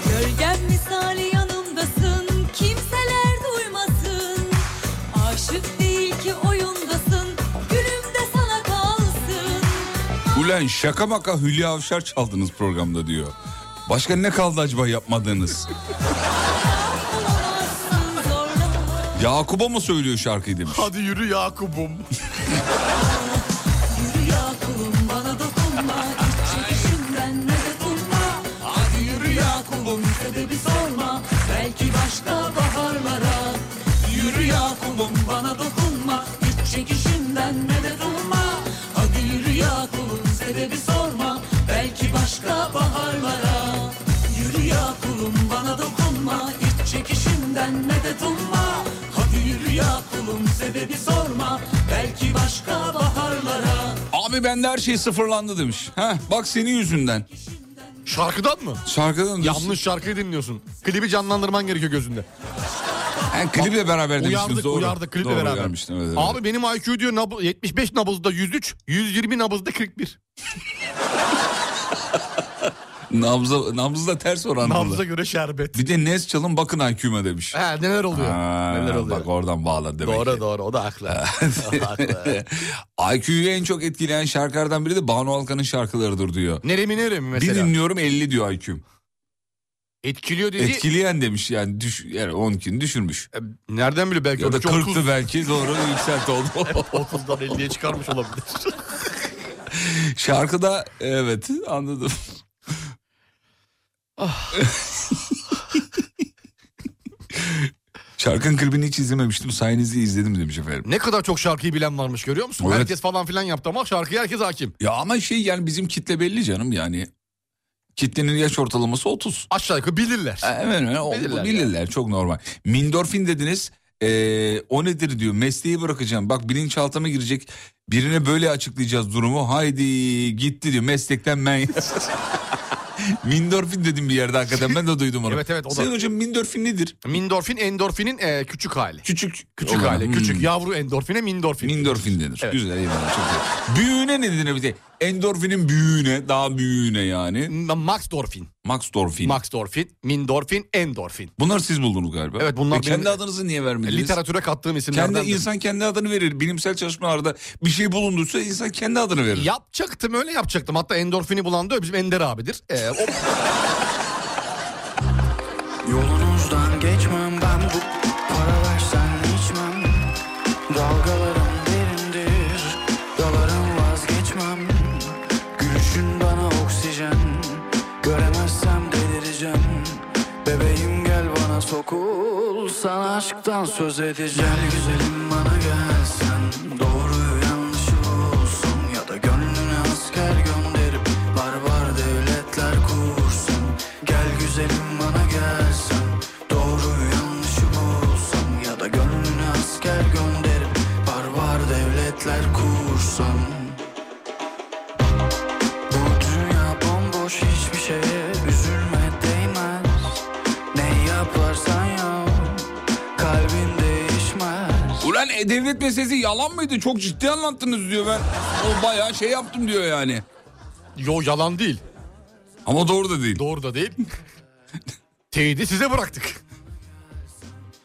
Speaker 4: Gölgem misali yanımdasın kimseler duymasın Aşık değil ki oyundasın gülüm de sana kalsın
Speaker 2: Ulan şaka maka Hülya Avşar çaldınız programda diyor. Başka ne kaldı acaba yapmadığınız? Yakup'a mı söylüyor şarkıyı demiş.
Speaker 3: Hadi yürü Yakup'um.
Speaker 4: Yürü ya kulum bana dokunma İç çekişimden medet umma Hadi yürü ya kulum sebebi sorma Belki başka baharlara Yürü ya kulum bana dokunma İç çekişimden medet umma Hadi yürü ya kulum sebebi sorma Belki başka baharlara Yürü ya kulum bana dokunma İç çekişimden medet umma Hadi yürü ya kulum sebebi sorma Belki başka baharlara
Speaker 2: Abi bende her şey sıfırlandı demiş. Heh, bak senin yüzünden.
Speaker 3: Şarkıdan mı?
Speaker 2: Şarkıdan
Speaker 3: Yanlış şarkıyı dinliyorsun. Klibi canlandırman gerekiyor gözünde.
Speaker 2: Yani kliple beraber demiştiniz
Speaker 3: Uyardık
Speaker 2: doğru.
Speaker 3: uyardık kliple
Speaker 2: Doğru
Speaker 3: beraber.
Speaker 2: uyarmıştım, evet, evet.
Speaker 3: Abi benim IQ diyor nabı- 75 nabızda 103, 120 nabızda 41.
Speaker 2: Nabza, nabzla ters orantılı.
Speaker 3: Nabza göre şerbet.
Speaker 2: Bir de Nes çalın bakın IQ'ma demiş.
Speaker 3: He, neler oluyor?
Speaker 2: Ha,
Speaker 3: neler oluyor?
Speaker 2: Bak oradan bağladı demek
Speaker 3: Doğru doğru o da haklı.
Speaker 2: IQ'yu en çok etkileyen şarkılardan biri de Banu Alkan'ın şarkılarıdır diyor.
Speaker 3: Neremi neremi mesela?
Speaker 2: Bir dinliyorum 50 diyor IQ'm.
Speaker 3: Etkiliyor dedi.
Speaker 2: Etkileyen demiş yani, düş, yani 10'kin düşürmüş.
Speaker 3: E, Nereden biliyor belki?
Speaker 2: Ya da
Speaker 3: oradaki
Speaker 2: 40'tı
Speaker 3: 30.
Speaker 2: belki doğru yükselti oldu.
Speaker 3: 30'dan 50'ye çıkarmış olabilir.
Speaker 2: Şarkıda evet anladım. Şarkının klibini hiç izlememiştim sayenizde izledim demiş efendim.
Speaker 3: Ne kadar çok şarkıyı bilen varmış görüyor musun?
Speaker 2: Evet.
Speaker 3: Herkes falan filan yaptı ama şarkıya herkes hakim.
Speaker 2: Ya ama şey yani bizim kitle belli canım yani. Kitlenin yaş ortalaması 30.
Speaker 3: Aşağı yukarı bilirler.
Speaker 2: Hemen hemen o-
Speaker 3: Bilirler
Speaker 2: bilirler,
Speaker 3: yani.
Speaker 2: çok normal. Mindorfin dediniz. Ee, o nedir diyor mesleği bırakacağım. Bak bilinçaltıma girecek birine böyle açıklayacağız durumu. Haydi gitti diyor meslekten ben Mindorfin dedim bir yerde hakikaten ben de duydum onu.
Speaker 3: Evet, evet, o da.
Speaker 2: Sayın hocam mindorfin nedir?
Speaker 3: Mindorfin endorfinin e, küçük hali.
Speaker 2: Küçük.
Speaker 3: Küçük
Speaker 2: Olan,
Speaker 3: hali.
Speaker 2: hmm.
Speaker 3: Küçük yavru endorfine mindorfin.
Speaker 2: Mindorfin denir. Güzel eyvallah çok güzel. Büyüğüne ne denir bir de? Endorfinin büyüğüne daha büyüğüne
Speaker 3: Hmm.
Speaker 2: yani.
Speaker 3: Maxdorfin.
Speaker 2: Maxdorfin.
Speaker 3: Maxdorfin, mindorfin, endorfin.
Speaker 2: Bunlar siz buldunuz galiba.
Speaker 3: Evet, bunlar
Speaker 2: E, kendi
Speaker 3: benim- E,
Speaker 2: adınızı niye vermediniz?
Speaker 3: Literatüre kattığım
Speaker 2: Kendi
Speaker 3: isimlerden.
Speaker 2: insan kendi adını verir. Bilimsel çalışmalarda bir şey bulunduysa insan kendi adını verir.
Speaker 3: Yapacaktım öyle yapacaktım. Hatta endorfini bulan da bizim Ender abidir. Ee, o...
Speaker 13: Yolunuzdan geçmem ben bu para versen içmem Dalgalarım derindir dalarım vazgeçmem Gülüşün bana oksijen göremezsem delireceğim Bebeğim gel bana sokul sana aşktan söz edeceğim Gel güzelim bana gelsen doğruyu yanlışı bulsun Ya da gönlüne asker gönderip barbar devletler kursun Gel güzelim bana gelsen Doğruyu yanlışı bulsam Ya da gönlüne asker gönderip Barbar devletler kursam Bu dünya bomboş hiçbir şeye Üzülme değmez Ne yaparsan yap Kalbin değişmez
Speaker 2: Ulan e, devlet meselesi yalan mıydı? Çok ciddi anlattınız diyor ben. O bayağı şey yaptım diyor yani.
Speaker 3: Yo yalan değil.
Speaker 2: Ama doğru da değil.
Speaker 3: Doğru da değil. Teyidi size bıraktık.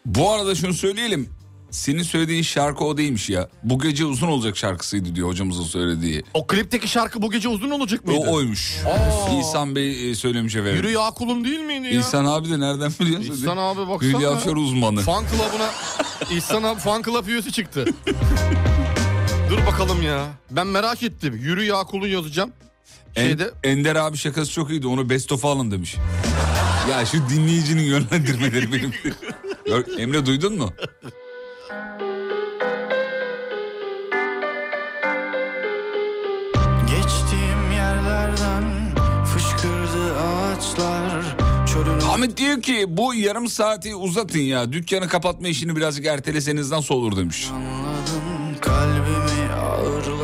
Speaker 2: Bu arada şunu söyleyelim. Senin söylediğin şarkı o değilmiş ya. Bu gece uzun olacak şarkısıydı diyor hocamızın söylediği.
Speaker 3: O klipteki şarkı bu gece uzun olacak mıydı?
Speaker 2: O oymuş. İhsan Bey e, söylemiş efendim.
Speaker 3: Yürü ya kulum değil miydi ya?
Speaker 2: İhsan abi de nereden biliyorsun?
Speaker 3: İhsan abi baksana.
Speaker 2: Hülya Avşar uzmanı.
Speaker 3: Fan club'ına İhsan abi fan club üyesi çıktı. Dur bakalım ya. Ben merak ettim. Yürü ya kulun yazacağım.
Speaker 2: En-
Speaker 3: Şeyde
Speaker 2: Ender abi şakası çok iyiydi. Onu best of alın demiş. Ya şu dinleyicinin yönlendirmeleri benim. Gör- Emre duydun mu?
Speaker 13: Geçtiğim yerlerden Fışkırdı ağaçlar Çölün
Speaker 2: Ahmet diyor ki bu yarım saati uzatın ya. Dükkanı kapatma işini birazcık erteleseniz nasıl olur demiş.
Speaker 13: kalbimi ağırladım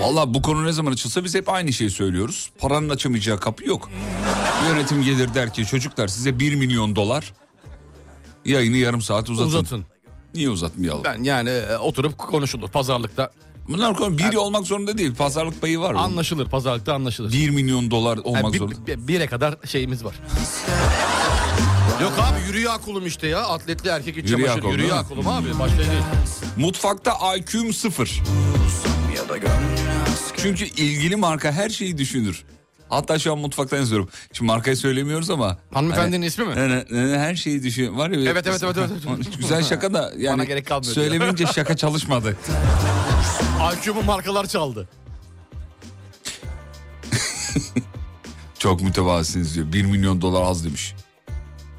Speaker 2: Valla bu konu ne zaman açılsa biz hep aynı şeyi söylüyoruz. Paranın açamayacağı kapı yok. Yönetim gelir der ki çocuklar size 1 milyon dolar yayını yarım saat uzatın.
Speaker 3: Uzatın.
Speaker 2: Niye uzatmayalım?
Speaker 3: ben yani e, oturup konuşulur pazarlıkta.
Speaker 2: Bunlar konu biri olmak zorunda değil. Pazarlık payı var.
Speaker 3: Anlaşılır pazarlıkta anlaşılır.
Speaker 2: 1 milyon dolar olmak
Speaker 3: Yani bir-
Speaker 2: zorunda.
Speaker 3: bir- bire kadar şeyimiz var. Yok abi yürü ya kulum işte ya. Atletli erkek iç
Speaker 2: Yürü ya
Speaker 3: çamaşır.
Speaker 2: kulum,
Speaker 3: Yürü
Speaker 2: değil
Speaker 3: ya
Speaker 2: mi?
Speaker 3: kulum abi. Başka değil.
Speaker 2: Mutfakta IQ'm sıfır. Çünkü ilgili marka her şeyi düşünür. Hatta şu an mutfaktan yazıyorum. Şimdi markayı söylemiyoruz ama.
Speaker 3: Hanımefendinin ismi mi?
Speaker 2: Ne- ne- ne- Her şeyi düşünüyor. Var ya.
Speaker 3: Evet, evet, evet, evet, evet.
Speaker 2: Güzel şaka da yani.
Speaker 3: Bana gerek kalmıyor diyor.
Speaker 2: Söylemeyince şaka çalışmadı.
Speaker 3: IQ'mu markalar çaldı.
Speaker 2: Çok mütevazısınız diyor. 1 milyon dolar az demiş.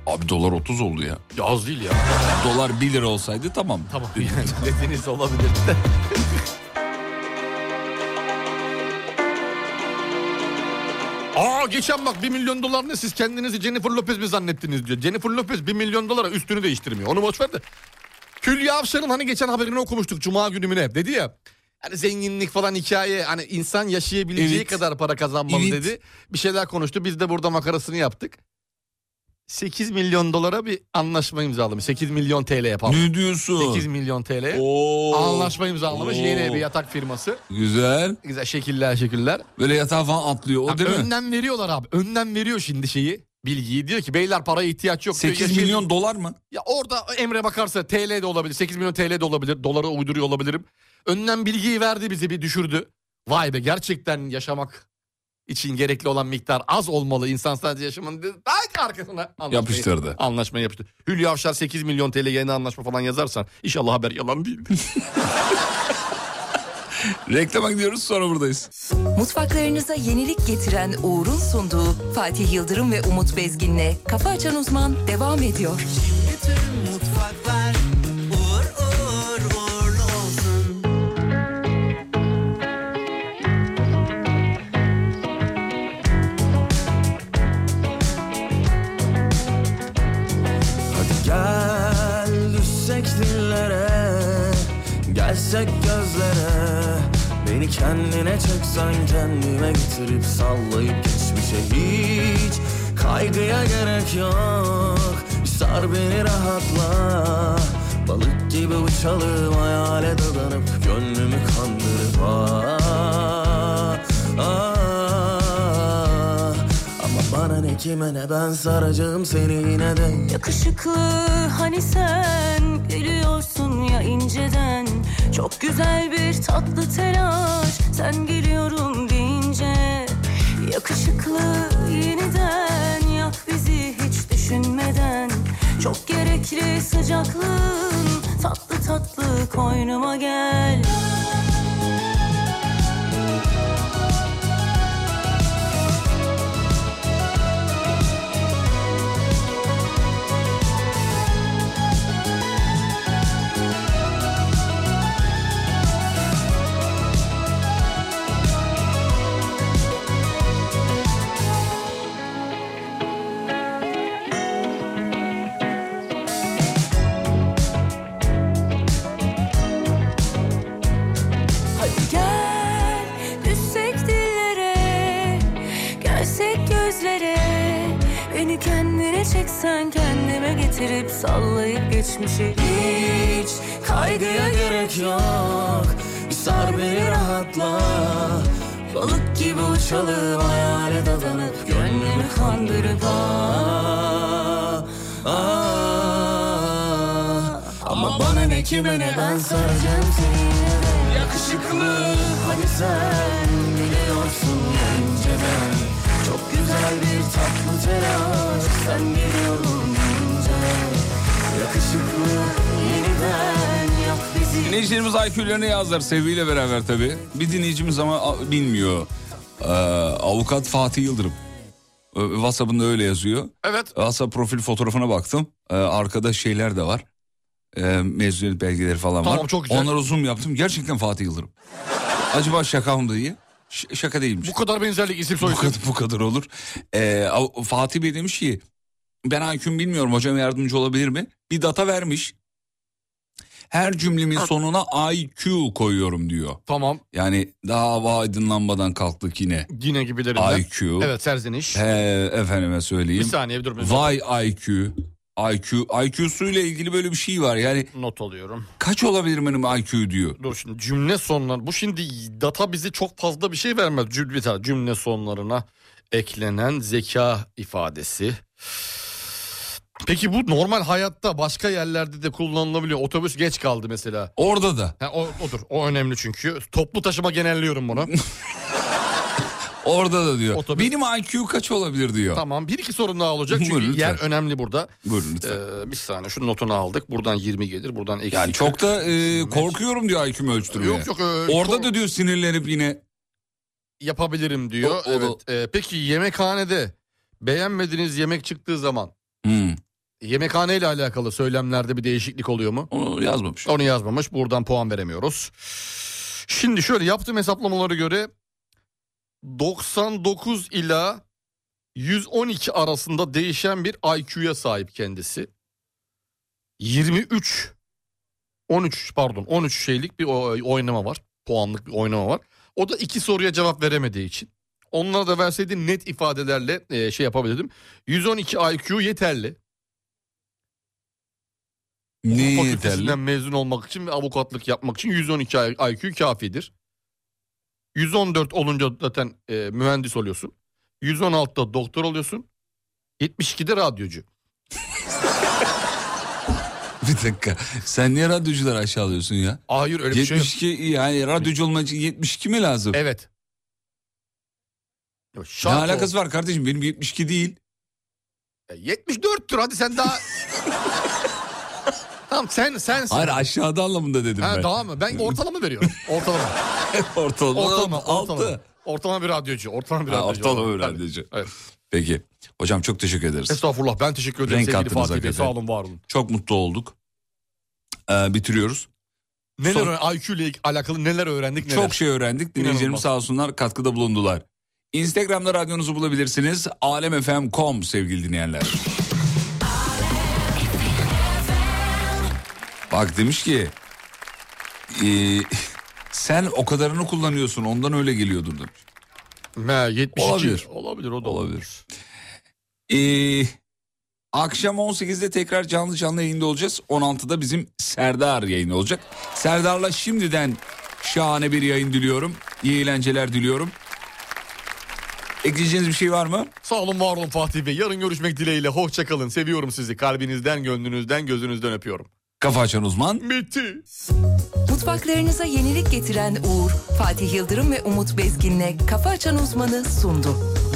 Speaker 2: Abi dolar 30 oldu ya.
Speaker 3: Ya az değil ya.
Speaker 2: Dolar 1 lira olsaydı tamam.
Speaker 3: Tamam yani dediğiniz olabilir de. Aa geçen bak 1 milyon dolar ne siz kendinizi Jennifer Lopez mi zannettiniz diyor. Jennifer Lopez 1 milyon dolara üstünü değiştirmiyor. Onu boş ver de. Hülya Avşar'ın hani geçen haberini okumuştuk cuma günü mü ne dedi ya. Hani zenginlik falan hikaye hani insan yaşayabileceği
Speaker 2: Evet.
Speaker 3: kadar para kazanmalı
Speaker 2: Evet.
Speaker 3: dedi. Bir şeyler konuştu biz de burada makarasını yaptık. 8 milyon dolara bir anlaşma imzalamış. 8 milyon TL yapalım.
Speaker 2: Ne diyorsun?
Speaker 3: 8 milyon TL. Anlaşma imzalamış
Speaker 2: Oo.
Speaker 3: yeni bir yatak firması.
Speaker 2: Güzel.
Speaker 3: Güzel şekiller şekiller.
Speaker 2: Böyle yatağa falan atlıyor o
Speaker 3: Ya
Speaker 2: değil mi?
Speaker 3: önden veriyorlar abi. Önden veriyor şimdi şeyi. Bilgiyi diyor ki beyler paraya ihtiyaç yok.
Speaker 2: 8 milyon dolar mı?
Speaker 3: Ya orada Emre bakarsa TL de olabilir. 8 milyon TL de olabilir. Dolara uyduruyor olabilirim. Önden bilgiyi verdi bizi bir düşürdü. Vay be gerçekten yaşamak için gerekli olan miktar az olmalı. İnsan sadece yaşamanın dedi. Ay arkasına anlaşmayı-
Speaker 2: Yapıştırdı.
Speaker 3: Anlaşma yapıştırdı. Hülya Avşar 8 milyon TL yeni anlaşma falan yazarsan inşallah haber yalan değil.
Speaker 2: Reklama gidiyoruz sonra buradayız.
Speaker 7: Mutfaklarınıza yenilik getiren Uğur'un sunduğu Fatih Yıldırım ve Umut Bezgin'le Kafa Açan Uzman devam ediyor.
Speaker 4: Tüm mutfaklar uğur uğur uğurlu olsun.
Speaker 14: Hadi gel düşsek dillere Gelsek gözlere Beni kendine çeksen kendime getirip sallayıp geçmişe hiç Kaygıya gerek yok Sar beni rahatla Balık gibi uçalım hayale dadanıp gönlümü kandırıp ah, ah. Ama bana ne kime ne ben saracağım seni yine de
Speaker 15: Yakışıklı hani sen gülüyorsun ya inceden Çok güzel bir tatlı telaş sen geliyorum deyince Yakışıklı yeniden yak bizi hiç düşünmeden Çok gerekli sıcaklığın tatlı tatlı koynuma gel Hadi gel düşsek dillere Gelsek gözlere Beni kendine çeksen kendime getirip sallayıp geçmişe
Speaker 14: hiç Kaygıya gerek yok Sar beni rahatla Balık gibi uçalım hayale dadanıp Gönlümü kandırıp ah, ah. Ama bana ne kime ne ben saracağım seni Yakışıklı hani sen biliyorsun önceden Çok güzel bir tatlı telaş sen geliyorum ince Yakışıklı yeniden yap bizi
Speaker 2: Dinleyicilerimiz IQ'lerini yazlar sevgiyle beraber tabii. Bir dinleyicimiz ama a- bilmiyor. Ee, avukat Fatih Yıldırım. Ee, WhatsApp'ında öyle yazıyor.
Speaker 3: Evet.
Speaker 2: WhatsApp profil fotoğrafına baktım. Ee, arkada şeyler de var. Ee, mezuniyet belgeleri falan
Speaker 3: Tamam,
Speaker 2: var.
Speaker 3: çok güzel.
Speaker 2: Onlara zoom yaptım. Gerçekten Fatih Yıldırım. Acaba şaka mı diye. Ş- şaka değilmiş.
Speaker 3: Bu kadar benzerlik isim
Speaker 2: Bu kadar, bu kadar olur. Ee, av- Fatih Bey demiş ki ben IQ'm bilmiyorum hocam yardımcı olabilir mi? Bir data vermiş. Her cümlemin sonuna IQ koyuyorum diyor.
Speaker 3: Tamam.
Speaker 2: Yani daha hava aydınlanmadan kalktık yine.
Speaker 3: Yine gibilerinden.
Speaker 2: IQ.
Speaker 3: Evet serzeniş.
Speaker 2: He, efendime söyleyeyim.
Speaker 3: Bir saniye, bir dur, bir dur.
Speaker 2: Vay IQ. IQ. IQ'suyla ilgili böyle bir şey var yani.
Speaker 3: Not alıyorum.
Speaker 2: Kaç olabilir benim IQ diyor.
Speaker 3: Dur şimdi cümle sonları. Bu şimdi data bize çok fazla bir şey vermez. Cümle, cümle sonlarına eklenen zeka ifadesi. Peki bu normal hayatta başka yerlerde de kullanılabiliyor. Otobüs geç kaldı mesela.
Speaker 2: Orada da.
Speaker 3: Ha, o, odur. O önemli çünkü. Toplu taşıma genelliyorum bunu.
Speaker 2: Orada da diyor. Benim IQ kaç olabilir diyor.
Speaker 3: Tamam bir iki sorun daha olacak. Çünkü
Speaker 2: Buyurun, lütfen.
Speaker 3: yer önemli burada.
Speaker 2: Buyurun lütfen.
Speaker 3: Ee, bir saniye şu notunu aldık. Buradan 20 gelir buradan eksik.
Speaker 2: Yani çok da e, korkuyorum diyor IQ'mu ölçtürmeye.
Speaker 3: Yok, yok, e,
Speaker 2: Orada da diyor sinirlenip yine.
Speaker 3: yapabilirim diyor.
Speaker 2: O- o da-
Speaker 3: evet. Ee, peki yemekhanede beğenmediğiniz yemek çıktığı zaman
Speaker 2: Hmm.
Speaker 3: yemekhane ile alakalı söylemlerde bir değişiklik oluyor mu?
Speaker 2: Onu yazmamış.
Speaker 3: Onu yazmamış. Buradan puan veremiyoruz. Şimdi şöyle yaptığım hesaplamalara göre 99 ila 112 arasında değişen bir IQ'ya sahip kendisi. 23 13 pardon 13 şeylik bir o- oynama var. Puanlık bir oynama var. O da iki soruya cevap veremediği için. Onlara da verseydin net ifadelerle e, şey yapabilirdim. 112 IQ yeterli.
Speaker 2: Neye
Speaker 3: Hukuk
Speaker 2: yeterli?
Speaker 3: fakültesinden mezun olmak için ve avukatlık yapmak için 112 IQ kafidir. 114 olunca zaten e, mühendis oluyorsun. 116'da doktor oluyorsun. 72'de radyocu.
Speaker 2: Bir dakika. Sen niye radyocuları aşağılıyorsun ya?
Speaker 3: Hayır öyle bir şey yok.
Speaker 2: 72 yani radyocu olmak için 72 mi lazım?
Speaker 3: Evet.
Speaker 2: Ne
Speaker 3: şart
Speaker 2: alakası var kardeşim? Benim 72 değil.
Speaker 3: 74'tür hadi sen daha... tamam sen sensin.
Speaker 2: Hayır aşağıda anlamında dedim
Speaker 3: Ha,
Speaker 2: ben.
Speaker 3: Daha mı? Ben ortalama veriyorum. Ortalama.
Speaker 2: Ortalama
Speaker 3: ortalama,
Speaker 2: altı.
Speaker 3: ortalama. Ortalama bir radyocu. Ortalama bir
Speaker 2: Ha,
Speaker 3: radyocu.
Speaker 2: ortalama bir
Speaker 3: Tabii.
Speaker 2: radyocu. Peki. Hocam çok teşekkür ederiz.
Speaker 3: Estağfurullah ben teşekkür ederim
Speaker 2: Renk
Speaker 3: sevgili
Speaker 2: kattınız
Speaker 3: Fatih Bey.
Speaker 2: hakikaten.
Speaker 3: Sağ olun var olun.
Speaker 2: Çok mutlu olduk. Ee, bitiriyoruz.
Speaker 3: Neler
Speaker 2: Son-
Speaker 3: öğren- IQ ile alakalı neler öğrendik neler?
Speaker 2: Çok şey öğrendik. Dinleyicilerimiz
Speaker 3: İnanılmaz.
Speaker 2: sağ olsunlar katkıda bulundular. Instagram'da radyonuzu bulabilirsiniz. Alemfm.com sevgili dinleyenler. Bak demiş ki... e, sen o kadarını kullanıyorsun ondan öyle geliyordur demiş.
Speaker 3: Ha, 72.
Speaker 2: Olabilir.
Speaker 3: Olabilir o da
Speaker 2: Olabilir. Ee, akşam 18'de tekrar canlı canlı yayında olacağız. 16'da bizim Serdar yayını olacak. Serdar'la şimdiden şahane bir yayın diliyorum. İyi eğlenceler diliyorum. Ekleyeceğiniz bir şey var mı?
Speaker 3: Sağ olun var olun Fatih Bey. Yarın görüşmek dileğiyle. Hoşçakalın. Seviyorum sizi. Kalbinizden, gönlünüzden, gözünüzden öpüyorum.
Speaker 2: Kafa açan uzman.
Speaker 3: Bitti.
Speaker 7: Mutfaklarınıza yenilik getiren Uğur, Fatih Yıldırım ve Umut Bezgin'le Kafa Açan Uzman'ı sundu.